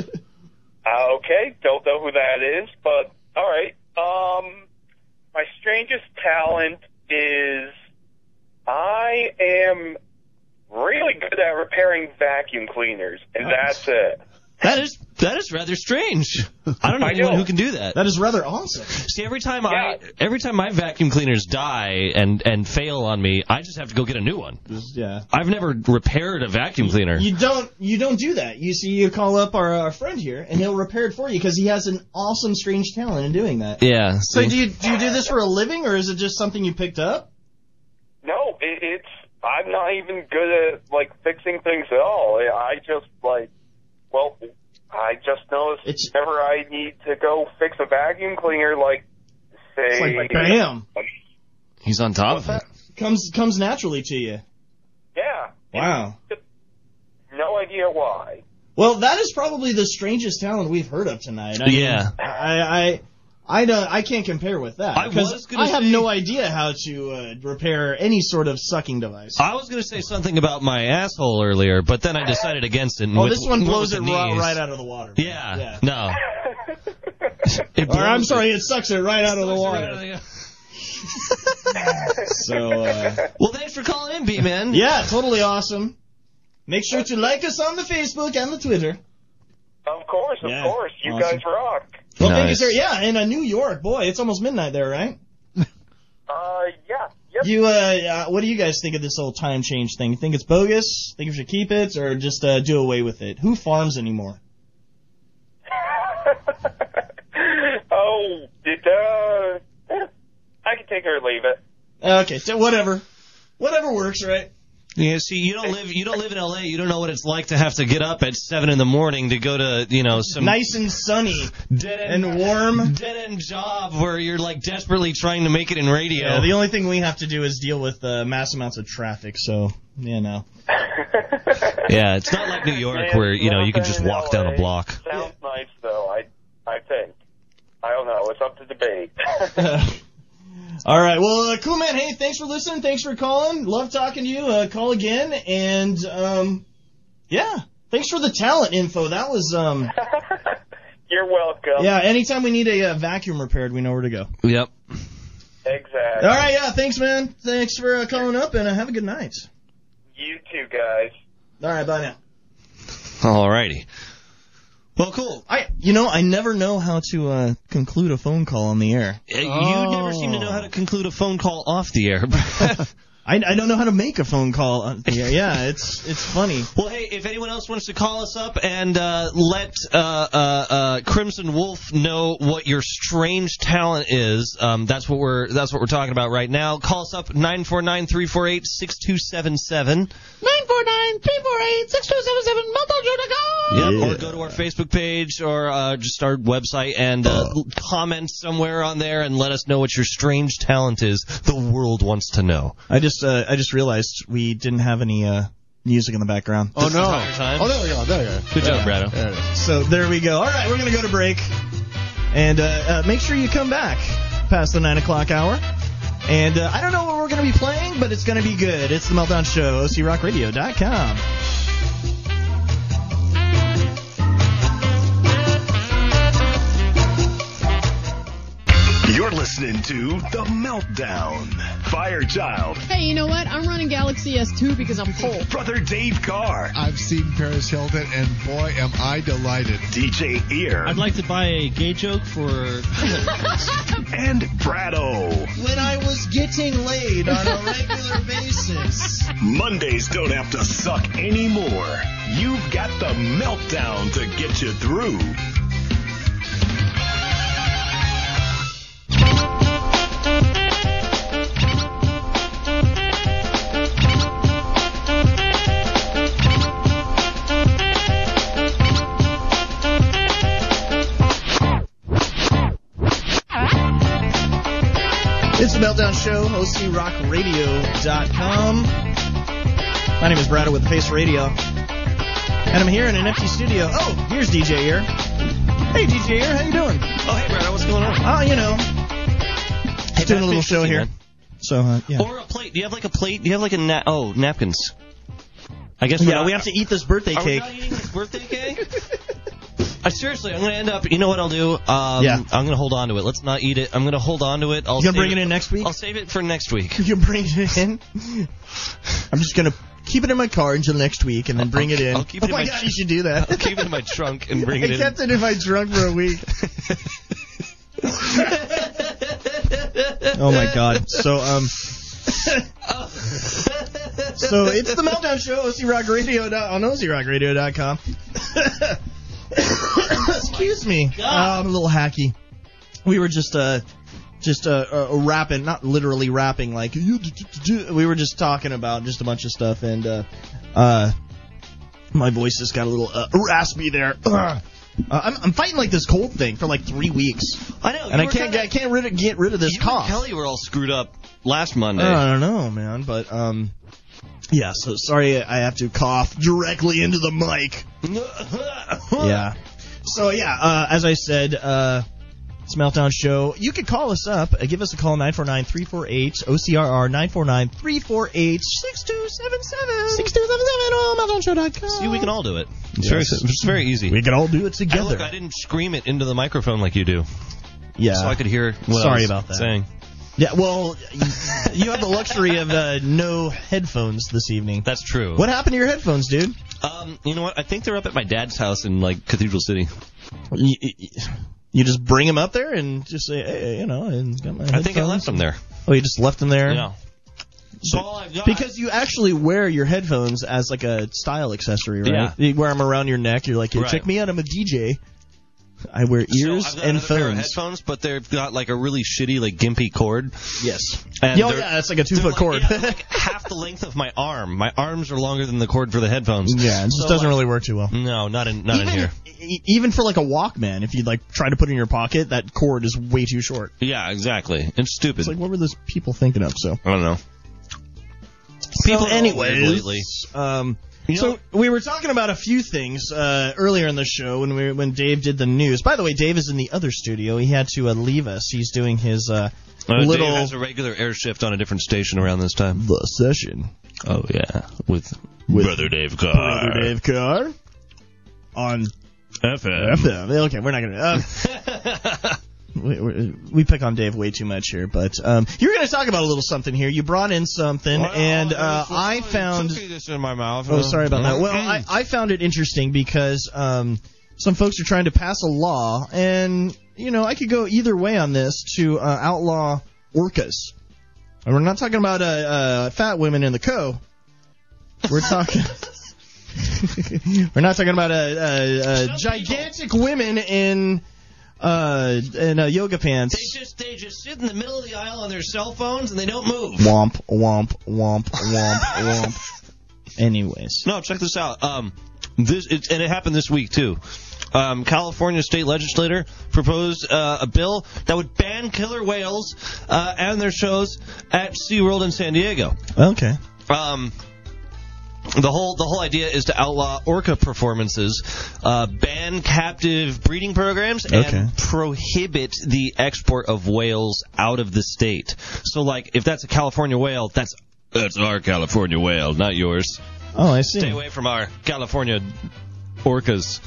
Speaker 15: don't know who that is, but all right. Um, my strangest talent is I am really good at repairing vacuum cleaners, and that's it.
Speaker 4: That is that is rather strange. I don't know
Speaker 15: I
Speaker 4: anyone
Speaker 15: know.
Speaker 4: who can do that.
Speaker 1: That is rather awesome.
Speaker 4: See, every time I every time my vacuum cleaners die and and fail on me, I just have to go get a new one.
Speaker 1: Yeah.
Speaker 4: I've never repaired a vacuum cleaner.
Speaker 1: (laughs) You don't you don't do that. You see, you call up our, our friend here, and he'll repair it for you because he has an awesome, strange talent in doing that.
Speaker 4: Yeah.
Speaker 1: So
Speaker 4: see?
Speaker 1: do you do you do this for a living, or is it just something you picked up?
Speaker 15: No, it, it's I'm not even good at like fixing things at all. I I just like, well, I just notice whenever I need to go fix a vacuum cleaner, like say,
Speaker 1: like bam.
Speaker 4: He's on top of it.
Speaker 1: Comes comes naturally to you.
Speaker 15: yeah,
Speaker 1: Wow.
Speaker 15: no
Speaker 1: (laughs)
Speaker 15: idea why. (laughs)
Speaker 1: Well, that is probably the strangest talent we've heard of tonight. I
Speaker 4: Yeah.
Speaker 1: Mean, I, I I don't I can't compare with that.
Speaker 4: I
Speaker 1: 'cause
Speaker 4: was gonna
Speaker 1: I have
Speaker 4: say-
Speaker 1: no idea how to uh, repair any sort of sucking device.
Speaker 4: I was gonna say something about my asshole earlier, but then I decided against it. and
Speaker 1: Oh,
Speaker 4: with-
Speaker 1: this one
Speaker 4: with
Speaker 1: blows
Speaker 4: the
Speaker 1: it raw
Speaker 4: knees-
Speaker 1: right out of the water.
Speaker 4: Yeah,
Speaker 1: Yeah.
Speaker 4: no. It
Speaker 1: Or I'm
Speaker 4: blows
Speaker 1: sorry, it sucks it right out of the
Speaker 4: Sucks it right
Speaker 1: water.
Speaker 4: out of the-
Speaker 1: So, uh,
Speaker 4: well, thanks for calling in, B man.
Speaker 1: yeah, totally awesome. Make sure to like us on the Facebook and the Twitter.
Speaker 15: Of course, of
Speaker 1: Yeah,
Speaker 15: course, you
Speaker 1: awesome.
Speaker 15: guys rock.
Speaker 1: Well, thank you,
Speaker 4: Nice.
Speaker 1: sir. Yeah, and uh, New York, boy, it's almost midnight there, right?
Speaker 15: Uh, yeah, yep.
Speaker 1: You, uh, uh, what do you guys think of this whole time change thing? You think it's bogus? Think we should keep it, or just uh, do away with it? Who farms anymore?
Speaker 15: (laughs) oh, it, uh, I can take it or leave it.
Speaker 1: Uh, okay, so whatever, whatever works, right?
Speaker 4: Yeah, see, you don't live you don't live in L.A. You don't know what it's like to have to get up at seven in the morning to go to you know some
Speaker 1: nice and sunny
Speaker 4: dead end,
Speaker 1: and warm.
Speaker 4: dead end job where you're like desperately trying to make it in radio.
Speaker 1: Yeah, the only thing we have to do is deal with uh, mass amounts of traffic. So you know,
Speaker 4: yeah, it's not like New York where you know you can just walk down a block.
Speaker 15: Sounds nice, though, I, I think. I don't know, it's up to debate. (laughs)
Speaker 1: (laughs) all right. Well, uh, cool man. Hey, thanks for listening. Thanks for calling. Love talking to you. Uh, call again, and um, yeah, thanks for the talent info. That was (laughs) um,
Speaker 15: You're welcome.
Speaker 1: yeah. Anytime we need a uh, vacuum repaired, we know where to go.
Speaker 4: Yep.
Speaker 1: All
Speaker 15: Exactly.
Speaker 1: right. Yeah. Thanks, man. Thanks for uh, calling up, and uh, have a good night.
Speaker 15: You too, guys.
Speaker 1: All right. Bye now.
Speaker 4: Alrighty. Well, cool.
Speaker 1: I, you know, I never know how to uh, conclude a phone call on the air.
Speaker 4: Uh, You never seem to know how to conclude a phone call off the air. (laughs)
Speaker 1: I, I don't know how to make a phone call on the air. Yeah, it's it's funny.
Speaker 4: Well, hey, if anyone else wants to call us up and uh, let uh, uh, uh, Crimson Wolf know what your strange talent is, um, that's what we're that's what we're talking about right now. Call us up nine four nine three four eight six two seven seven.
Speaker 10: 949 348 6277 Motel
Speaker 4: Yep. Or go to our Facebook page or uh, just our website and uh, l- comment somewhere on there and let us know what your strange talent is. The world wants to know.
Speaker 1: I just uh, I just realized we didn't have any uh, music in the background.
Speaker 5: Oh, no.
Speaker 4: entire time.
Speaker 5: Oh, there we go. There we go.
Speaker 4: Good
Speaker 5: There
Speaker 4: job,
Speaker 5: we go.
Speaker 4: Brado.
Speaker 5: There we go.
Speaker 1: So there we go. All right, we're gonna go to break, and uh, uh, make sure you come back past the nine o'clock hour. And uh, I don't know what we're gonna be playing, but it's gonna be good. It's the Meltdown Show, OCRockRadio.com.
Speaker 9: You're listening to The Meltdown. Firechild,
Speaker 10: Hey, you know what? I'm running Galaxy S2 because I'm cold.
Speaker 9: Brother Dave Carr,
Speaker 5: I've seen Paris Hilton, and boy, am I delighted.
Speaker 9: DJ Ear,
Speaker 16: I'd like to buy a gay joke for.
Speaker 9: and Brad O.
Speaker 1: When I was getting laid on a (laughs) regular basis.
Speaker 9: Mondays don't have to suck anymore. You've got the meltdown to get you through.
Speaker 1: It's the Meltdown Show, OCRockRadio.com. My name is Brad with Pace Radio, and I'm here in an empty studio. Oh, here's DJ Ear. Hey, DJ Ear, how you doing?
Speaker 4: Oh, hey, Brad, what's going on?
Speaker 1: Oh, you know, doing a little show here. So, uh, yeah.
Speaker 4: Or a plate. Do you have like a plate? Do you have like a na- oh napkins? I guess we're
Speaker 1: yeah,
Speaker 4: not-
Speaker 1: uh, we have to eat this birthday
Speaker 4: Are we
Speaker 1: cake.
Speaker 4: not eating this birthday cake? I seriously, I'm gonna end up. You know what I'll do? Um,
Speaker 1: Yeah.
Speaker 4: I'm gonna hold on to it. Let's not eat it. I'm gonna hold on to it. I'll
Speaker 1: You gonna
Speaker 4: save
Speaker 1: bring it in next week?
Speaker 4: I'll save it for next week.
Speaker 1: (laughs)
Speaker 4: (laughs)
Speaker 1: You bring it in. I'm just gonna keep it in my car until next week, and then bring it in.
Speaker 4: I'll keep it
Speaker 1: oh
Speaker 4: in
Speaker 1: my
Speaker 4: my
Speaker 1: god,
Speaker 4: tr-
Speaker 1: you should do (laughs) that.
Speaker 4: I'll keep it in my trunk and bring it
Speaker 1: I
Speaker 4: in.
Speaker 1: kept it in my trunk for a week. oh my god. So um. so it's the meltdown show. OC Rock Radio dot- on OCRockRadio.com. (coughs) Excuse me. Uh, I'm a little hacky. We were just uh. Just uh, uh, rapping, not literally rapping. Like we were just talking about just a bunch of stuff, and uh, uh, my voice just got a little uh, raspy there. (clears throat) Ugh. Uh, I'm, I'm fighting like this cold thing for like three weeks.
Speaker 4: I know,
Speaker 1: and
Speaker 4: you
Speaker 1: I
Speaker 4: were
Speaker 1: can't
Speaker 4: kinda-
Speaker 1: I can't rid of, get rid of this
Speaker 4: you and
Speaker 1: cough.
Speaker 4: Kelly were all screwed up last Monday.
Speaker 1: I don't know, man, but um, yeah. So sorry, I have to cough directly into the mic. yeah. So yeah, uh, as I said, uh, it's a Meltdown Show. You could call us up. Uh, give us a call 949-348-OCRR 949-348-6277. 6277 on MeltdownShow.com.
Speaker 4: See, we can all do it. It's, very, it's very easy.
Speaker 1: We can all do it
Speaker 4: And
Speaker 1: together.
Speaker 4: look, I didn't scream it into the microphone like you do.
Speaker 1: Yeah.
Speaker 4: So I could hear what
Speaker 1: Sorry
Speaker 4: I was
Speaker 1: about that.
Speaker 4: saying.
Speaker 1: Yeah, well, y- you have the luxury of uh, no headphones this evening.
Speaker 4: That's true.
Speaker 1: What happened to your headphones, dude?
Speaker 4: Um, you know what? I think they're up at my dad's house in like Cathedral City.
Speaker 1: You, you just bring them up there and just say, hey, you know, and got my
Speaker 4: I think I
Speaker 1: headphones.
Speaker 4: left them there.
Speaker 1: Oh, you just left them there?
Speaker 4: Yeah. So all I've got.
Speaker 1: Because you actually wear your headphones as like a style accessory, right?
Speaker 4: Yeah.
Speaker 1: You wear them around your neck. You're like, hey,
Speaker 4: Right.
Speaker 1: check me out, I'm a DJ. I wear ears
Speaker 4: I've got
Speaker 1: and
Speaker 4: another pair of
Speaker 1: phones.
Speaker 4: headphones, but they've got like a really shitty, like gimpy cord.
Speaker 1: Yes.
Speaker 4: And
Speaker 1: oh
Speaker 4: they're-
Speaker 1: yeah, it's like a two foot cord.
Speaker 4: yeah,
Speaker 1: (laughs)
Speaker 4: like half the length of my arm. My arms are longer than the cord for the headphones.
Speaker 1: Yeah, it just
Speaker 4: So,
Speaker 1: doesn't
Speaker 4: like,
Speaker 1: really work too well.
Speaker 4: No, not in not
Speaker 1: even,
Speaker 4: in here.
Speaker 1: e- even for like a Walkman, if you like try to put it in your pocket, that cord is way too short.
Speaker 4: Yeah, exactly. It's stupid.
Speaker 1: It's like, what were those people thinking of? So,
Speaker 4: I don't know.
Speaker 1: people,
Speaker 4: are all
Speaker 1: anyways,
Speaker 4: weird lately.
Speaker 1: um, so we were talking about a few things uh, earlier in the show when we when Dave did the news. By the way, Dave is in the other studio. He had to uh, leave us. He's doing his uh,
Speaker 4: Uh, Dave
Speaker 1: little
Speaker 4: has a regular air shift on a different station around this time.
Speaker 1: The session.
Speaker 4: Oh yeah, with, Brother Dave Carr.
Speaker 1: Brother Dave Carr on
Speaker 4: FM.
Speaker 1: FM. Okay, we're not gonna. Uh, (laughs) We, we, we pick on Dave way too much here, but um, you're going to talk about a little something here. You brought in something, and uh, I found
Speaker 4: this in my mouth.
Speaker 1: Oh, sorry about that. Well, I, I found it interesting because um, some folks are trying to pass a law, and you know I could go either way on this to uh, outlaw orcas. And we're not talking about uh, uh, fat women in the co. We're talking. (laughs) we're not talking about uh, uh, uh, gigantic women in uh, in uh, yoga pants.
Speaker 4: They just they just sit in the middle of the aisle on their cell phones and they don't move.
Speaker 1: Womp womp womp womp womp. Anyways.
Speaker 4: No, check this out. Um, this it, and it happened this week too. Um, California state legislator proposed uh, a bill that would ban killer whales uh, and their shows at SeaWorld in San Diego.
Speaker 1: Okay.
Speaker 4: Um, the whole the whole idea is to outlaw orca performances, uh, ban captive breeding programs, and
Speaker 1: Okay.
Speaker 4: prohibit the export of whales out of the state. So, like, if that's a California whale, that's that's our California whale, not yours.
Speaker 1: Oh, I see.
Speaker 4: Stay away from our California orcas.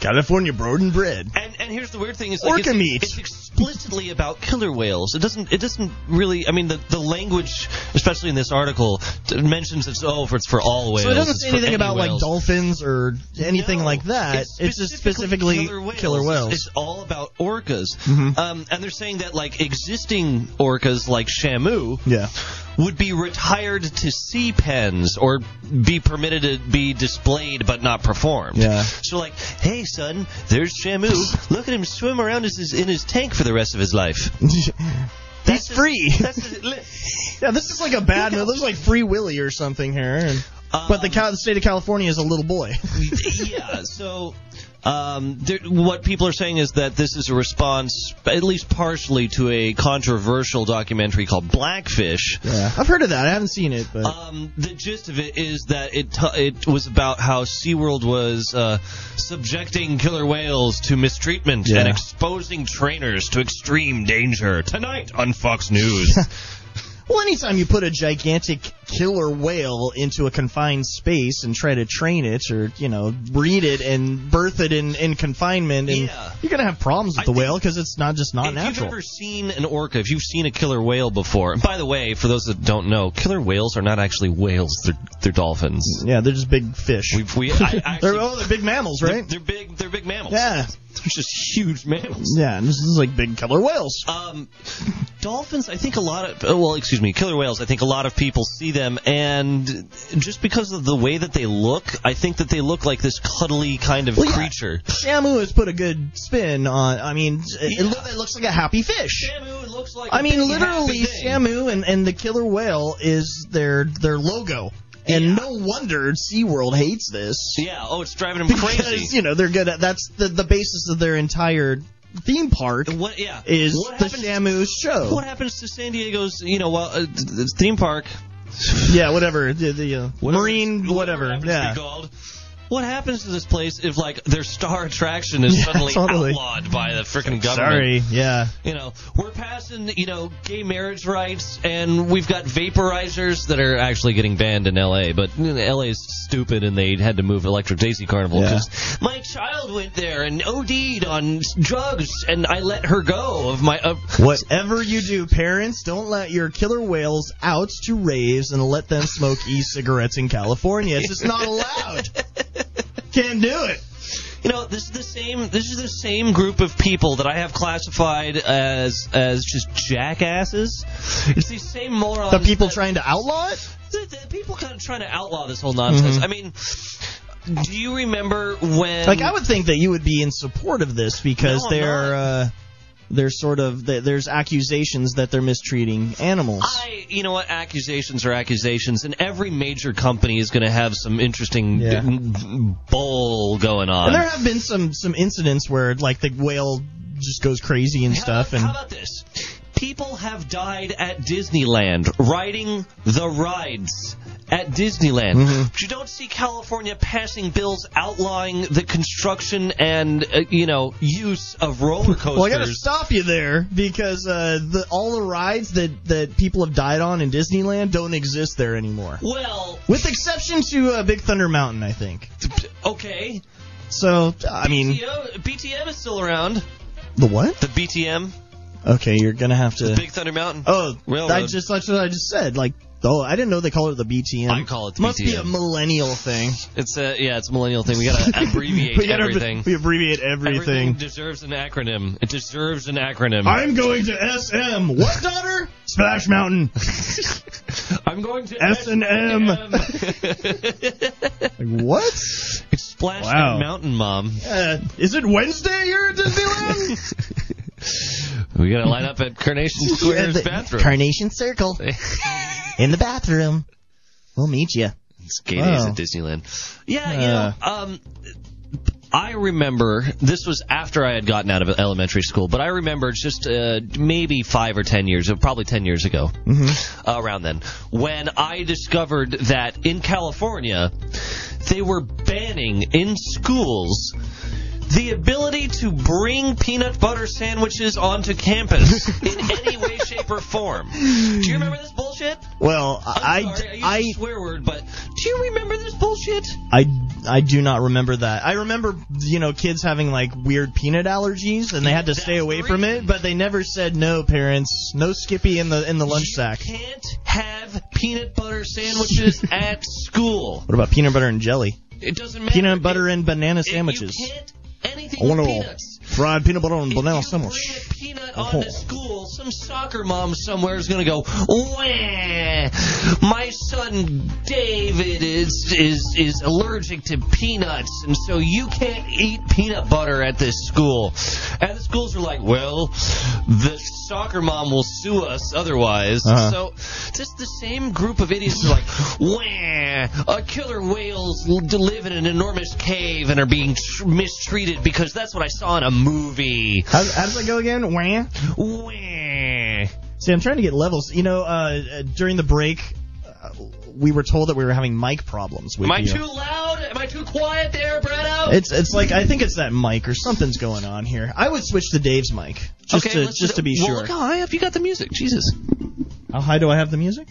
Speaker 1: California broad and bread.
Speaker 4: And and here's the weird thing is like
Speaker 1: Orca
Speaker 4: it's,
Speaker 1: meat.
Speaker 4: it's explicitly about killer whales. It doesn't it doesn't really I mean the, the language especially in this article t- mentions it's oh for it's for all whales.
Speaker 1: So it doesn't
Speaker 4: it's
Speaker 1: say
Speaker 4: for
Speaker 1: anything
Speaker 4: any
Speaker 1: about like
Speaker 4: whales.
Speaker 1: dolphins or anything like that.
Speaker 4: It's
Speaker 1: It's, just specifically killer whales. Mm-hmm.
Speaker 4: It's, it's all about orcas. Um, and they're saying that like existing orcas like Shamu
Speaker 1: yeah.
Speaker 4: would be retired to sea pens or be permitted to be displayed but not performed.
Speaker 1: Yeah.
Speaker 4: So like, hey son, there's Shamu. Look at him swim around as his, in his tank for the rest of his life.
Speaker 1: (laughs) He's free. (laughs) yeah, this is like a bad. It looks like Free Willy or something here. And, but the, Cal- the state of California is a little boy.
Speaker 4: yeah. So, um, there, what people are saying is that this is a response, at least partially, to a controversial documentary called Blackfish.
Speaker 1: yeah, (laughs) I've heard of that. I haven't seen it, but
Speaker 4: Um, the gist of it is that it t- it was about how SeaWorld was uh, subjecting killer whales to mistreatment
Speaker 1: Yeah.
Speaker 4: and exposing trainers to extreme danger. Tonight on Fox News. (laughs)
Speaker 1: well, anytime you put a gigantic killer whale into a confined space and try to train it, or you know, breed it and birth it in, in confinement, and you're gonna have problems with the whale because it's not just not
Speaker 4: If you've
Speaker 1: natural.
Speaker 4: ever seen an orca, if you've seen a killer whale before, and by the way, for those that don't know, killer whales are not actually whales; they're they're dolphins.
Speaker 1: Yeah, they're just big fish.
Speaker 4: We've,
Speaker 1: (laughs)
Speaker 4: we, I, I
Speaker 1: they're,
Speaker 4: actually-
Speaker 1: oh, they're big mammals,
Speaker 4: they're-
Speaker 1: right?
Speaker 4: They're, big. They're big mammals.
Speaker 1: Yeah.
Speaker 4: They're just huge mammals.
Speaker 1: Yeah, and this is like big killer whales.
Speaker 4: Um, dolphins. I think a lot of oh, well, excuse me, killer whales. I think a lot of people see them, and just because of the way that they look, I think that they look like this cuddly kind of creature.
Speaker 1: Shamu has put a good spin on. I mean, it, it, loo- it looks like a happy fish.
Speaker 4: Shamu looks like.
Speaker 1: I mean, literally, Shamu and, and the killer whale is their their logo. And no wonder SeaWorld hates this.
Speaker 4: Yeah. Oh, it's driving them
Speaker 1: Because,
Speaker 4: crazy.
Speaker 1: you know, they're good at that's the, the basis of their entire theme park
Speaker 4: What? Yeah.
Speaker 1: is
Speaker 4: What
Speaker 1: the
Speaker 4: happened-
Speaker 1: Shamu show.
Speaker 4: What happens to San Diego's, you know, well, uh, th- th- theme park?
Speaker 1: Yeah, whatever. The, the, uh, Marine, whatever. yeah.
Speaker 4: Be called? What happens to this place if, like, their star attraction
Speaker 1: (laughs)
Speaker 4: is
Speaker 1: Yeah,
Speaker 4: suddenly
Speaker 1: totally.
Speaker 4: outlawed by the freaking government?
Speaker 1: Sorry. Yeah.
Speaker 4: You know, we're passing, you know, gay marriage rights, and we've got vaporizers that are actually getting banned in L.A., but you know, L.A. is stupid, and they had to move Electric Daisy Carnival
Speaker 12: Yeah.
Speaker 4: 'cause my child went there and OD'd on drugs, and I let her go of my... Of,
Speaker 1: Whatever you do, parents, don't let your killer whales out to raves and let them smoke e-cigarettes in California. It's just not
Speaker 4: (laughs)
Speaker 1: allowed. Can't do it.
Speaker 4: You know, this is the same. This is the same group of people that I have classified as as just jackasses. It's these same morons.
Speaker 1: The people
Speaker 4: that-
Speaker 1: trying to outlaw it?
Speaker 4: the, the people kind of trying to outlaw this whole nonsense.
Speaker 1: Mhm.
Speaker 4: I mean, do you remember when?
Speaker 1: Mm-hmm. Like I would think that you would be in support of this because
Speaker 4: No, I'm
Speaker 1: they're uh, they're sort of th- there's accusations that they're mistreating animals.
Speaker 4: I, you know what? Accusations are accusations, and every major company is going to have some interesting
Speaker 1: Yeah.
Speaker 4: bowl going on.
Speaker 1: and there have been some some incidents where like the whale just goes crazy and stuff and
Speaker 4: How about this? People have died at Disneyland riding the rides at Disneyland.
Speaker 1: Mm-hmm.
Speaker 4: But you don't see California passing bills outlawing the construction and uh, you know use of roller coasters.
Speaker 1: (laughs) Well, I gotta stop you there because uh, the, all the rides that, that people have died on in Disneyland don't exist there anymore.
Speaker 4: Well,
Speaker 1: With exception to uh, Big Thunder Mountain, I think.
Speaker 4: okay.
Speaker 1: So I mean,
Speaker 4: BTO BTM is still around.
Speaker 1: the what?
Speaker 4: The BTM,
Speaker 1: Okay, you're gonna have to.
Speaker 4: Big Thunder Mountain.
Speaker 1: Oh,
Speaker 4: Railroad.
Speaker 1: I just that's what I just said. Like, oh, I didn't know they called it the BTM.
Speaker 4: I call it the
Speaker 1: Must be
Speaker 4: BTM.
Speaker 1: a millennial thing.
Speaker 4: It's a yeah, it's a millennial thing.
Speaker 1: (laughs)
Speaker 4: We gotta abbreviate
Speaker 1: we gotta,
Speaker 4: everything.
Speaker 1: We abbreviate everything.
Speaker 4: Everything deserves an acronym. It deserves an acronym.
Speaker 1: I'm going to SM. What daughter? Splash Mountain.
Speaker 4: I'm going to
Speaker 1: S and M. Like, what?
Speaker 4: It's Splash
Speaker 1: Wow.
Speaker 4: that Mountain, Mom.
Speaker 1: Uh, is it Wednesday here at
Speaker 4: (laughs)
Speaker 1: Disneyland?
Speaker 4: We gotta line up at Carnation
Speaker 1: (laughs)
Speaker 4: Square's
Speaker 1: Yeah, the-
Speaker 4: bathroom.
Speaker 1: Carnation
Speaker 4: (laughs)
Speaker 1: Circle. In the bathroom. We'll meet you.
Speaker 4: It's gay days
Speaker 1: Wow.
Speaker 4: at Disneyland. Yeah, you know, um, I remember this was after I had gotten out of elementary school, but I remember just uh, maybe five or ten years, probably ten years ago, uh, around then, when I discovered that in California they were banning in schools the ability to bring peanut butter sandwiches onto campus in any way, shape, or form. Do you remember this bullshit?
Speaker 17: bullshit?
Speaker 1: Well,
Speaker 17: I'm
Speaker 1: I,
Speaker 17: sorry, I used a
Speaker 1: I,
Speaker 17: swear word, but do you remember this bullshit?
Speaker 1: I, I do not remember that. I remember, you know, kids having like weird peanut allergies and they had to stay away from it, but they never said no, parents. No Skippy in the in the lunch sack.
Speaker 17: Can't have peanut butter
Speaker 1: (laughs)
Speaker 17: sandwiches at school.
Speaker 1: What about peanut butter and jelly?
Speaker 17: It doesn't matter.
Speaker 1: Peanut butter and banana sandwiches. I want to fried peanut butter and banana sandwich.
Speaker 17: Peanut on to school. Some soccer mom somewhere is gonna go. Wah! My son David is is is allergic to peanuts, and so you can't eat peanut butter at this school. And the schools are like, well, the soccer mom will sue us otherwise.
Speaker 18: Uh-huh.
Speaker 17: So just the same group of idiots are like, (laughs) wah! A killer whales l- live in an enormous cave and are being tr- mistreated because that's what I saw in a movie.
Speaker 1: How, how does that go again? Wah.
Speaker 17: Wah.
Speaker 1: See, I'm trying to get levels. You know, uh, uh, during the break, uh, we were told that we were having mic problems with
Speaker 17: Am I
Speaker 4: uh,
Speaker 1: you.
Speaker 17: too loud? Am I too quiet there, Bretto?
Speaker 1: It's it's like I think it's that mic or something's going on here. I would switch to Dave's mic just
Speaker 17: okay,
Speaker 1: to
Speaker 17: let's
Speaker 1: just
Speaker 17: do-
Speaker 1: to be
Speaker 17: well,
Speaker 1: sure.
Speaker 17: Look how high up you got the music. Jesus.
Speaker 1: How high do I have the music?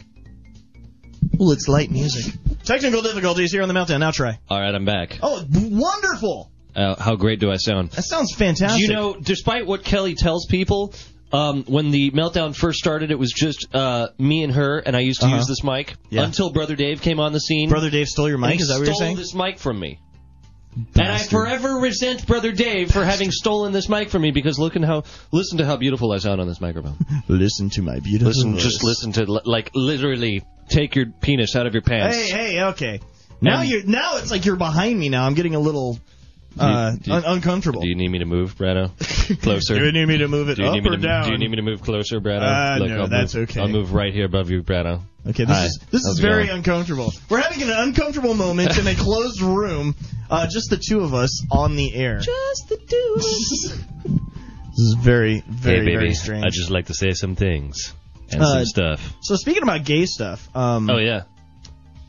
Speaker 1: Well, it's light music. Technical difficulties here on the meltdown. Now try.
Speaker 4: All right, I'm back.
Speaker 1: Oh, wonderful!
Speaker 4: Uh, how great do I sound?
Speaker 1: That sounds fantastic.
Speaker 4: You know, despite what Kelly tells people, um, when the meltdown first started, it was just uh, me and her, and I used to
Speaker 1: Uh-huh.
Speaker 4: use this mic
Speaker 1: Yeah.
Speaker 4: until Brother Dave came on the scene.
Speaker 1: brother Dave stole your
Speaker 4: and
Speaker 1: mic.
Speaker 4: he
Speaker 1: Is that what you're
Speaker 4: stole
Speaker 1: saying?
Speaker 4: this mic from me. And I
Speaker 1: Bastard.
Speaker 4: forever resent Brother Dave for having stolen this mic from me because look and how listen to how beautiful I sound on this microphone.
Speaker 1: Listen to my beautiful.
Speaker 4: Listen,
Speaker 1: voice.
Speaker 4: just listen to li- like literally take your penis out of your pants.
Speaker 1: Hey, hey, okay. Now you're now it's like you're behind me. Now I'm getting a little uh,
Speaker 4: Do you-
Speaker 1: un- uncomfortable.
Speaker 4: Do you need me to move, Brano? (laughs) Closer.
Speaker 1: Do you need me to move it
Speaker 4: Do you
Speaker 1: up
Speaker 4: need me
Speaker 1: or
Speaker 4: to-
Speaker 1: down?
Speaker 4: Do you need me to move closer, Brano?
Speaker 1: Uh, no,
Speaker 4: I'll
Speaker 1: that's
Speaker 4: move,
Speaker 1: okay.
Speaker 4: I'll move right here above you, Brano.
Speaker 1: Okay, this is this is very uncomfortable. We're having an uncomfortable moment
Speaker 4: (laughs)
Speaker 1: in a closed room, uh, just the two of us on the air. Just the two. (laughs) this is very very
Speaker 4: hey, baby,
Speaker 1: very strange.
Speaker 4: I just like to say some things and
Speaker 1: Uh,
Speaker 4: some stuff.
Speaker 1: So speaking about gay stuff, um,
Speaker 4: Oh yeah.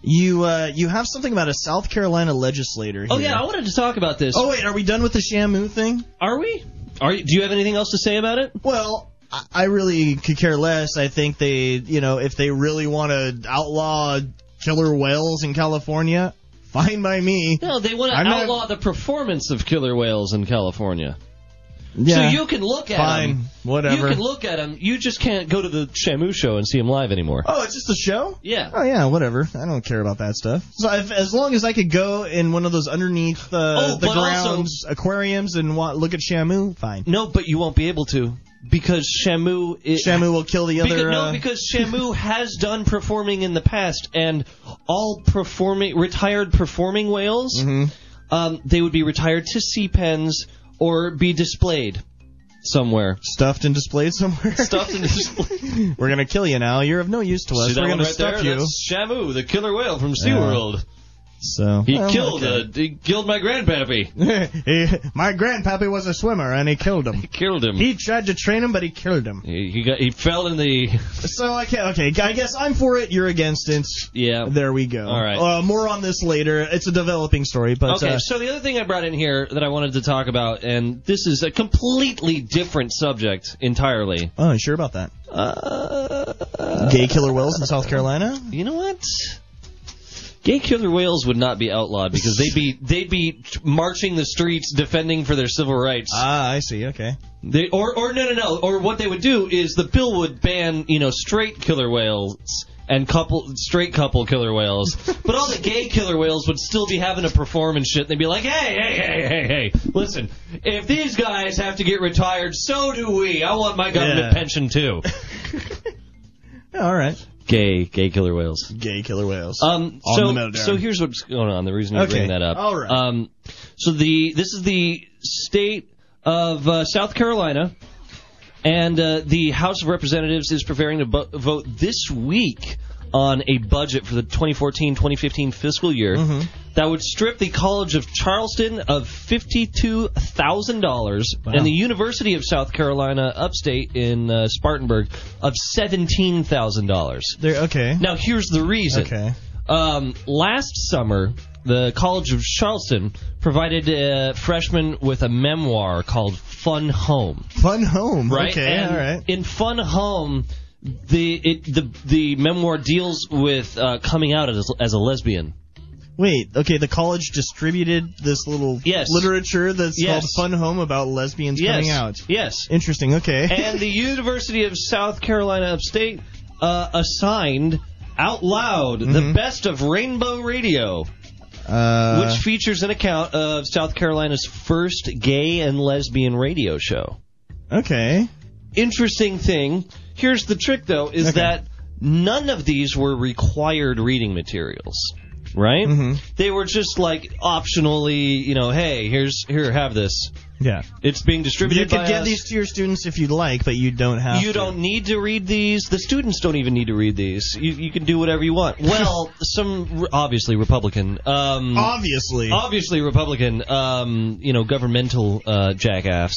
Speaker 1: you uh, you have something about a South Carolina legislator.
Speaker 4: Oh
Speaker 1: here.
Speaker 4: yeah, I wanted to talk about this.
Speaker 1: Oh wait, are we done with the Shamu thing?
Speaker 4: Are we? Are you, do you have anything else to say about it?
Speaker 1: Well, I- I really could care less. I think they, you know, if they really want to outlaw killer whales in California, fine by me.
Speaker 4: No, they want to
Speaker 1: I'm not-
Speaker 4: outlaw the performance of killer whales in California.
Speaker 1: Yeah.
Speaker 4: So you can look at
Speaker 1: Fine,
Speaker 4: them.
Speaker 1: whatever.
Speaker 4: You can look at them. You just can't go to the Shamu show and see them live anymore.
Speaker 1: Oh, it's just a show?
Speaker 4: Yeah.
Speaker 1: Oh yeah, whatever. I don't care about that stuff. So if, as long as I could go in one of those underneath uh,
Speaker 4: Oh,
Speaker 1: the
Speaker 4: but also-
Speaker 1: grounds aquariums and wa- look at Shamu, fine.
Speaker 4: No, but you won't be able to because Shamu. Is,
Speaker 1: Shamu will kill the other.
Speaker 4: Because,
Speaker 1: uh, (laughs)
Speaker 4: no, because Shamu has done performing in the past, and all performing retired performing whales,
Speaker 1: Mm-hmm.
Speaker 4: um, they would be retired to sea pens or be displayed somewhere.
Speaker 1: stuffed and displayed somewhere.
Speaker 4: Stuffed and (laughs) displayed.
Speaker 1: (laughs) We're gonna kill you now. You're of no use to us.
Speaker 4: See that
Speaker 1: We're
Speaker 4: one
Speaker 1: gonna
Speaker 4: right
Speaker 1: stuff
Speaker 4: there?
Speaker 1: you.
Speaker 4: That's Shamu, the killer whale from SeaWorld.
Speaker 1: So
Speaker 4: He
Speaker 1: well,
Speaker 4: killed
Speaker 1: Oh, okay.
Speaker 4: uh, he killed my grandpappy.
Speaker 1: he, my grandpappy was a swimmer and he killed him.
Speaker 4: Killed him.
Speaker 1: He tried to train him, but he killed him.
Speaker 4: He, he got he fell in the (laughs)
Speaker 1: So okay, okay. I guess I'm for it. You're against it.
Speaker 4: yeah.
Speaker 1: There we go.
Speaker 4: All right.
Speaker 1: Uh, more on this later. It's a developing story, but
Speaker 4: okay,
Speaker 1: uh,
Speaker 4: so the other thing I brought in here that I wanted to talk about, and this is a completely different subject entirely.
Speaker 1: oh, you sure about that.
Speaker 4: Uh,
Speaker 1: Gay killer whales in South Carolina.
Speaker 4: You know what? Gay killer whales would not be outlawed because they'd be they'd be marching the streets defending for their civil rights.
Speaker 1: Ah, I see. Okay.
Speaker 4: They, or or no no no. Or what they would do is the bill would ban you know straight killer whales and couple straight couple killer (laughs) whales, but all the gay killer whales would still be having to perform and shit. And they'd be like, hey hey hey hey hey, listen, if these guys have to get retired, so do we. I want my government
Speaker 1: Yeah.
Speaker 4: pension too.
Speaker 1: Yeah, all right.
Speaker 4: (laughs) Gay gay killer whales.
Speaker 1: Gay killer whales.
Speaker 4: Um,
Speaker 1: On
Speaker 4: so,
Speaker 1: the meltdown.
Speaker 4: so here's what's going on. The reason I
Speaker 1: Okay.
Speaker 4: bring that up.
Speaker 1: All right.
Speaker 4: Um, so the this is the state of uh, South Carolina, and uh, the House of Representatives is preparing to bu- vote this week on a budget for the 2014-2015 fiscal year
Speaker 1: Mm-hmm.
Speaker 4: that would strip the College of Charleston of fifty-two thousand dollars and the University of South Carolina Upstate in uh, Spartanburg of seventeen thousand dollars.
Speaker 1: There. Okay.
Speaker 4: Now here's the reason.
Speaker 1: Okay.
Speaker 4: Um, last summer, the College of Charleston provided uh, freshmen with a memoir called Fun Home.
Speaker 1: Fun home.
Speaker 4: Right.
Speaker 1: Okay.
Speaker 4: And
Speaker 1: All right.
Speaker 4: In Fun Home, the it the the memoir deals with uh, coming out as, as a lesbian.
Speaker 1: Wait, okay, the college distributed this little
Speaker 4: Yes.
Speaker 1: literature that's
Speaker 4: Yes.
Speaker 1: called Fun Home about lesbians
Speaker 4: Yes.
Speaker 1: coming out.
Speaker 4: Yes.
Speaker 1: Interesting, okay.
Speaker 4: and the University of South Carolina Upstate uh, assigned out loud
Speaker 1: Mm-hmm.
Speaker 4: the best of Rainbow Radio,
Speaker 1: uh,
Speaker 4: which features an account of South Carolina's first gay and lesbian radio show.
Speaker 1: Uh, Okay.
Speaker 4: Interesting thing. Here's the trick, though, is that none of these were required reading materials. Right?
Speaker 1: Mm-hmm.
Speaker 4: They were just like optionally, you know, hey, here's here, have this.
Speaker 1: Yeah.
Speaker 4: It's being
Speaker 1: You
Speaker 4: distributed.
Speaker 1: could
Speaker 4: by
Speaker 1: give
Speaker 4: us.
Speaker 1: these to your students if you'd like, but you don't have
Speaker 4: You
Speaker 1: to.
Speaker 4: don't need to read these. The students don't even need to read these. You, you can do whatever you
Speaker 1: (laughs)
Speaker 4: want. Well, some obviously Republican, um,
Speaker 1: Obviously.
Speaker 4: obviously Republican, um, you know, governmental uh, jackass.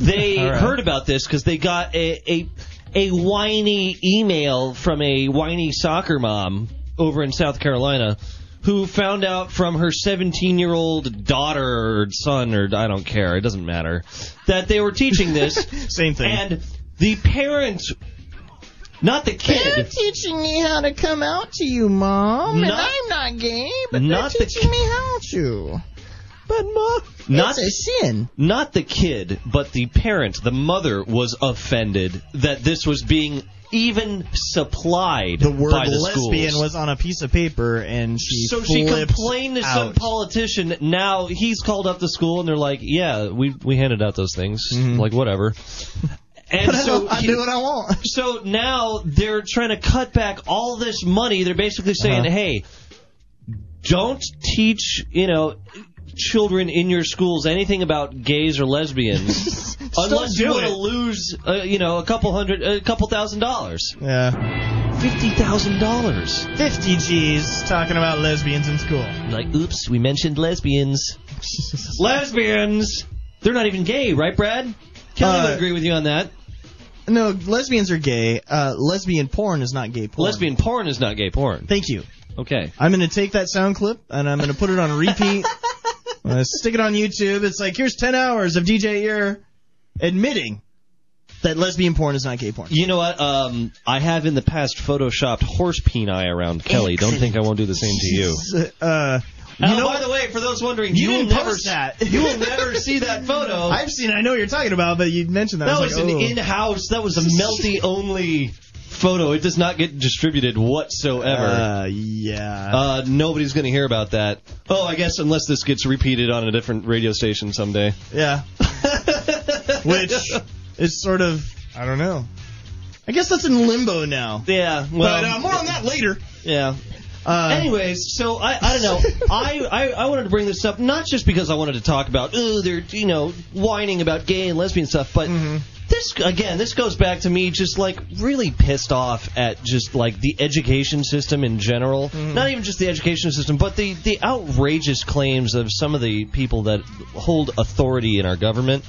Speaker 4: They
Speaker 1: All right.
Speaker 4: heard about this because they got a, a a whiny email from a whiny soccer mom over in South Carolina. Who found out from her 17 year old daughter or son, or I don't care, it doesn't matter, that they were teaching this.
Speaker 1: (laughs) Same thing.
Speaker 4: And the parent, not the
Speaker 19: They're
Speaker 4: kid,
Speaker 19: teaching me how to come out to you, Mom. and
Speaker 4: Not-
Speaker 19: I'm not gay, but
Speaker 4: not the
Speaker 19: they're teaching me how to. But, Mom, it's
Speaker 4: Not-
Speaker 19: a sin.
Speaker 4: not the kid, but the parent, the mother was offended that this was being even supplied
Speaker 1: the word
Speaker 4: by the
Speaker 1: lesbian
Speaker 4: schools.
Speaker 1: was on a piece of paper, and she
Speaker 4: so she
Speaker 1: flipped
Speaker 4: complained to some
Speaker 1: out.
Speaker 4: politician. Now he's called up to school, and they're like, "Yeah, we we handed out those things.
Speaker 1: (laughs)
Speaker 4: Like whatever." And so
Speaker 1: Mm-hmm. I
Speaker 4: he-
Speaker 1: do what I want.
Speaker 4: So now they're trying to cut back all this money. They're basically saying,
Speaker 1: Uh-huh.
Speaker 4: "Hey, don't teach, you know, children in your schools anything about gays or
Speaker 1: (laughs)
Speaker 4: lesbians, unless you
Speaker 1: do
Speaker 4: want
Speaker 1: it."
Speaker 4: to lose, uh, you know, a couple hundred, a couple thousand dollars,
Speaker 1: Yeah.
Speaker 4: fifty thousand dollars."
Speaker 1: 50 G's talking about lesbians in school.
Speaker 4: Like, oops, we mentioned lesbians. (laughs) lesbians, they're not even gay, right, Brad? Kelly
Speaker 1: Uh,
Speaker 4: would agree with you on that.
Speaker 1: No, lesbians are gay. Uh, lesbian porn is not gay porn.
Speaker 4: Lesbian porn is not gay porn.
Speaker 1: Thank you.
Speaker 4: Okay.
Speaker 1: I'm going to take that sound clip and I'm going to put it on (laughs) repeat. I'm gonna stick it on YouTube. It's like, here's 10 hours of DJ Ear admitting that lesbian porn is not gay porn.
Speaker 4: You know what? Um, I have in the past photoshopped horse peni around Kelly. Don't think I won't do the same to you. (laughs)
Speaker 1: Uh, you
Speaker 4: Oh,
Speaker 1: know
Speaker 4: by the way, for those wondering,
Speaker 1: You
Speaker 4: you, will
Speaker 1: didn't
Speaker 4: never
Speaker 1: post that. (laughs)
Speaker 4: you will never see that (laughs) photo.
Speaker 1: I've seen. I know what you're talking about, but you mentioned that.
Speaker 4: that
Speaker 1: I
Speaker 4: was
Speaker 1: like,
Speaker 4: an
Speaker 1: oh.
Speaker 4: in-house. That was a melty only photo. It does not get distributed whatsoever.
Speaker 1: Uh, yeah.
Speaker 4: Uh, nobody's going to hear about that. Oh, I guess unless this gets repeated on a different radio station someday.
Speaker 1: Yeah. (laughs)
Speaker 4: (laughs)
Speaker 1: Which is sort of I don't know. I guess that's in limbo now.
Speaker 4: Yeah. Well,
Speaker 1: But uh, more on that later.
Speaker 4: yeah.
Speaker 1: Uh,
Speaker 4: Anyways, so I, I don't
Speaker 1: (laughs)
Speaker 4: know. I, I, I wanted to bring this up not just because I wanted to talk about oh they're you know whining about gay and lesbian stuff, but
Speaker 1: Mm-hmm.
Speaker 4: this again this goes back to me just like really pissed off at just like the education system in general.
Speaker 1: Mm-hmm.
Speaker 4: Not even just the education system, but the the outrageous claims of some of the people that hold authority in our government.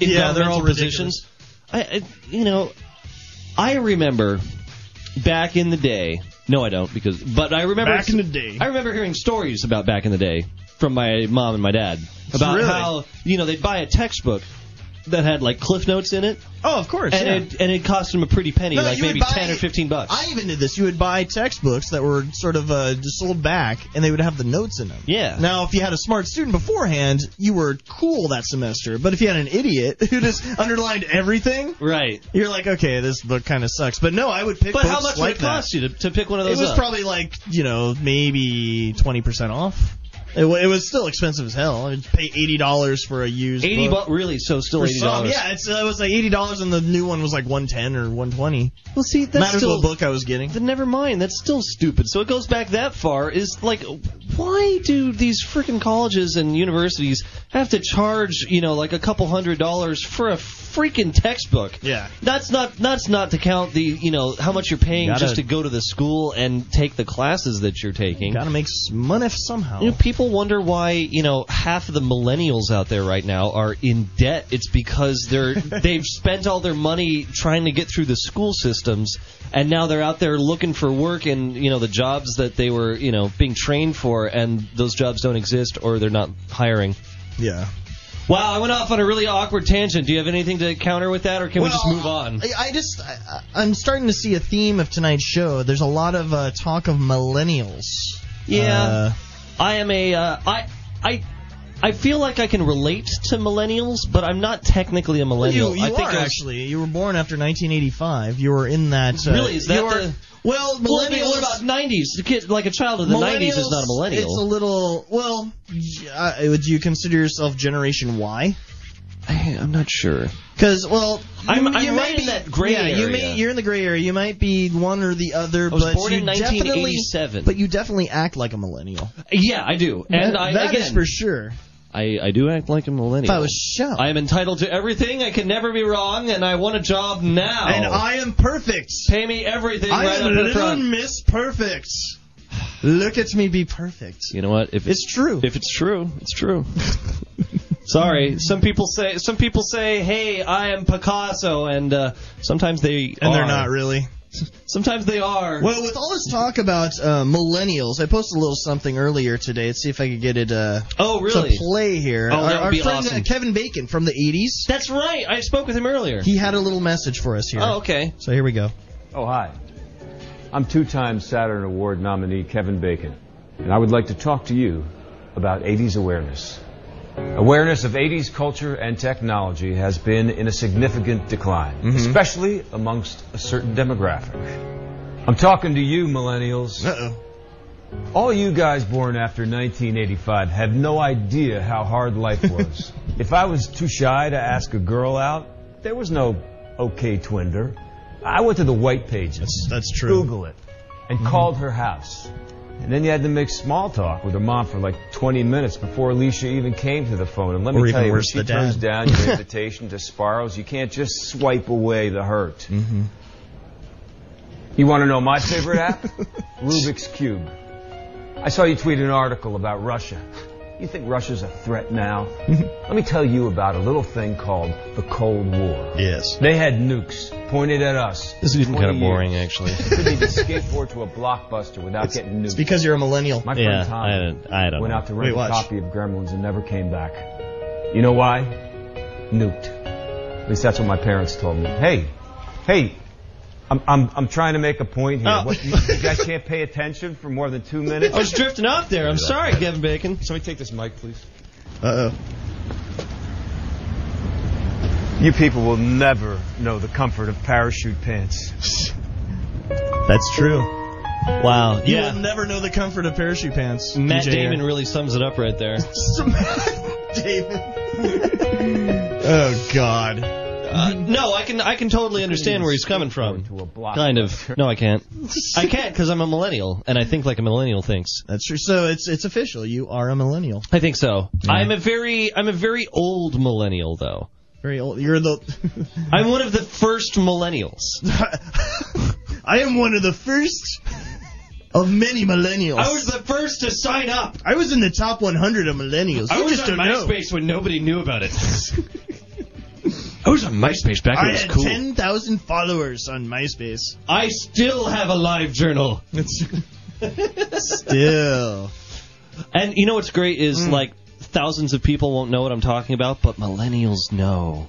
Speaker 4: In
Speaker 1: Yeah, they're all
Speaker 4: governmental positions. I, I you know I remember back in the day. No, I don't because but I remember
Speaker 1: Back in the day.
Speaker 4: I remember hearing stories about back in the day from my mom and my dad about
Speaker 1: Really?
Speaker 4: how you know they'd buy a textbook that had like cliff notes in it
Speaker 1: Oh, of course.
Speaker 4: and
Speaker 1: yeah.
Speaker 4: it and it cost them a pretty penny
Speaker 1: No, no,
Speaker 4: like
Speaker 1: you would
Speaker 4: maybe
Speaker 1: buy-
Speaker 4: 10 or 15 bucks.
Speaker 1: I even did this. You would buy textbooks that were sort of uh, just sold back, and they would have the notes in them.
Speaker 4: Yeah.
Speaker 1: Now, if you had a smart student beforehand, you were cool that semester. But if you had an idiot (laughs) who just underlined everything,
Speaker 4: right.
Speaker 1: you're like, okay, this book kind of sucks. But no, I would pick.
Speaker 4: But
Speaker 1: books
Speaker 4: how much would
Speaker 1: like
Speaker 4: it
Speaker 1: that.
Speaker 4: cost you to, to pick one of
Speaker 1: It
Speaker 4: those
Speaker 1: was
Speaker 4: up?
Speaker 1: probably like you know maybe twenty percent off. It, wa- it was still expensive as hell. I'd pay eighty dollars for a used
Speaker 4: 80
Speaker 1: book.
Speaker 4: bucks really so still
Speaker 1: For
Speaker 4: 80
Speaker 1: some,
Speaker 4: dollars.
Speaker 1: yeah, it's, uh, it was like eighty dollars, and the new one was like one ten or one twenty.
Speaker 4: Well, see that's
Speaker 1: Matters
Speaker 4: still
Speaker 1: what book I was getting.
Speaker 4: Then never mind. That's still stupid. So it goes back that far. Is like, why do these freaking colleges and universities have to charge you know like a couple hundred dollars for a freaking textbook?
Speaker 1: Yeah.
Speaker 4: That's not that's not to count the you know how much you're paying
Speaker 1: Gotta-
Speaker 4: just to go to the school and take the classes that you're taking.
Speaker 1: Gotta make s- money somehow.
Speaker 4: You know, people wonder why you know half of the millennials out there right now are in debt. It's because
Speaker 1: (laughs)
Speaker 4: they're they've spent all their money trying to get through the school systems, and now they're out there looking for work in you know the jobs that they were you know being trained for, and those jobs don't exist or they're not hiring.
Speaker 1: Yeah.
Speaker 4: Wow, I went off on a really awkward tangent. Do you have anything to counter with that, or can we just
Speaker 1: Well,
Speaker 4: move on?
Speaker 1: I, I just, I, I'm starting to see a theme of tonight's show. There's a lot of uh, talk of millennials.
Speaker 4: Yeah,
Speaker 1: Uh,
Speaker 4: I am a. Uh, I I I feel like I can relate to millennials, but I'm not technically a millennial.
Speaker 1: You, you
Speaker 4: I think
Speaker 1: are
Speaker 4: I was-
Speaker 1: actually. You were born after 1985. You were in that. Uh,
Speaker 4: Really, is that
Speaker 1: you are-
Speaker 4: the-
Speaker 1: well?
Speaker 4: Well, I mean,
Speaker 1: Millennials
Speaker 4: what about 90s? The kid, like a child of the 90s is not a millennial.
Speaker 1: It's a little. Well, y- uh, would you consider yourself Generation Y?
Speaker 4: I, I'm not sure.
Speaker 1: Because well,
Speaker 4: I'm-
Speaker 1: you,
Speaker 4: I'm
Speaker 1: you
Speaker 4: right
Speaker 1: might
Speaker 4: in
Speaker 1: be,
Speaker 4: that gray
Speaker 1: yeah, you may
Speaker 4: area.
Speaker 1: you're in the gray area. You might be one or the other,
Speaker 4: I was
Speaker 1: but
Speaker 4: born
Speaker 1: you
Speaker 4: in
Speaker 1: definitely,
Speaker 4: 1987.
Speaker 1: but you definitely act like a millennial.
Speaker 4: Yeah, I do, and
Speaker 1: That-
Speaker 4: I
Speaker 1: that
Speaker 4: again,
Speaker 1: is for Oh, sure.
Speaker 4: I, I do act like a millennial.
Speaker 1: If I was shocked.
Speaker 4: I am entitled to everything. I can never be wrong, and I want a job now.
Speaker 1: And I am perfect.
Speaker 4: pay me everything
Speaker 1: I
Speaker 4: right
Speaker 1: am
Speaker 4: up in
Speaker 1: little
Speaker 4: front.
Speaker 1: Miss Perfect. Look at me be perfect.
Speaker 4: You know what? If it's,
Speaker 1: true,
Speaker 4: if it's true, it's true. (laughs) Sorry, some people say some people say, "Hey, I am Picasso," and uh, sometimes they
Speaker 1: And they're
Speaker 4: are.
Speaker 1: not really.
Speaker 4: Sometimes they are.
Speaker 1: Well, with all this talk about uh, millennials, I posted a little something earlier today. Let's see if I could get it. Uh,
Speaker 4: Oh, really?
Speaker 1: To play here.
Speaker 4: Oh,
Speaker 1: our,
Speaker 4: that would
Speaker 1: our
Speaker 4: be
Speaker 1: friend
Speaker 4: awesome.
Speaker 1: uh, Kevin Bacon from the '80s.
Speaker 4: That's right. I spoke with him earlier.
Speaker 1: He had a little message for us here.
Speaker 4: Oh, okay.
Speaker 1: So here we go.
Speaker 20: Oh, hi. I'm two time Saturn Award nominee Kevin Bacon, and I would like to talk to you about 80s awareness. Awareness of 80s culture and technology has been in a significant decline, especially amongst a certain demographic. I'm talking to you, millennials. Uh-oh. All you guys born after 1985 have no idea how hard life was. if I was too shy to ask a girl out, there was no OK Twinder. I went to the white pages. That's,
Speaker 1: true.
Speaker 20: Google it and called her house. And then you had to make small talk with her mom for like 20 minutes before Alicia even came to the phone. And let
Speaker 1: Or
Speaker 20: me
Speaker 1: even
Speaker 20: tell you, when
Speaker 1: worse,
Speaker 20: she
Speaker 1: the dad.
Speaker 20: turns down your invitation to Sparrows, you can't just swipe away the hurt. Mm-hmm. You want to know my favorite app? (laughs) Rubik's Cube. I saw you tweet an article about Russia. You think Russia's a threat
Speaker 1: (laughs)
Speaker 20: now? Let me tell you about a little thing called the Cold War. Yes. They had nukes pointed at us.
Speaker 21: This is getting
Speaker 20: 20
Speaker 21: kinda boring,
Speaker 20: years.
Speaker 21: actually.
Speaker 20: You couldn't even skateboard to a blockbuster without getting nuked.
Speaker 1: It's because you're a millennial.
Speaker 20: My friend Tom
Speaker 4: Uh,
Speaker 20: went out to rent
Speaker 1: Wait,
Speaker 20: a
Speaker 1: watch.
Speaker 20: copy of Gremlins and never came back. You know why? Nuked. At least that's what my parents told me. Hey, hey, I'm I'm, I'm trying to make a point here.
Speaker 4: Oh.
Speaker 20: What, you, you guys can't pay attention for more than two minutes.
Speaker 4: I was drifting off there. I'm sorry, Kevin Bacon.
Speaker 20: Somebody take this mic, please.
Speaker 1: Uh
Speaker 20: You people will never know the comfort of parachute pants.
Speaker 1: oh. That's true.
Speaker 4: Wow.
Speaker 1: You
Speaker 4: Yeah.
Speaker 1: will never know the comfort of parachute pants.
Speaker 4: Matt
Speaker 1: DJ.
Speaker 4: Damon
Speaker 1: (laughs)
Speaker 4: really sums it up right there.
Speaker 1: Oh God.
Speaker 4: Uh, no, I can I can totally understand where he's coming from. Kind of. No, I can't. I can't because I'm a millennial and I think like a millennial thinks.
Speaker 1: That's true. So it's it's official. You are a millennial.
Speaker 4: I think so. I'm a very I'm a very old millennial though.
Speaker 1: Very old. You're the.
Speaker 4: (laughs) I'm one of the first millennials.
Speaker 1: I am one of the first of many millennials.
Speaker 4: I was the first to sign up.
Speaker 1: I was in the top 100 of millennials.
Speaker 4: I
Speaker 1: you
Speaker 4: was
Speaker 1: just
Speaker 4: on
Speaker 1: don't know.
Speaker 4: MySpace when nobody knew
Speaker 1: (laughs)
Speaker 4: about it. I was on MySpace back when
Speaker 1: I
Speaker 4: it was
Speaker 1: had
Speaker 4: cool.
Speaker 1: 10,000 followers on MySpace.
Speaker 4: I still have a live journal.
Speaker 1: (laughs) Still.
Speaker 4: And you know what's great is
Speaker 1: Hmm.
Speaker 4: like thousands of people won't know what I'm talking about, but millennials know.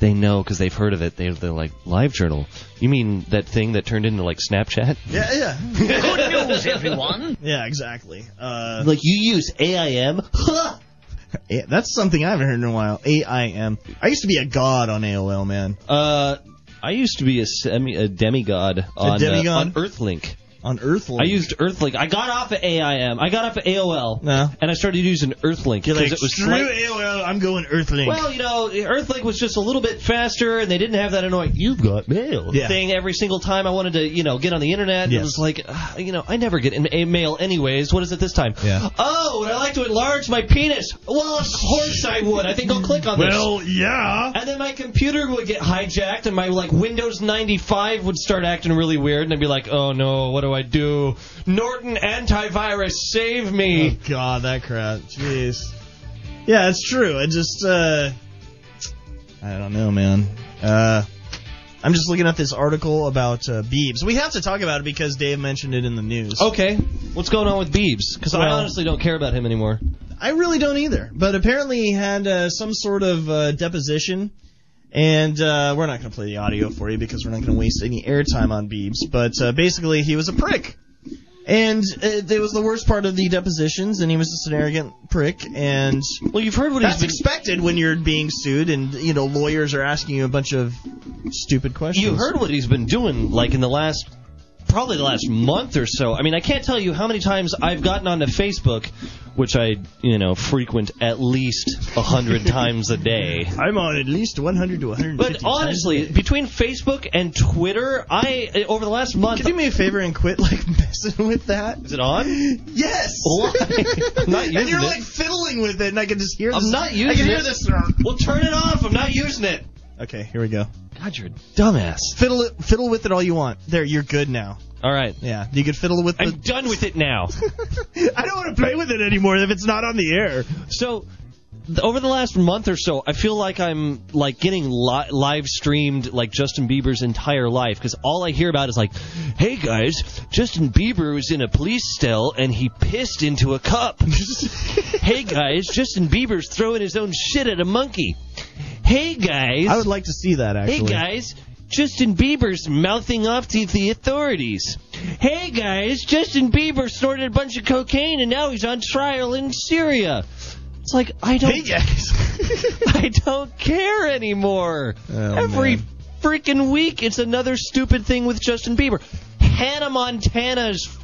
Speaker 4: They know because they've heard of it. They, they're like live journal. You mean that thing that turned into like
Speaker 1: (laughs)
Speaker 4: Snapchat?
Speaker 1: Yeah, yeah.
Speaker 9: Good news, everyone.
Speaker 1: Yeah, exactly. Uh, (laughs)
Speaker 4: Like you use AIM? Huh.
Speaker 1: yeah, that's something I haven't heard in a while. AIM. I used to be a god on AOL, man.
Speaker 4: Uh, I used to be a semi a demigod on uh,
Speaker 1: demigod?
Speaker 4: on Earthlink.
Speaker 1: On Earthlink.
Speaker 4: I used Earthlink. I got off of AIM. I got off of AOL. (laughs)
Speaker 1: No.
Speaker 4: And I started using Earthlink
Speaker 1: You're
Speaker 4: because
Speaker 1: like,
Speaker 4: it was
Speaker 1: screw
Speaker 4: slight-
Speaker 1: AOL, I'm going Earthlink.
Speaker 4: Well, you know, Earthlink was just a little bit faster, and they didn't have that annoying "you've got mail"
Speaker 1: Yeah.
Speaker 4: thing every single time I wanted to, you know, get on the internet. It
Speaker 1: Yes.
Speaker 4: was like, ah, you know, I never get in- a mail anyways. What is it this time?
Speaker 1: Yeah.
Speaker 4: Oh, would I like to enlarge my penis? Well, of course I would. I think I'll click on this.
Speaker 1: Well, yeah.
Speaker 4: And then my computer would get hijacked, and my like Windows 95 would start acting really weird, and I'd be like, "Oh no, what do I do? Norton antivirus, save me!"
Speaker 1: Oh, God, that crap. Jeez. Yeah, it's true. I just, uh, I don't know, man. Uh, I'm just looking at this article about uh, Biebs. We have to talk about it because Dave mentioned it in the news.
Speaker 4: Okay, what's going on with Beebs? Because I
Speaker 1: Well-
Speaker 4: honestly don't care about him anymore.
Speaker 1: I really don't either. But apparently he had uh, some sort of uh, deposition, and uh, we're not going to play the audio for you because we're not going to waste any airtime on Biebs. But uh, basically, he was a prick. And uh, it was the worst part of the depositions, and he was just an arrogant prick. And
Speaker 4: well, you've heard what
Speaker 1: that's
Speaker 4: he's been-
Speaker 1: expected when you're being sued, and you know lawyers are asking you a bunch of stupid questions.
Speaker 4: You heard what he's been doing, like in the last, probably the last month or so. I mean, I can't tell you how many times I've gotten onto Facebook, which I, you know, frequent at least
Speaker 1: (laughs)
Speaker 4: a hundred times a day.
Speaker 1: I'm on at least 100 to 150.
Speaker 4: But honestly, between Facebook and Twitter, I uh, over the last month.
Speaker 1: Could you do me a favor and quit like messing with that?
Speaker 4: Is it on?
Speaker 1: (laughs) Yes.
Speaker 4: Why? I'm
Speaker 1: (laughs)
Speaker 4: not
Speaker 1: and
Speaker 4: using
Speaker 1: you're
Speaker 4: it.
Speaker 1: like fiddling with it, and I can just hear.
Speaker 4: I'm
Speaker 1: This.
Speaker 4: not
Speaker 1: I
Speaker 4: using
Speaker 1: can hear
Speaker 4: it.
Speaker 1: this.
Speaker 4: Well, turn it off. I'm not using it.
Speaker 1: Okay, here we go.
Speaker 4: God, you're a dumbass.
Speaker 1: Fiddle it, fiddle with it all you want. There, you're good now.
Speaker 4: All right.
Speaker 1: Yeah, you could fiddle with.
Speaker 4: I'm done with
Speaker 1: (laughs)
Speaker 4: it now.
Speaker 1: (laughs) I don't want to play with it anymore if it's not on the air.
Speaker 4: So th- over the last month or so, I feel like I'm like getting li- live streamed like Justin Bieber's entire life because all I hear about is like, "Hey guys, Justin Bieber was in a police cell and he pissed into a cup." (laughs) hey guys, Justin Bieber's throwing his own shit at a monkey. Hey guys,
Speaker 1: I would like to see that actually.
Speaker 4: Hey guys, Justin Bieber's mouthing off to the authorities. Hey guys, Justin Bieber snorted a bunch of cocaine and now he's on trial in Syria. It's like I don't
Speaker 1: Hey guys.
Speaker 4: (laughs) I don't care anymore.
Speaker 1: Oh,
Speaker 4: Every freaking week it's another stupid thing with Justin Bieber. Hannah Montana's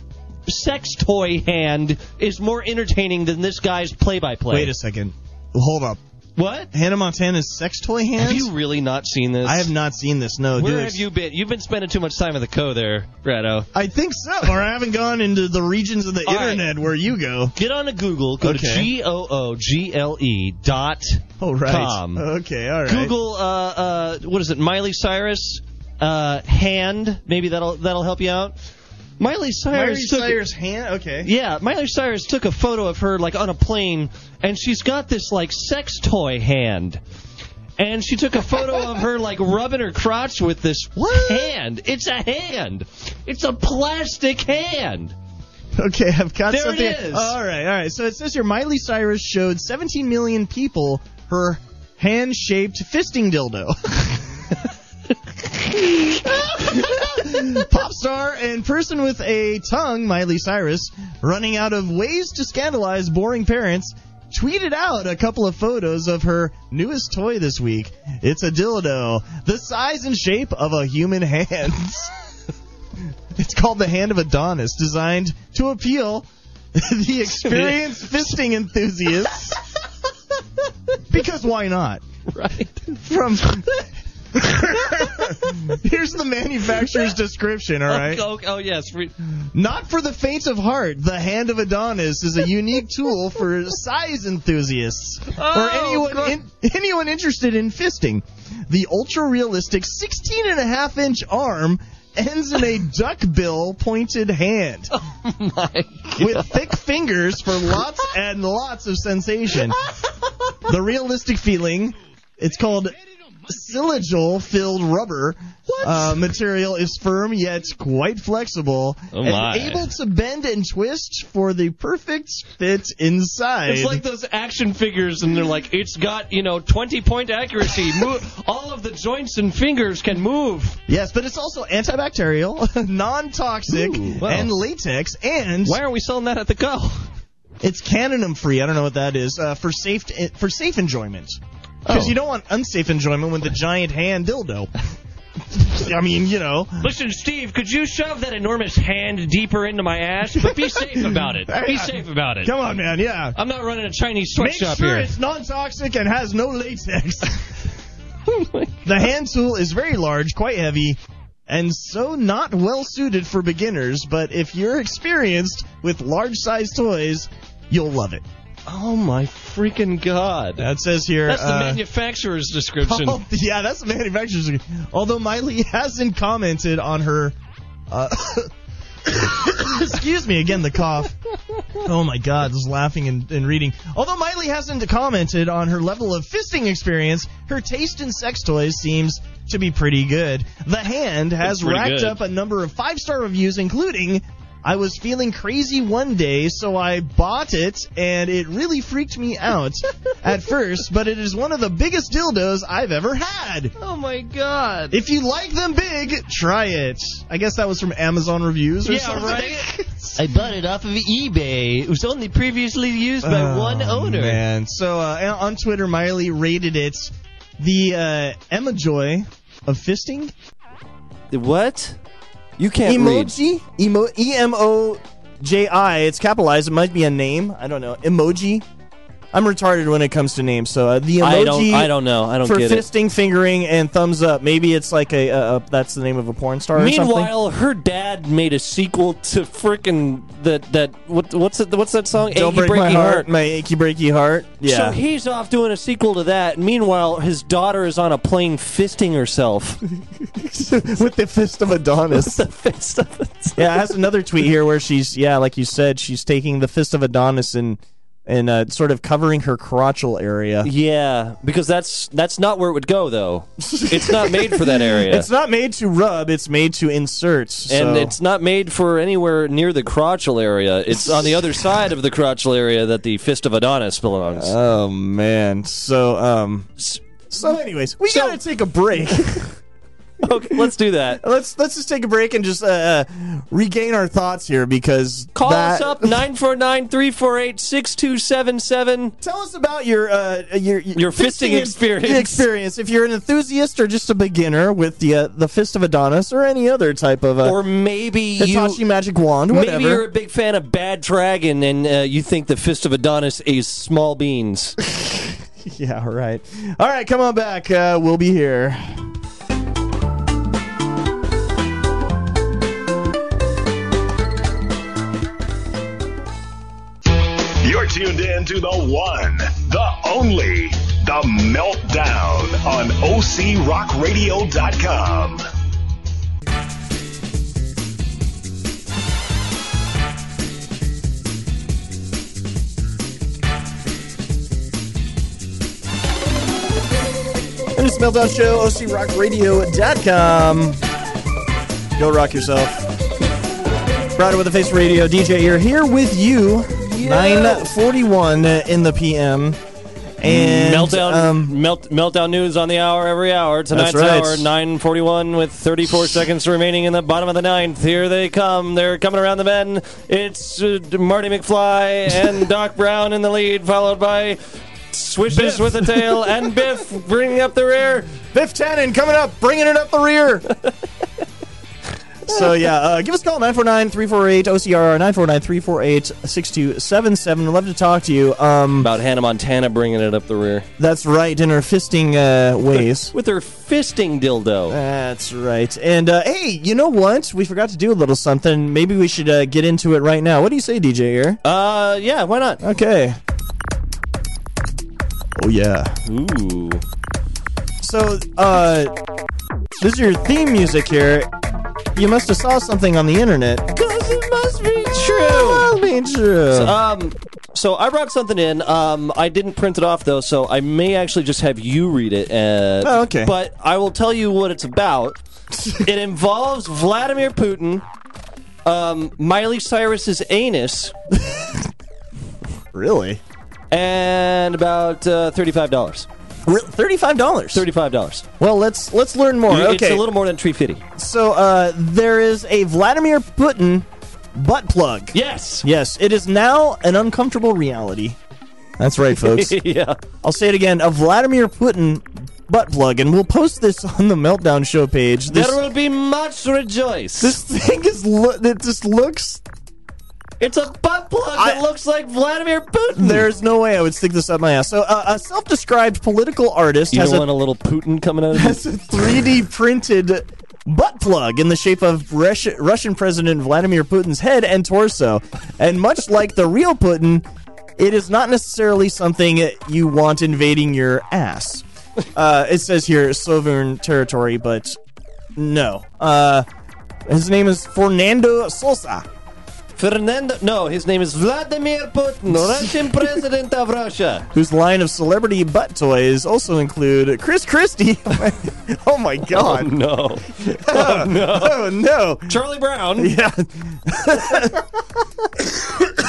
Speaker 4: sex toy hand is more entertaining than this guy's play-by-play.
Speaker 1: Wait a second. Hold up.
Speaker 4: What?
Speaker 1: Hannah Montana's sex toy hands?
Speaker 4: Have you really not seen this?
Speaker 1: I have not seen this. No.
Speaker 4: Where
Speaker 1: do
Speaker 4: have
Speaker 1: ex-
Speaker 4: you been? You've been spending too much time at the co there, Rado.
Speaker 1: I think so. (laughs) Or I haven't gone into the regions of the
Speaker 4: All right.
Speaker 1: internet where you go.
Speaker 4: Get on to Google. Go to
Speaker 1: Okay.
Speaker 4: G O O G L E dot
Speaker 1: Oh right.
Speaker 4: com.
Speaker 1: Okay. All right.
Speaker 4: Google, uh, uh, what is it, Miley Cyrus uh, hand. Maybe that'll that'll help you out. Miley
Speaker 1: Miley
Speaker 4: Cyrus took.
Speaker 1: Cyrus hand. Okay.
Speaker 4: Yeah, Miley Cyrus took a photo of her like on a plane, and she's got this like sex toy hand. And she took
Speaker 1: (laughs)
Speaker 4: a photo of her like rubbing her crotch with this hand. It's a hand. It's a plastic hand.
Speaker 1: Okay, I've got
Speaker 4: There it
Speaker 1: something.
Speaker 4: is.
Speaker 1: All right, all right. So it says here Miley Cyrus showed 17 million people her hand shaped fisting dildo. (laughs) Pop star and person with a tongue, Miley Cyrus, running out of ways to scandalize boring parents, tweeted out a couple of photos of her newest toy this week. It's a dildo, the size and shape of a human hand. (laughs) It's called the Hand of Adonis, designed to appeal (laughs) the
Speaker 4: (laughs)
Speaker 1: experienced fisting enthusiasts. because why not?
Speaker 4: Right.
Speaker 1: From (laughs) Here's the manufacturer's description, all right?
Speaker 4: Oh, oh, oh, yes. Re-
Speaker 1: Not for the faint of heart, the Hand of Adonis is a unique tool for size enthusiasts or
Speaker 4: Oh,
Speaker 1: anyone
Speaker 4: God.
Speaker 1: in, anyone interested in fisting. The ultra realistic 16 and a half inch arm ends in
Speaker 4: (laughs)
Speaker 1: a duckbill pointed hand
Speaker 4: Oh, My
Speaker 1: with thick fingers for lots and lots of sensation. The realistic feeling, it's called siligial filled rubber uh, material is firm yet quite flexible
Speaker 4: Oh my.
Speaker 1: and able to bend and twist for the perfect fit inside.
Speaker 4: It's like those action figures, and they're like, it's got, you know, 20 point accuracy. Move, all of the joints and fingers can move.
Speaker 1: yes, but it's also antibacterial, (laughs) non-toxic,
Speaker 4: Ooh, wow.
Speaker 1: and latex, and
Speaker 4: Why aren't we selling that at the go?
Speaker 1: It's cadmium free. I don't know what that is. Uh, for safe for safe enjoyment, because
Speaker 4: Oh.
Speaker 1: you don't want unsafe enjoyment with the giant hand dildo. (laughs) I mean, you know.
Speaker 4: Listen, Steve, could you shove that enormous hand deeper into my ass? But be safe about it. Be safe about it.
Speaker 1: Come on, man. Yeah.
Speaker 4: I'm not running a Chinese
Speaker 1: Make
Speaker 4: sweatshop
Speaker 1: sure
Speaker 4: here.
Speaker 1: it's non-toxic and has no
Speaker 4: (laughs)
Speaker 1: latex.
Speaker 4: Oh
Speaker 1: the hand tool is very large, quite heavy, and so not well suited for beginners. But if you're experienced with large-sized toys, you'll love it.
Speaker 4: Oh my freaking god.
Speaker 1: That says here.
Speaker 4: That's the
Speaker 1: uh,
Speaker 4: manufacturer's description.
Speaker 1: Oh, yeah, that's the manufacturer's. Although Miley hasn't commented on her. Uh, (coughs) excuse me again, the cough. Oh my God, this laughing and, and reading. Although Miley hasn't commented on her level of fisting experience, her taste in sex toys seems to be pretty good. The hand has
Speaker 4: pretty
Speaker 1: racked
Speaker 4: good.
Speaker 1: up a number of five star reviews, including
Speaker 22: I was feeling crazy one day, so I bought it, and it really freaked me out at first, but it is one of the biggest dildos I've ever had.
Speaker 4: Oh my god.
Speaker 22: If you like them big, try it. I guess that was from Amazon reviews or
Speaker 23: Yeah,
Speaker 22: something.
Speaker 23: right? (laughs) I bought it off of eBay. It was only previously used by
Speaker 22: Oh,
Speaker 23: one owner.
Speaker 22: Man, so uh, on Twitter, Miley rated it the uh, Emma Joy of fisting.
Speaker 1: The what? You can't
Speaker 22: emoji.
Speaker 1: Emo E M O J I. It's capitalized. It might be a name. I don't know. Emoji. I'm retarded when it comes to names. So uh, the emoji.
Speaker 4: I don't- I don't know. I don't
Speaker 1: for
Speaker 4: get it.
Speaker 1: fisting, fingering, and thumbs up. Maybe it's like a, uh, that's the name of a porn star. or something.
Speaker 4: Meanwhile, her dad made a sequel to frickin' that that what what's it, what's that song?
Speaker 1: Don't
Speaker 4: Achy
Speaker 1: break
Speaker 4: Breaky
Speaker 1: my heart, my achy breaky heart. Yeah. (laughs)
Speaker 4: So he's off doing a sequel to that. Meanwhile, his daughter is on a plane fisting herself. (laughs)
Speaker 1: with the fist of Adonis.
Speaker 4: the fist of
Speaker 1: yeah, it has another tweet here where she's yeah, like you said, she's taking the fist of Adonis and and uh, sort of covering her crotchal area.
Speaker 4: Yeah, because that's that's not where it would go though. It's not made for that area.
Speaker 1: It's not made to rub; it's made to insert. so-
Speaker 4: and it's not made for anywhere near the crotchal area. It's on the other side of the crotchal area that the fist of Adonis belongs.
Speaker 1: Oh man! So um. So, anyways, we gotta take a break.
Speaker 4: (laughs) okay, let's do
Speaker 1: (laughs)
Speaker 4: that.
Speaker 1: Let's let's just take a break and just uh, regain our thoughts here because
Speaker 4: Call
Speaker 1: that,
Speaker 4: us up 949-348-6277.
Speaker 1: Tell us about your uh, your
Speaker 4: Your fisting experience.
Speaker 1: the experience. If you're an enthusiast or just a beginner with the uh, the fist of Adonis or any other type of uh,
Speaker 4: Or maybe you
Speaker 1: Hitachi magic wand, whatever.
Speaker 4: Maybe you're a big fan of Bad Dragon and uh, you think the Fist of Adonis is small beans.
Speaker 1: (laughs) yeah, right. All right, come on back. Uh, we'll be here.
Speaker 9: You're tuned in to the one, the only, the meltdown on OCRockRadio.com.
Speaker 1: And it's Meltdown Show, OCRockRadio.com. Go rock yourself. Rider with a Face Radio, DJ Ear here with you. 9.41 in the PM. (laughs) And
Speaker 4: meltdown,
Speaker 1: um,
Speaker 4: melt, meltdown news on the hour every hour. Tonight's
Speaker 1: right.
Speaker 4: hour, 9:41 with 34 seconds remaining in the bottom of the ninth. Here they come. They're coming around the bend. It's uh, Marty McFly
Speaker 1: (laughs)
Speaker 4: and Doc Brown in the lead, followed by Swishes with a tail and Biff bringing up the rear.
Speaker 1: Biff Tannen coming up, bringing it up the rear. so yeah, uh, give us a call 949-348-OCRR 949-348-6277. We'd love to talk to you. Um,
Speaker 4: About Hannah Montana bringing it up the rear.
Speaker 1: That's right, in her fisting uh, ways.
Speaker 4: With her fisting dildo.
Speaker 1: That's right. And uh, hey, you know what? We forgot to do a little something. Maybe we should uh, get into it right now. What do you say, DJ Ear?
Speaker 4: Uh, yeah, why not?
Speaker 1: Okay. Oh yeah.
Speaker 4: Ooh.
Speaker 1: So, uh, this is your theme music here. You must have saw something on the internet.
Speaker 4: Cause it must be
Speaker 1: True. true.
Speaker 4: So, um, so I brought something in. Um, I didn't print it off though, so I may actually just have you read it. Uh,
Speaker 1: Oh, okay.
Speaker 4: But I will tell you what
Speaker 1: (laughs)
Speaker 4: it's about. it involves Vladimir Putin, um, Miley Cyrus's anus,
Speaker 1: really?
Speaker 4: and about uh, thirty-five dollars.
Speaker 1: Thirty-five dollars.
Speaker 4: Thirty-five dollars.
Speaker 1: Well, let's let's learn more.
Speaker 4: It's
Speaker 1: okay.
Speaker 4: a little more than three fifty.
Speaker 1: So, uh, there is a Vladimir Putin butt plug. (laughs)
Speaker 4: Yes.
Speaker 1: Yes, it is now an uncomfortable reality. That's right, folks.
Speaker 4: yeah.
Speaker 1: (laughs) I'll say it again: a Vladimir Putin butt plug, and we'll post this on the Meltdown Show page. This
Speaker 4: there will be much rejoice.
Speaker 1: this thing is lo- it just looks.
Speaker 4: it's a butt plug that looks like Vladimir Putin.
Speaker 1: There's no way I would stick this up my ass. So, uh, a self-described political artist
Speaker 4: You
Speaker 1: has
Speaker 4: don't
Speaker 1: a
Speaker 4: want a little Putin coming out of this?
Speaker 1: It's a 3D printed butt plug in the shape of Rush- Russian President Vladimir Putin's head and torso. And much (laughs) like the real Putin, it is not necessarily something you want invading your ass. Uh, it says here sovereign territory, but no. Uh, his name is Fernando Sosa.
Speaker 4: Fernando, no, his name is Vladimir Putin, Russian president of Russia.
Speaker 1: whose line of celebrity butt toys also include Chris Christie. (laughs) oh my god. (laughs)
Speaker 4: no.
Speaker 1: Oh no. Oh no.
Speaker 4: Charlie Brown.
Speaker 1: (laughs) Yeah. (coughs)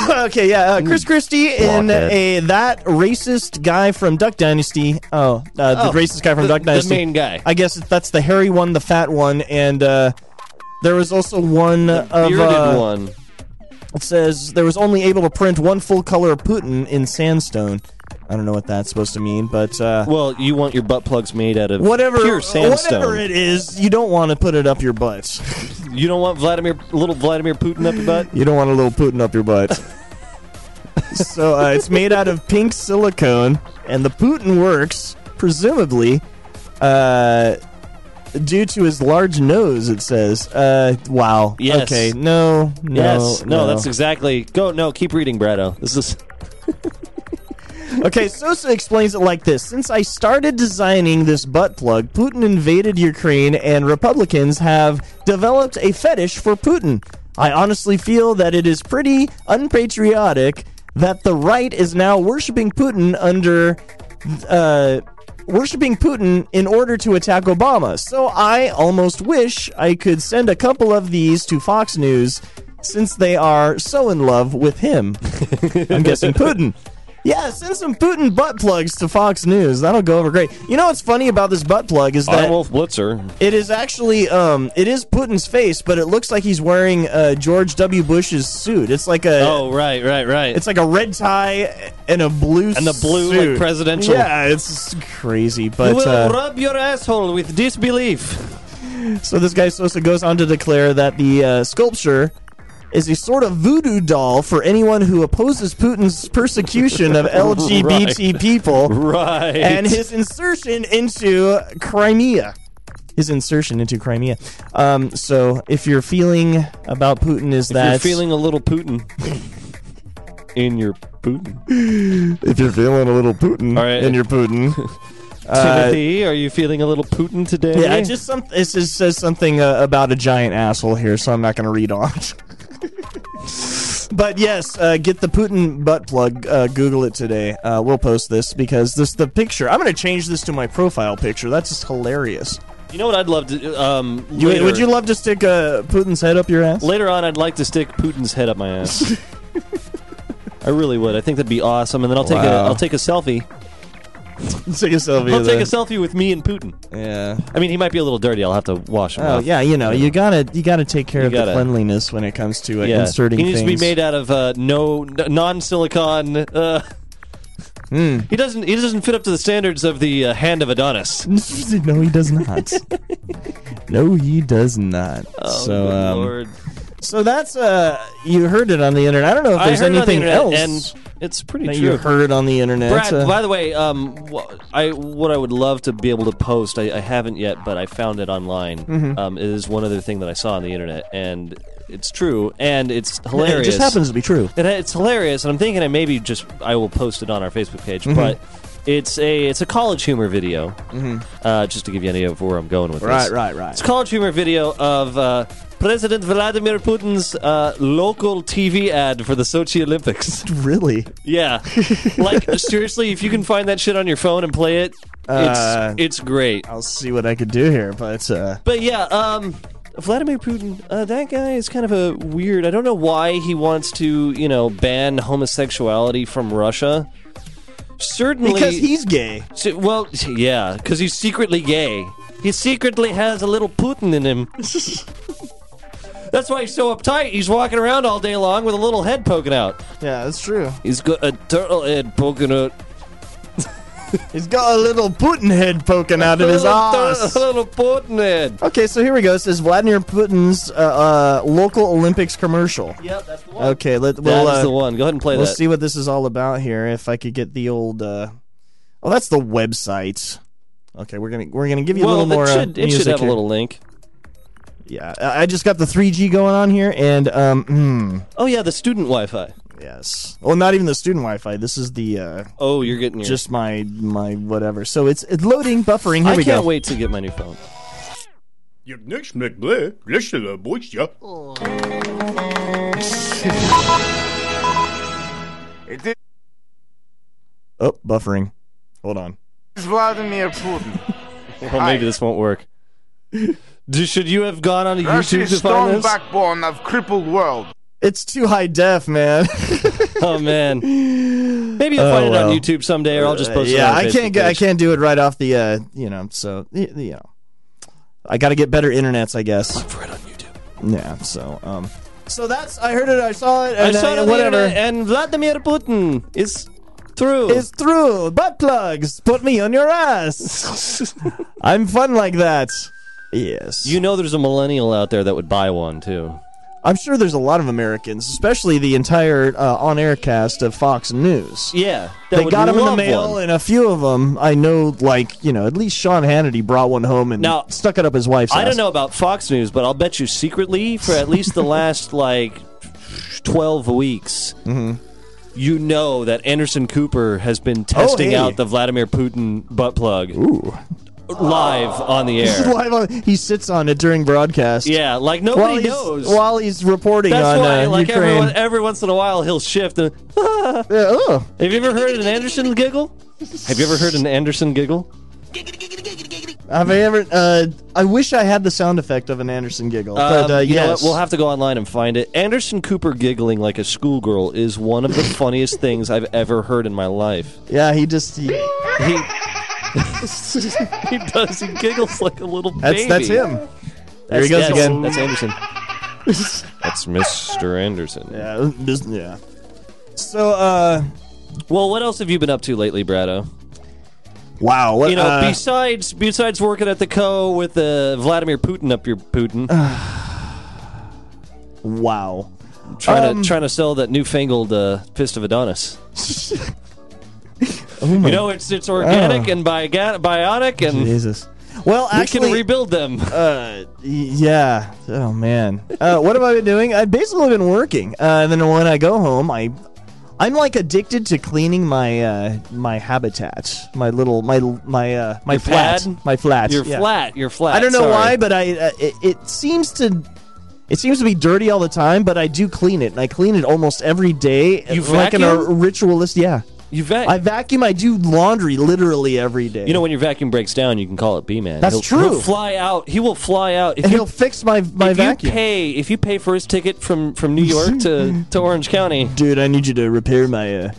Speaker 1: okay, yeah. Uh, Chris Christie in
Speaker 4: Mm. Blockhead.
Speaker 1: a that racist guy from Duck Dynasty. Oh, uh,
Speaker 4: Oh,
Speaker 1: the racist guy from
Speaker 4: the-
Speaker 1: Duck
Speaker 4: the
Speaker 1: Dynasty.
Speaker 4: main guy.
Speaker 1: I guess that's the hairy one, the fat one, and uh, there was also one of
Speaker 4: bearded
Speaker 1: uh,
Speaker 4: one.
Speaker 1: It says there was only able to print one full color Putin in sandstone. I don't know what that's supposed to mean, but uh,
Speaker 4: Well, you want your butt plugs made out of
Speaker 1: whatever,
Speaker 4: pure sandstone.
Speaker 1: whatever it is, you don't want to put it up your butt.
Speaker 4: You don't want Vladimir, little Vladimir Putin up your butt.
Speaker 1: (laughs) You don't want a little Putin up your (laughs) butt. so uh, it's made out of pink silicone, and the Putin works, presumably, uh, due to his large nose, it says. Uh, wow.
Speaker 4: Yes.
Speaker 1: Okay, no, no.
Speaker 4: yes. No, that's exactly. Go. No, keep reading, Brado. This is.
Speaker 1: Okay, Sosa explains it like this Since I started designing this butt plug, Putin invaded Ukraine, and Republicans have developed a fetish for Putin. I honestly feel that it is pretty unpatriotic that the right is now worshiping Putin under. Uh, Worshipping Putin in order to attack Obama. So I almost wish I could send a couple of these to Fox News since they are so in love with
Speaker 4: (laughs)
Speaker 1: him. I'm guessing Putin. Yeah, send some Putin butt plugs to Fox News. That'll go over great. You know what's funny about this butt plug is that
Speaker 4: I'm Wolf Blitzer.
Speaker 1: it is actually um it is Putin's face, but it looks like he's wearing uh, George W. Bush's suit. It's like a
Speaker 4: Oh, right, right, right.
Speaker 1: it's like a red tie and a blue
Speaker 4: And the blue, like,
Speaker 1: suit.
Speaker 4: presidential-
Speaker 1: Yeah, it's crazy,
Speaker 4: you
Speaker 1: but
Speaker 4: will
Speaker 1: uh,
Speaker 4: rub your asshole with disbelief.
Speaker 1: So this guy Sosa goes on to declare that the uh, sculpture is a sort of voodoo doll for anyone who opposes Putin's persecution
Speaker 4: (laughs)
Speaker 1: of LGBT
Speaker 4: Right.
Speaker 1: people,
Speaker 4: Right.
Speaker 1: And his insertion into Crimea. His insertion into Crimea. Um, so if you're feeling about Putin, is
Speaker 4: If
Speaker 1: that
Speaker 4: you're feeling a little Putin in your Putin.
Speaker 1: if you're feeling a little Putin
Speaker 4: All right.
Speaker 1: in your
Speaker 4: (laughs)
Speaker 1: Putin, uh,
Speaker 4: Timothy, are you feeling a little Putin today?
Speaker 1: yeah, it's just some. It just says something uh, about a giant asshole here, so I'm not going to read on. (laughs) but yes, uh, get the Putin butt plug. Uh, Google it today. Uh, we'll post this because this the picture. I'm going to change this to my profile picture. That's just hilarious.
Speaker 4: You know what I'd love to. Um,
Speaker 1: You-
Speaker 4: later,
Speaker 1: would you love to stick uh, Putin's head up your ass?
Speaker 4: Later on, I'd like to stick Putin's head up my (laughs) ass. I really would. I think that'd be awesome. And then I'll take a
Speaker 1: Wow.
Speaker 4: I'll take a selfie.
Speaker 1: take a selfie.
Speaker 4: I'll take
Speaker 1: then.
Speaker 4: a selfie with me and Putin.
Speaker 1: Yeah.
Speaker 4: I mean, he might be a little dirty. I'll have to wash him.
Speaker 1: Oh
Speaker 4: off.
Speaker 1: yeah, you know you gotta you gotta take care of
Speaker 4: gotta-
Speaker 1: the cleanliness when it comes to uh,
Speaker 4: Yeah.
Speaker 1: inserting
Speaker 4: He needs
Speaker 1: things.
Speaker 4: to be made out of uh, no n- non-silicon. Uh, He doesn't. He doesn't fit up to the standards of the uh, hand of Adonis.
Speaker 1: (laughs) no, he does not. no, he does not.
Speaker 4: Oh,
Speaker 1: so,
Speaker 4: good
Speaker 1: um,
Speaker 4: Lord.
Speaker 1: so that's uh, you heard it on the internet. I don't know if
Speaker 4: I
Speaker 1: there's
Speaker 4: heard it on the
Speaker 1: anything
Speaker 4: internet,
Speaker 1: else
Speaker 4: and it's pretty
Speaker 1: that
Speaker 4: true.
Speaker 1: you heard on the internet.
Speaker 4: Brad,
Speaker 1: Uh,
Speaker 4: by the way, um, wh- I what I would love to be able to post, I, I haven't yet, but I found it online.
Speaker 1: Mhm.
Speaker 4: Um, it is one other thing that I saw on the internet, and it's true, and
Speaker 1: (laughs)
Speaker 4: it's
Speaker 1: it
Speaker 4: hilarious.
Speaker 1: just happens to be true.
Speaker 4: It, it's hilarious, and I'm thinking I maybe just I will post it on our Facebook page,
Speaker 1: Mhm.
Speaker 4: but it's a it's a college humor video. Uh, just to give you an idea of where I'm going with
Speaker 1: Mm-hmm. Right,
Speaker 4: this.
Speaker 1: right, right.
Speaker 4: It's a college humor video of uh, President Vladimir Putin's uh, local TV ad for the Sochi Olympics.
Speaker 1: (laughs)
Speaker 4: (laughs)
Speaker 1: Really?
Speaker 4: Yeah.
Speaker 1: (laughs)
Speaker 4: like seriously, if you can find that shit on your phone and play it,
Speaker 1: Uh,
Speaker 4: it's it's great.
Speaker 1: I'll see what I could do here, but uh,
Speaker 4: But yeah, um Vladimir Putin, uh, that guy is kind of a weird. I don't know why he wants to, you know, ban homosexuality from Russia. Certainly
Speaker 1: because he's gay.
Speaker 4: So- well, yeah, cuz he's secretly gay. He secretly has a little Putin in
Speaker 1: (laughs)
Speaker 4: him. That's why he's so uptight. He's walking around all day long with a little head poking out.
Speaker 1: Yeah, that's true.
Speaker 4: He's got a turtle head poking out.
Speaker 1: He's got a little Putin head poking out
Speaker 4: (laughs)
Speaker 1: of his ass.
Speaker 4: A little Putin head.
Speaker 1: Okay, so here we go. It says Vladimir Putin's uh, uh, local Olympics commercial.
Speaker 4: Yep, that's the one.
Speaker 1: Okay, let,
Speaker 4: That
Speaker 1: we'll,
Speaker 4: is
Speaker 1: uh,
Speaker 4: the one. Go ahead and play
Speaker 1: we'll
Speaker 4: that.
Speaker 1: see what this is all about here. If I could get the old, uh, oh, that's the website. Okay, we're gonna we're gonna give you
Speaker 4: well,
Speaker 1: a little more.
Speaker 4: it
Speaker 1: uh,
Speaker 4: should, it should
Speaker 1: music
Speaker 4: have
Speaker 1: here.
Speaker 4: a little link.
Speaker 1: Yeah, I I just got the 3G going on here, and um, hmm,
Speaker 4: Oh yeah, the student Wi-Fi.
Speaker 1: yes. Well, not even the student Wi-Fi. This is the uh,
Speaker 4: Oh, you're getting your.
Speaker 1: just my my whatever. So it's it's loading, buffering. Here
Speaker 4: I
Speaker 1: we
Speaker 4: can't
Speaker 1: go.
Speaker 4: wait to get my new phone.
Speaker 8: Your next McBlay, listen to the boys, yeah. It is
Speaker 1: Oh, buffering. Hold on.
Speaker 8: Vladimir Putin.
Speaker 4: Well, maybe this
Speaker 1: (laughs)
Speaker 4: won't work. Do, should you have gone on YouTube to
Speaker 8: Russia's
Speaker 4: find
Speaker 8: strong
Speaker 4: this?
Speaker 8: backbone of crippled world.
Speaker 1: It's too high def, man. (laughs)
Speaker 4: (laughs) oh man. Maybe you'll
Speaker 1: Oh,
Speaker 4: find it
Speaker 1: well.
Speaker 4: on YouTube someday, or I'll just
Speaker 1: Uh,
Speaker 4: post it.
Speaker 1: yeah,
Speaker 4: on our
Speaker 1: I can't.
Speaker 4: Facebook
Speaker 1: Get, I
Speaker 4: page.
Speaker 1: can't do it right off the. Uh, you know, so y- you know, I got to get better internets, I guess. Look for it on YouTube. Yeah. So, um, so that's. I heard it. I saw it.
Speaker 4: I
Speaker 1: And
Speaker 4: saw it on the
Speaker 1: whatever.
Speaker 4: internet, and Vladimir Putin is through.
Speaker 1: It's true. Butt plugs. Put me on your ass. (laughs) I'm fun like that. Yes.
Speaker 4: You know, there's a millennial out there that would buy one too.
Speaker 1: I'm sure there's a lot of Americans, especially the entire uh, on-air cast of Fox News.
Speaker 4: Yeah, that
Speaker 1: They
Speaker 4: would
Speaker 1: got them in the
Speaker 4: love
Speaker 1: mail,
Speaker 4: one.
Speaker 1: and a few of them I know. Like you know, at least Sean Hannity brought one home and
Speaker 4: Now,
Speaker 1: stuck it up his wife's.
Speaker 4: I
Speaker 1: ass.
Speaker 4: don't know about Fox News, but I'll bet you secretly for at least the last (laughs) like twelve weeks,
Speaker 1: Mm-hmm.
Speaker 4: you know that Anderson Cooper has been testing
Speaker 1: Oh, hey.
Speaker 4: out the Vladimir Putin butt plug live on the
Speaker 1: This is
Speaker 4: air.
Speaker 1: live on- he sits on it during broadcast.
Speaker 4: Yeah, like
Speaker 1: while
Speaker 4: nobody
Speaker 1: he's,
Speaker 4: knows.
Speaker 1: while he's reporting
Speaker 4: That's
Speaker 1: on
Speaker 4: why,
Speaker 1: uh,
Speaker 4: like
Speaker 1: Ukraine.
Speaker 4: everyone, every once in a while, he'll shift. And,
Speaker 1: Yeah, oh.
Speaker 4: have you ever heard an Anderson giggle? Have you ever heard an Anderson giggle?
Speaker 1: Have I ever? Uh, I wish I had the sound effect of an Anderson giggle,
Speaker 4: Um,
Speaker 1: but uh,
Speaker 4: you know
Speaker 1: yes,
Speaker 4: what? We'll have to go online and find it. Anderson Cooper giggling like a schoolgirl is one of the
Speaker 1: (laughs)
Speaker 4: funniest things I've ever heard in my life.
Speaker 1: yeah, he just he,
Speaker 4: He, he does. He giggles like a little
Speaker 1: that's
Speaker 4: baby.
Speaker 1: that's him. There he
Speaker 4: That's-
Speaker 1: goes
Speaker 4: that's-
Speaker 1: again. (laughs)
Speaker 4: That's Anderson. That's Mr. Anderson.
Speaker 1: Yeah. this- yeah. So, uh,
Speaker 4: Well, what else have you been up to lately, Brado?
Speaker 1: wow. What,
Speaker 4: you know,
Speaker 1: uh,
Speaker 4: besides besides working at the co with uh, Vladimir Putin up your Putin,
Speaker 1: Uh, wow.
Speaker 4: trying
Speaker 1: Um,
Speaker 4: to trying to sell that newfangled uh, fist of Adonis.
Speaker 1: oh my-
Speaker 4: You know, it's it's
Speaker 1: Uh.
Speaker 4: organic and bioga- bionic, and
Speaker 1: Jesus. Well,
Speaker 4: we
Speaker 1: actually,
Speaker 4: can rebuild them.
Speaker 1: uh, y- yeah. Oh man. Uh, what have I been doing? I've basically been working, uh, and then when I go home, I, I'm like addicted to cleaning my uh, my habitat, my little my my uh, my
Speaker 4: Your
Speaker 1: flat,
Speaker 4: pad?
Speaker 1: my flat.
Speaker 4: You're
Speaker 1: yeah.
Speaker 4: flat. You're flat.
Speaker 1: I don't know
Speaker 4: sorry.
Speaker 1: why, but I uh, it, it seems to it seems to be dirty all the time, but I do clean it, and I clean it almost every day. uh,
Speaker 4: You
Speaker 1: like in a
Speaker 4: vacuum?
Speaker 1: ritualist, yeah.
Speaker 4: You vac-
Speaker 1: I vacuum. I do laundry literally every day.
Speaker 4: You know, when your vacuum breaks down, you can call it B man.
Speaker 1: That's
Speaker 4: he'll,
Speaker 1: true.
Speaker 4: He'll fly out. He will fly out. If
Speaker 1: and
Speaker 4: you,
Speaker 1: he'll fix my my
Speaker 4: if
Speaker 1: vacuum.
Speaker 4: you pay, if you pay for his ticket from from New York to
Speaker 1: (laughs)
Speaker 4: to Orange County,
Speaker 1: Dude, I need you to repair my uh,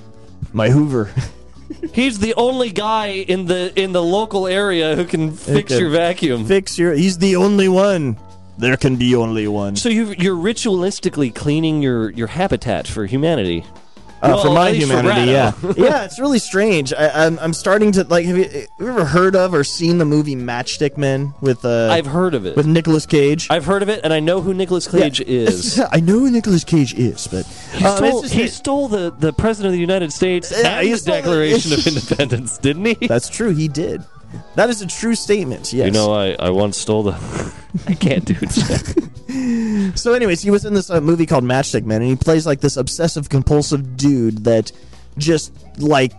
Speaker 1: my Hoover. (laughs)
Speaker 4: he's the only guy in the in the local area who can fix
Speaker 1: Okay.
Speaker 4: your vacuum.
Speaker 1: Fix your. He's the only one. There can be only one.
Speaker 4: So you you're ritualistically cleaning your your habitat for humanity.
Speaker 1: Uh,
Speaker 4: Well,
Speaker 1: for my
Speaker 4: at least
Speaker 1: humanity, yeah, (laughs)
Speaker 4: Rado.
Speaker 1: yeah, it's really strange. I, I'm, I'm starting to like. Have you, have you ever heard of or seen the movie Matchstick Men with uh,
Speaker 4: I've heard of it.
Speaker 1: with Nicolas Cage?
Speaker 4: I've heard of it, and I know who
Speaker 1: (laughs)
Speaker 4: Nicolas Cage is.
Speaker 1: I know who Nicolas Cage is, but
Speaker 4: He
Speaker 1: Um,
Speaker 4: stole,
Speaker 1: it's just-
Speaker 4: he stole the, the president of the United States
Speaker 1: Yeah,
Speaker 4: and
Speaker 1: he
Speaker 4: the
Speaker 1: stole it.
Speaker 4: Declaration of Independence, didn't
Speaker 1: (laughs)
Speaker 4: he?
Speaker 1: that's true. He did. That is a true statement. Yes.
Speaker 4: You know, I, I once stole the. (laughs) I can't do
Speaker 1: (laughs)
Speaker 4: it.
Speaker 1: So, anyways, he was in this uh, movie called Matchstick Man, and he plays like this obsessive compulsive dude that just like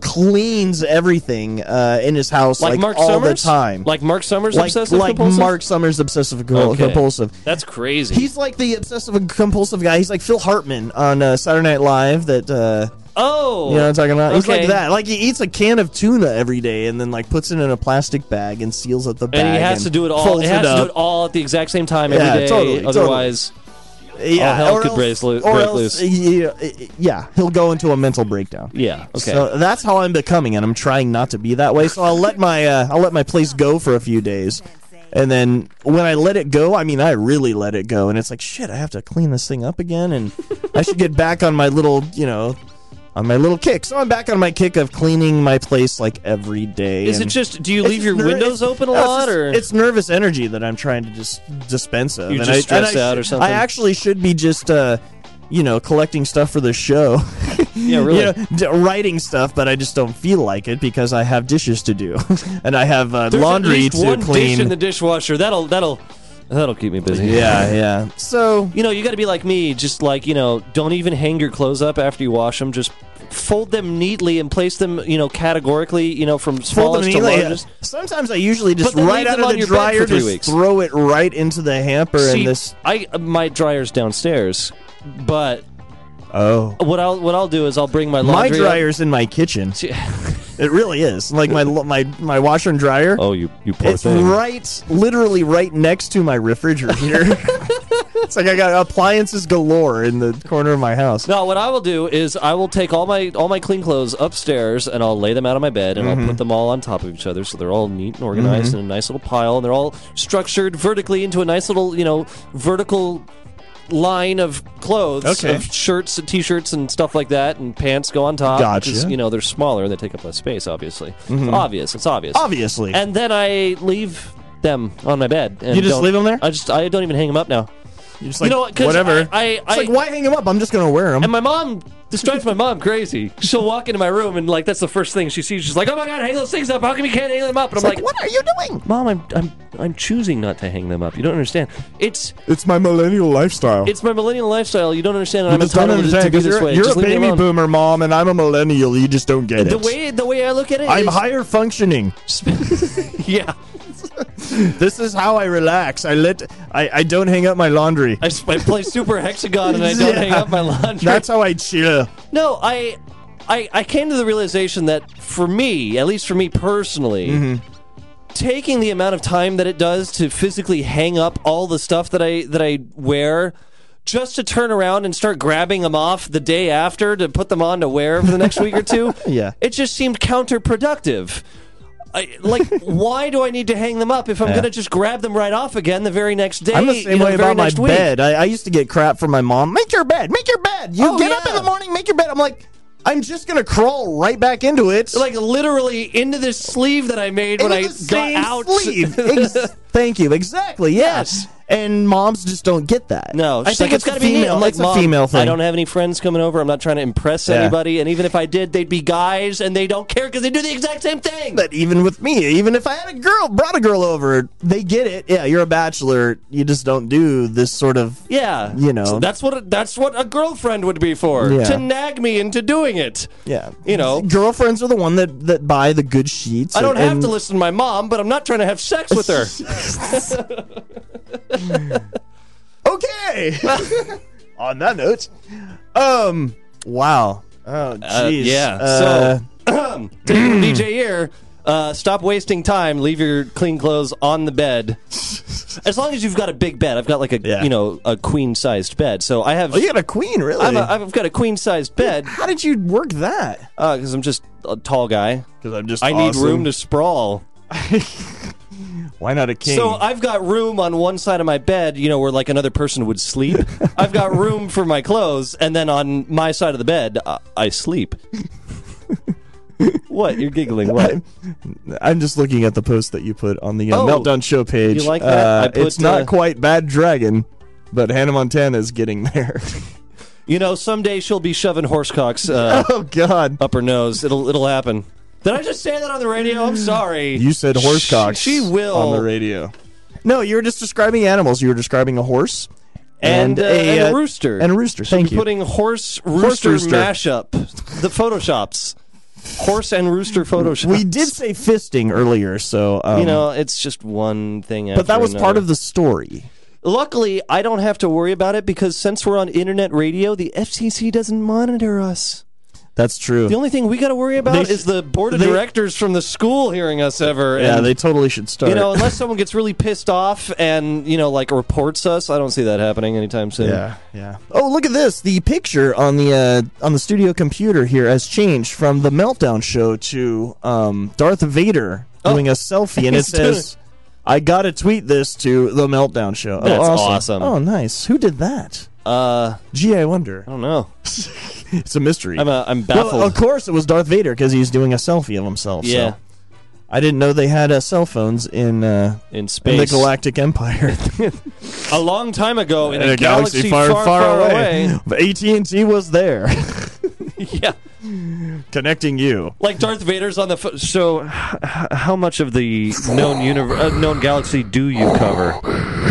Speaker 1: cleans everything uh, in his house
Speaker 4: like,
Speaker 1: like,
Speaker 4: Mark
Speaker 1: all
Speaker 4: Summers?
Speaker 1: the time.
Speaker 4: Like Mark Summers
Speaker 1: like,
Speaker 4: obsessive
Speaker 1: like
Speaker 4: compulsive?
Speaker 1: Mark Summers obsessive compul-
Speaker 4: Okay.
Speaker 1: compulsive.
Speaker 4: That's crazy.
Speaker 1: He's like the obsessive compulsive guy. He's like Phil Hartman on uh, Saturday Night Live. That uh,
Speaker 4: oh,
Speaker 1: you know what I'm talking about. He's
Speaker 4: okay.
Speaker 1: like that. Like he eats a can of tuna every day and then like puts it in a plastic bag and seals up the bag.
Speaker 4: And he has to do it all.
Speaker 1: folds
Speaker 4: He has to do
Speaker 1: up.
Speaker 4: it all at the exact same time
Speaker 1: Yeah,
Speaker 4: every day.
Speaker 1: totally, totally.
Speaker 4: Otherwise,
Speaker 1: Yeah,
Speaker 4: all hell
Speaker 1: or
Speaker 4: could
Speaker 1: else-
Speaker 4: brace loo-
Speaker 1: or
Speaker 4: break
Speaker 1: else,
Speaker 4: loose.
Speaker 1: Yeah, yeah, he'll go into a mental breakdown.
Speaker 4: yeah. Okay.
Speaker 1: So that's how I'm becoming, and I'm trying not to be that way. So I'll let my uh, I'll let my place go for a few days, and then when I let it go, I mean I really let it go, and it's like shit, I have to clean this thing up again, and I should get back on my little you know on my little kick. So I'm back on my kick of cleaning my place like every day.
Speaker 4: Is it
Speaker 1: and-
Speaker 4: just? Do you
Speaker 1: It's
Speaker 4: leave
Speaker 1: just
Speaker 4: your
Speaker 1: ner- it's-
Speaker 4: windows open a
Speaker 1: no, it's
Speaker 4: lot,
Speaker 1: just-
Speaker 4: or
Speaker 1: it's nervous energy that I'm trying to just dispense of?
Speaker 4: You're
Speaker 1: and
Speaker 4: just
Speaker 1: I, and I
Speaker 4: stressed out
Speaker 1: should-
Speaker 4: or something?
Speaker 1: I actually should be just, uh, you know, collecting stuff for the show. (laughs)
Speaker 4: Yeah, really.
Speaker 1: You know, d- writing stuff, but I just don't feel like it because I have dishes to do (laughs) and I have uh,
Speaker 4: There's
Speaker 1: laundry
Speaker 4: at least
Speaker 1: to
Speaker 4: one
Speaker 1: clean.
Speaker 4: dish in the dishwasher? That'll that'll that'll keep me
Speaker 1: (laughs)
Speaker 4: busy.
Speaker 1: yeah, yeah. So
Speaker 4: You know, you got to be like me. Just like you know, don't even hang your clothes up after you wash them. Just fold them neatly and place them, you know, categorically, you know, from
Speaker 1: fold them
Speaker 4: smallest to
Speaker 1: neatly.
Speaker 4: largest.
Speaker 1: Sometimes I usually just
Speaker 4: But then
Speaker 1: right
Speaker 4: leave
Speaker 1: out
Speaker 4: them
Speaker 1: of
Speaker 4: on
Speaker 1: the
Speaker 4: your bed for
Speaker 1: dryer,
Speaker 4: three
Speaker 1: just
Speaker 4: weeks.
Speaker 1: throw it right into the hamper
Speaker 4: See,
Speaker 1: and this.
Speaker 4: I my dryer's downstairs, but
Speaker 1: oh,
Speaker 4: what I'll what I'll do is I'll bring my
Speaker 1: My
Speaker 4: laundry. up.
Speaker 1: dryer's in my kitchen. (laughs) it really is. Like my my my washer and dryer.
Speaker 4: Oh, you you poor
Speaker 1: It's
Speaker 4: thing.
Speaker 1: right, literally right next to my refrigerator. (laughs) it's like I got appliances galore in the corner of my house.
Speaker 4: No, what I will do is I will take all my all my clean clothes upstairs and I'll lay them out on my bed and I'll
Speaker 1: Mm-hmm.
Speaker 4: put them all on top of each other so they're all neat and organized
Speaker 1: Mhm.
Speaker 4: in a nice little pile and they're all structured vertically into a nice little you know vertical line of clothes
Speaker 1: Okay.
Speaker 4: of shirts and t-shirts and stuff like that and pants go on top
Speaker 1: Gotcha.
Speaker 4: 'cause, you know they're smaller and they take up less space obviously
Speaker 1: Mhm.
Speaker 4: it's obvious it's obvious
Speaker 1: Obviously.
Speaker 4: and then I leave them on my bed and
Speaker 1: You just
Speaker 4: don't-
Speaker 1: leave 'em there?
Speaker 4: I just I don't even hang them up now
Speaker 1: you just
Speaker 4: you know what 'cause
Speaker 1: whatever.
Speaker 4: I, I,
Speaker 1: it's like why hang them up? I'm just gonna wear them.
Speaker 4: and my mom, this drives my mom crazy. She'll walk into my room and like that's the first thing she sees. She's like, "Oh my god, hang those things up! How come you can't hang them up?" And I'm like,
Speaker 1: what are you doing?
Speaker 4: "Mom, I'm I'm I'm choosing not to hang them up. You don't understand. It's
Speaker 1: It's my millennial lifestyle.
Speaker 4: it's my millennial lifestyle. You don't understand. and
Speaker 1: You
Speaker 4: I'm
Speaker 1: just don't
Speaker 4: entitled to, to
Speaker 1: understand
Speaker 4: be
Speaker 1: because
Speaker 4: this
Speaker 1: you're,
Speaker 4: way.
Speaker 1: you're
Speaker 4: Just
Speaker 1: a
Speaker 4: leave me
Speaker 1: baby
Speaker 4: alone."
Speaker 1: boomer mom, and I'm a millennial. You just don't get
Speaker 4: The
Speaker 1: it.
Speaker 4: way the way I look at it,
Speaker 1: I'm
Speaker 4: is-
Speaker 1: higher functioning.
Speaker 4: (laughs) Yeah,
Speaker 1: this is how I relax. I let I, I don't hang up my laundry.
Speaker 4: I, s- I play Super Hexagon and I don't hang
Speaker 1: (laughs) Yeah.
Speaker 4: up my laundry.
Speaker 1: That's how I chill.
Speaker 4: No, I, I, I came to the realization that for me, at least for me personally,
Speaker 1: Mm-hmm.
Speaker 4: taking the amount of time that it does to physically hang up all the stuff that I that I wear. Just to turn around and start grabbing them off the day after to put them on to wear for the next week or two,
Speaker 1: (laughs) Yeah.
Speaker 4: it just seemed counterproductive. I, like,
Speaker 1: (laughs)
Speaker 4: why do I need to hang them up if I'm
Speaker 1: Yeah.
Speaker 4: going to just grab them right off again the very next day?
Speaker 1: I'm the same
Speaker 4: you know,
Speaker 1: way
Speaker 4: the very
Speaker 1: about my
Speaker 4: next week?
Speaker 1: bed. I, I used to get crap from my mom. Make your bed. Make your bed. You
Speaker 4: Oh,
Speaker 1: get up in the morning. Make your bed. I'm like, I'm just gonna crawl right back into it.
Speaker 4: like literally into this sleeve that I made when
Speaker 1: Into the
Speaker 4: I got
Speaker 1: same
Speaker 4: out. (laughs)
Speaker 1: sleeve. (laughs) Ex- Thank you. Exactly. Yes. And moms just don't get that.
Speaker 4: No,
Speaker 1: I
Speaker 4: she's like,
Speaker 1: think
Speaker 4: it's
Speaker 1: got to
Speaker 4: got to be neat.
Speaker 1: female.
Speaker 4: I'm like,
Speaker 1: it's
Speaker 4: Mom,
Speaker 1: a female thing.
Speaker 4: I don't have any friends coming over. I'm not trying to impress
Speaker 1: Yeah.
Speaker 4: anybody. And even if I did, they'd be guys, and they don't care because they do the exact same thing.
Speaker 1: But even with me, even if I had a girl, brought a girl over, they get it. Yeah, you're a bachelor. You just don't do this sort of.
Speaker 4: yeah,
Speaker 1: You know.
Speaker 4: So that's what that's what a girlfriend would be for
Speaker 1: Yeah.
Speaker 4: to nag me into doing it.
Speaker 1: Yeah.
Speaker 4: You know.
Speaker 1: Girlfriends are the one that, that buy the good sheets.
Speaker 4: I don't
Speaker 1: and-
Speaker 4: have to listen to my mom, but I'm not trying to have sex with her.
Speaker 1: (laughs) Okay. On that note, um, wow. Oh,
Speaker 4: Uh,
Speaker 1: jeez.
Speaker 4: yeah.
Speaker 1: Uh, (clears throat)
Speaker 4: so, (clears throat) take it from DJ Ear. Uh, stop wasting time. Leave your clean clothes on the bed. As long as you've got a big bed, I've got like a you know a queen sized bed. So I have.
Speaker 1: oh, you got a queen, really?
Speaker 4: I'm a, I've got a queen sized bed
Speaker 1: How did you work that?
Speaker 4: because I'm just a tall guy.
Speaker 1: Because Uh, I'm just.
Speaker 4: I need room to sprawl.
Speaker 1: Why not a king?
Speaker 4: So I've got room on one side of my bed, you know, where like another person would sleep. I've got room for my clothes, and then on my side of the bed, I, I sleep. what? You're giggling. What?
Speaker 1: uh, I'm just looking at the post that you put on the uh,
Speaker 4: Oh,
Speaker 1: Meltdown Show page.
Speaker 4: you like that?
Speaker 1: Uh,
Speaker 4: I put,
Speaker 1: it's not
Speaker 4: uh,
Speaker 1: quite Bad Dragon, but Hannah Montana is getting there. (laughs)
Speaker 4: You know, someday she'll be shoving horsecocks uh, (laughs)
Speaker 1: oh God!
Speaker 4: up her nose. It'll it'll happen. Did I just say that on the radio? I'm sorry.
Speaker 1: You said horsecocks.
Speaker 4: She, she will.
Speaker 1: on the radio. No, you were just describing animals. You were describing a horse
Speaker 4: And, uh, and a
Speaker 1: uh,
Speaker 4: rooster.
Speaker 1: and a rooster.
Speaker 4: She'll
Speaker 1: Thank
Speaker 4: be
Speaker 1: you.
Speaker 4: putting horse rooster,
Speaker 1: rooster.
Speaker 4: mashup. The photoshops. Horse and rooster photoshops.
Speaker 1: we did say fisting earlier, so um,
Speaker 4: You know, it's just one thing.
Speaker 1: but that was part of the story.
Speaker 4: Luckily, I don't have to worry about it because since we're on internet radio, the FCC doesn't monitor us.
Speaker 1: That's true.
Speaker 4: The only thing we got to worry about
Speaker 1: They sh-
Speaker 4: is the board of
Speaker 1: they-
Speaker 4: directors from the school hearing us ever.
Speaker 1: yeah,
Speaker 4: and-
Speaker 1: they totally should start.
Speaker 4: You know, unless someone gets really pissed off and you know, like reports us, I don't see that happening anytime soon.
Speaker 1: Yeah, yeah. Oh, look at this! The picture on the uh, on the studio computer here has changed from the meltdown show to um, Darth Vader doing a selfie, and it
Speaker 4: Oh. (laughs) He's doing-
Speaker 1: says, "I gotta tweet this to the meltdown show." Oh,
Speaker 4: That's awesome.
Speaker 1: Oh, nice. Who did that?
Speaker 4: Uh,
Speaker 1: Gee, I wonder.
Speaker 4: I don't know.
Speaker 1: It's a mystery.
Speaker 4: I'm uh, I'm baffled.
Speaker 1: well, of course, it was Darth Vader because he's doing a selfie of himself.
Speaker 4: Yeah.
Speaker 1: So. I didn't know they had uh, cell phones in uh,
Speaker 4: In
Speaker 1: in the
Speaker 4: space.
Speaker 1: Galactic Empire.
Speaker 4: (laughs) a long time ago in
Speaker 1: In (laughs)
Speaker 4: a, galaxy, far, far, away. (laughs)
Speaker 1: AT and T was there, (laughs)
Speaker 4: yeah,
Speaker 1: connecting you.
Speaker 4: like Darth Vader's on the. Fo- so, h- h- how much of the known universe, uh, known galaxy, do you cover?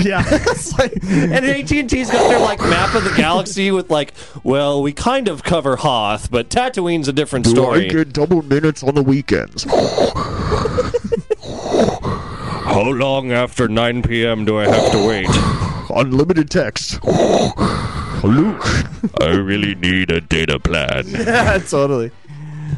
Speaker 1: Yeah, (laughs) it's like,
Speaker 4: And AT and T's got their like map of the galaxy with like, well, we kind of cover Hoth, but Tatooine's a different story.
Speaker 8: double minutes on the weekends?
Speaker 4: How long after 9 p.m. do I have to wait?
Speaker 8: Unlimited text.
Speaker 1: Luke.
Speaker 8: I really need a data plan.
Speaker 1: yeah, totally.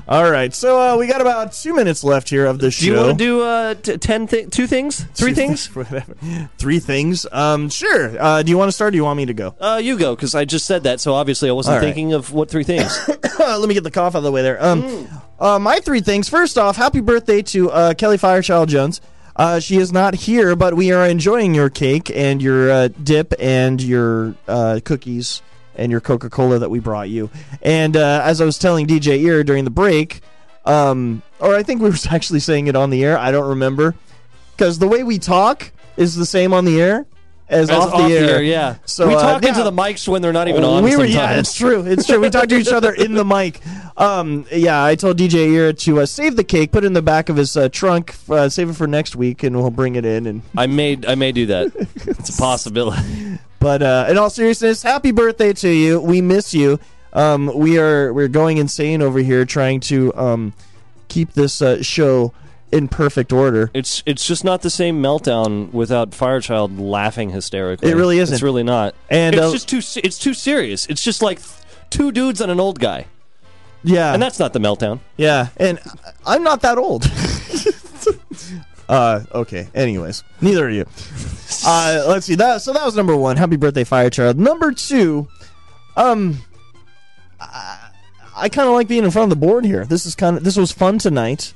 Speaker 1: All right, so uh, we got about two minutes left here of the show.
Speaker 4: Do you want to do uh, t- ten thi- two things, three things?
Speaker 1: (laughs) Whatever. Three things. Um, sure. Uh, do you want to start? or Do you want me to go?
Speaker 4: Uh, you go, because I just said that, so obviously I wasn't
Speaker 1: All right.
Speaker 4: thinking of what three things.
Speaker 1: (laughs) Let me get the cough out of the way there. Um, uh, my three things. First off, happy birthday to uh, Kelly Firechild Jones. Uh, she is not here, but we are enjoying your cake and your uh, dip and your uh, cookies and your Coca Cola that we brought you. And uh, as I was telling DJ Ear during the break, um, or I think we were (laughs) actually saying it on the air. I don't remember because the way we talk is the same on the air as,
Speaker 4: As
Speaker 1: off, the air.
Speaker 4: yeah.
Speaker 1: So
Speaker 4: we
Speaker 1: uh,
Speaker 4: talk
Speaker 1: yeah.
Speaker 4: into the mics when they're not even on.
Speaker 1: We were,
Speaker 4: sometimes.
Speaker 1: yeah, it's true. It's true. We talked to each other
Speaker 4: (laughs)
Speaker 1: in the mic. Um, yeah, I told DJ Ear to uh, save the cake, put it in the back of his uh, trunk, uh, save it for next week, and we'll bring it in. And
Speaker 4: I may I may do that. It's a
Speaker 1: (laughs)
Speaker 4: possibility.
Speaker 1: but uh, in all seriousness, happy birthday to you. We miss you. Um, we are we're going insane over here trying to um, keep this uh, show in perfect order.
Speaker 4: It's it's just not the same meltdown without Firechild laughing hysterically.
Speaker 1: It really
Speaker 4: It's
Speaker 1: isn't.
Speaker 4: really not.
Speaker 1: And,
Speaker 4: it's
Speaker 1: uh,
Speaker 4: just too se- it's too serious. It's just like th- two dudes and an old guy,
Speaker 1: Yeah,
Speaker 4: and that's not
Speaker 1: (laughs)
Speaker 4: the meltdown.
Speaker 1: yeah, and I- I'm not that old. (laughs) Uh, okay. Anyways, neither are you. Uh, let's see that. So that was number one. Happy birthday, Fire Child. Number two, um, I, I kind of like being in front of the board here. This is kind of this was fun tonight,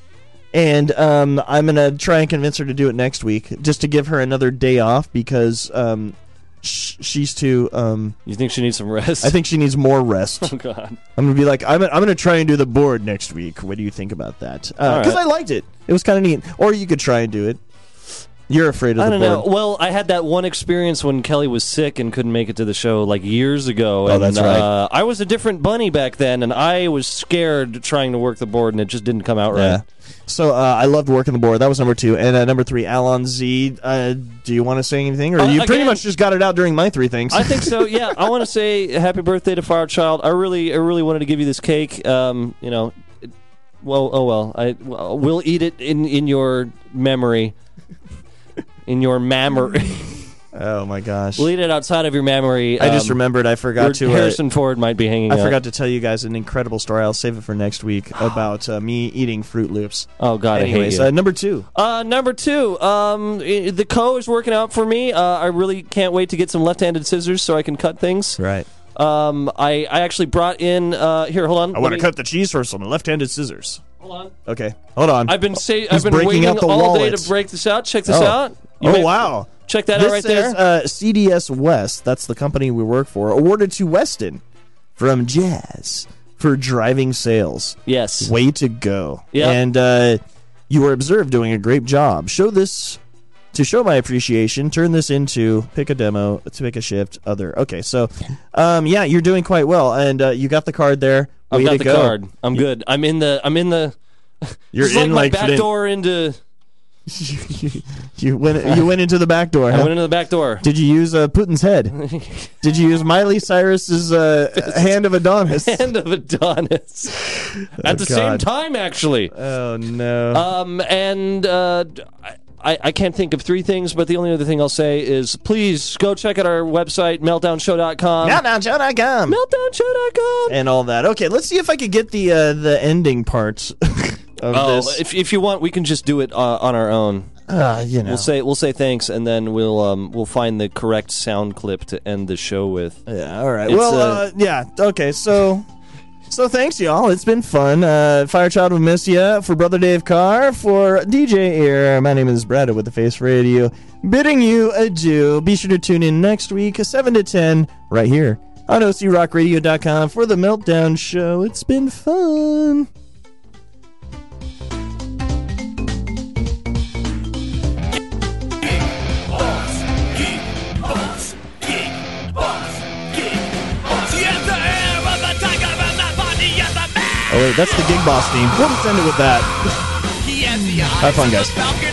Speaker 1: and um, I'm gonna try and convince her to do it next week, just to give her another day off because um, sh- she's too um.
Speaker 4: You think she needs some rest?
Speaker 1: I think she needs more rest.
Speaker 4: (laughs) Oh God.
Speaker 1: I'm gonna be like, I'm, I'm gonna try and do the board next week. What do you think about that?
Speaker 4: All right.
Speaker 1: Because I liked it. It was kind of neat. Or you could try and do it. You're afraid of
Speaker 4: I
Speaker 1: the
Speaker 4: don't
Speaker 1: board.
Speaker 4: know. Well, I had that one experience when Kelly was sick and couldn't make it to the show like years ago.
Speaker 1: Oh,
Speaker 4: and,
Speaker 1: that's right.
Speaker 4: Uh, I was a different bunny back then, and I was scared trying to work the board, and it just didn't come out
Speaker 1: Yeah.
Speaker 4: right.
Speaker 1: So uh, I loved working the board. That was number two, and uh, number three, Alon Z. Uh, do you want to say anything, or
Speaker 4: Uh,
Speaker 1: you pretty
Speaker 4: again-
Speaker 1: much just got it out during my three things?
Speaker 4: I think so. Yeah, I want to say happy birthday to Firechild. I really, I really wanted to give you this cake. Um, you know, it- well, oh well. I well, we'll eat it in in your memory, in
Speaker 1: (laughs)
Speaker 4: your memory.
Speaker 1: (laughs) oh my gosh!
Speaker 4: we'll eat it outside of your memory.
Speaker 1: I just
Speaker 4: Um,
Speaker 1: remembered. I forgot
Speaker 4: where
Speaker 1: to. uh,
Speaker 4: Harrison Ford might be hanging.
Speaker 1: I
Speaker 4: out. (laughs)
Speaker 1: forgot to tell you guys an incredible story. I'll save it for next
Speaker 4: (gasps)
Speaker 1: week about uh, me eating Fruit Loops.
Speaker 4: Oh God, I hate
Speaker 1: Anyways,
Speaker 4: you.
Speaker 1: Uh, number two.
Speaker 4: Uh, number two, um, i- the co is working out for me. Uh, I really can't wait to get some left-handed scissors so I can cut things.
Speaker 1: Right.
Speaker 4: Um, I, I actually brought in uh, here. Hold on.
Speaker 1: I
Speaker 4: let
Speaker 1: want to
Speaker 4: me-
Speaker 1: cut the cheese for some left-handed scissors.
Speaker 4: Hold on.
Speaker 1: Okay, hold on.
Speaker 4: I've been say,
Speaker 1: He's
Speaker 4: I've been
Speaker 1: breaking
Speaker 4: waiting
Speaker 1: out the
Speaker 4: all day
Speaker 1: wallet.
Speaker 4: to break this out. Check this
Speaker 1: Oh.
Speaker 4: out.
Speaker 1: Oh, wow.
Speaker 4: Check that
Speaker 1: this
Speaker 4: out right
Speaker 1: says,
Speaker 4: there.
Speaker 1: Uh, CDS West, that's the company we work for, awarded to Weston from Jazz for driving sales.
Speaker 4: Yes.
Speaker 1: Way to go.
Speaker 4: Yeah.
Speaker 1: And uh, you were observed doing a great job. Show this to show my appreciation. Turn this into pick a demo, to pick a shift, other. Okay, so um, yeah, you're doing quite well, and uh, you got the card there. Way
Speaker 4: I've got
Speaker 1: to
Speaker 4: the
Speaker 1: go.
Speaker 4: card. I'm good. I'm in the. I'm in the.
Speaker 1: You're
Speaker 4: This is
Speaker 1: in like
Speaker 4: like my back
Speaker 1: Flint.
Speaker 4: door into.
Speaker 1: (laughs) You went. You went into the back door.
Speaker 4: I
Speaker 1: huh?
Speaker 4: went into the back door.
Speaker 1: Did you use uh, Putin's
Speaker 4: (laughs)
Speaker 1: head? Did you use Miley Cyrus's uh, hand of Adonis? Oh,
Speaker 4: Hand of Adonis. At the same
Speaker 1: God.
Speaker 4: time, actually.
Speaker 1: Oh no.
Speaker 4: Um, and uh, I, I can't think of three things, but the only other thing I'll say is please go check out our website, meltdownshow.com.
Speaker 1: Meltdownshow.com
Speaker 4: Meltdownshow.com.
Speaker 1: and all that. Okay, let's see if I could get the uh, the ending parts (laughs) of
Speaker 4: Oh,
Speaker 1: this.
Speaker 4: if, if you want, we can just do it uh, on our own.
Speaker 1: Uh, you know.
Speaker 4: We'll say we'll say thanks, and then we'll um, we'll find the correct sound clip to end the show with.
Speaker 1: Yeah, all right. well, uh, yeah. Okay, so so thanks y'all. It's been fun. Uh, Firechild will miss ya. For brother Dave Carr, for DJ Ear. My name is Brad with the Face Radio. Bidding you adieu. Be sure to tune in next week, seven to ten, right here on OCRockRadio.com for the Meltdown Show. It's been fun.
Speaker 24: He
Speaker 1: Oh wait, that's the Gig Boss theme. We'll just end it with that.
Speaker 24: has the
Speaker 1: Oh, Have fun, guys.
Speaker 24: Falcon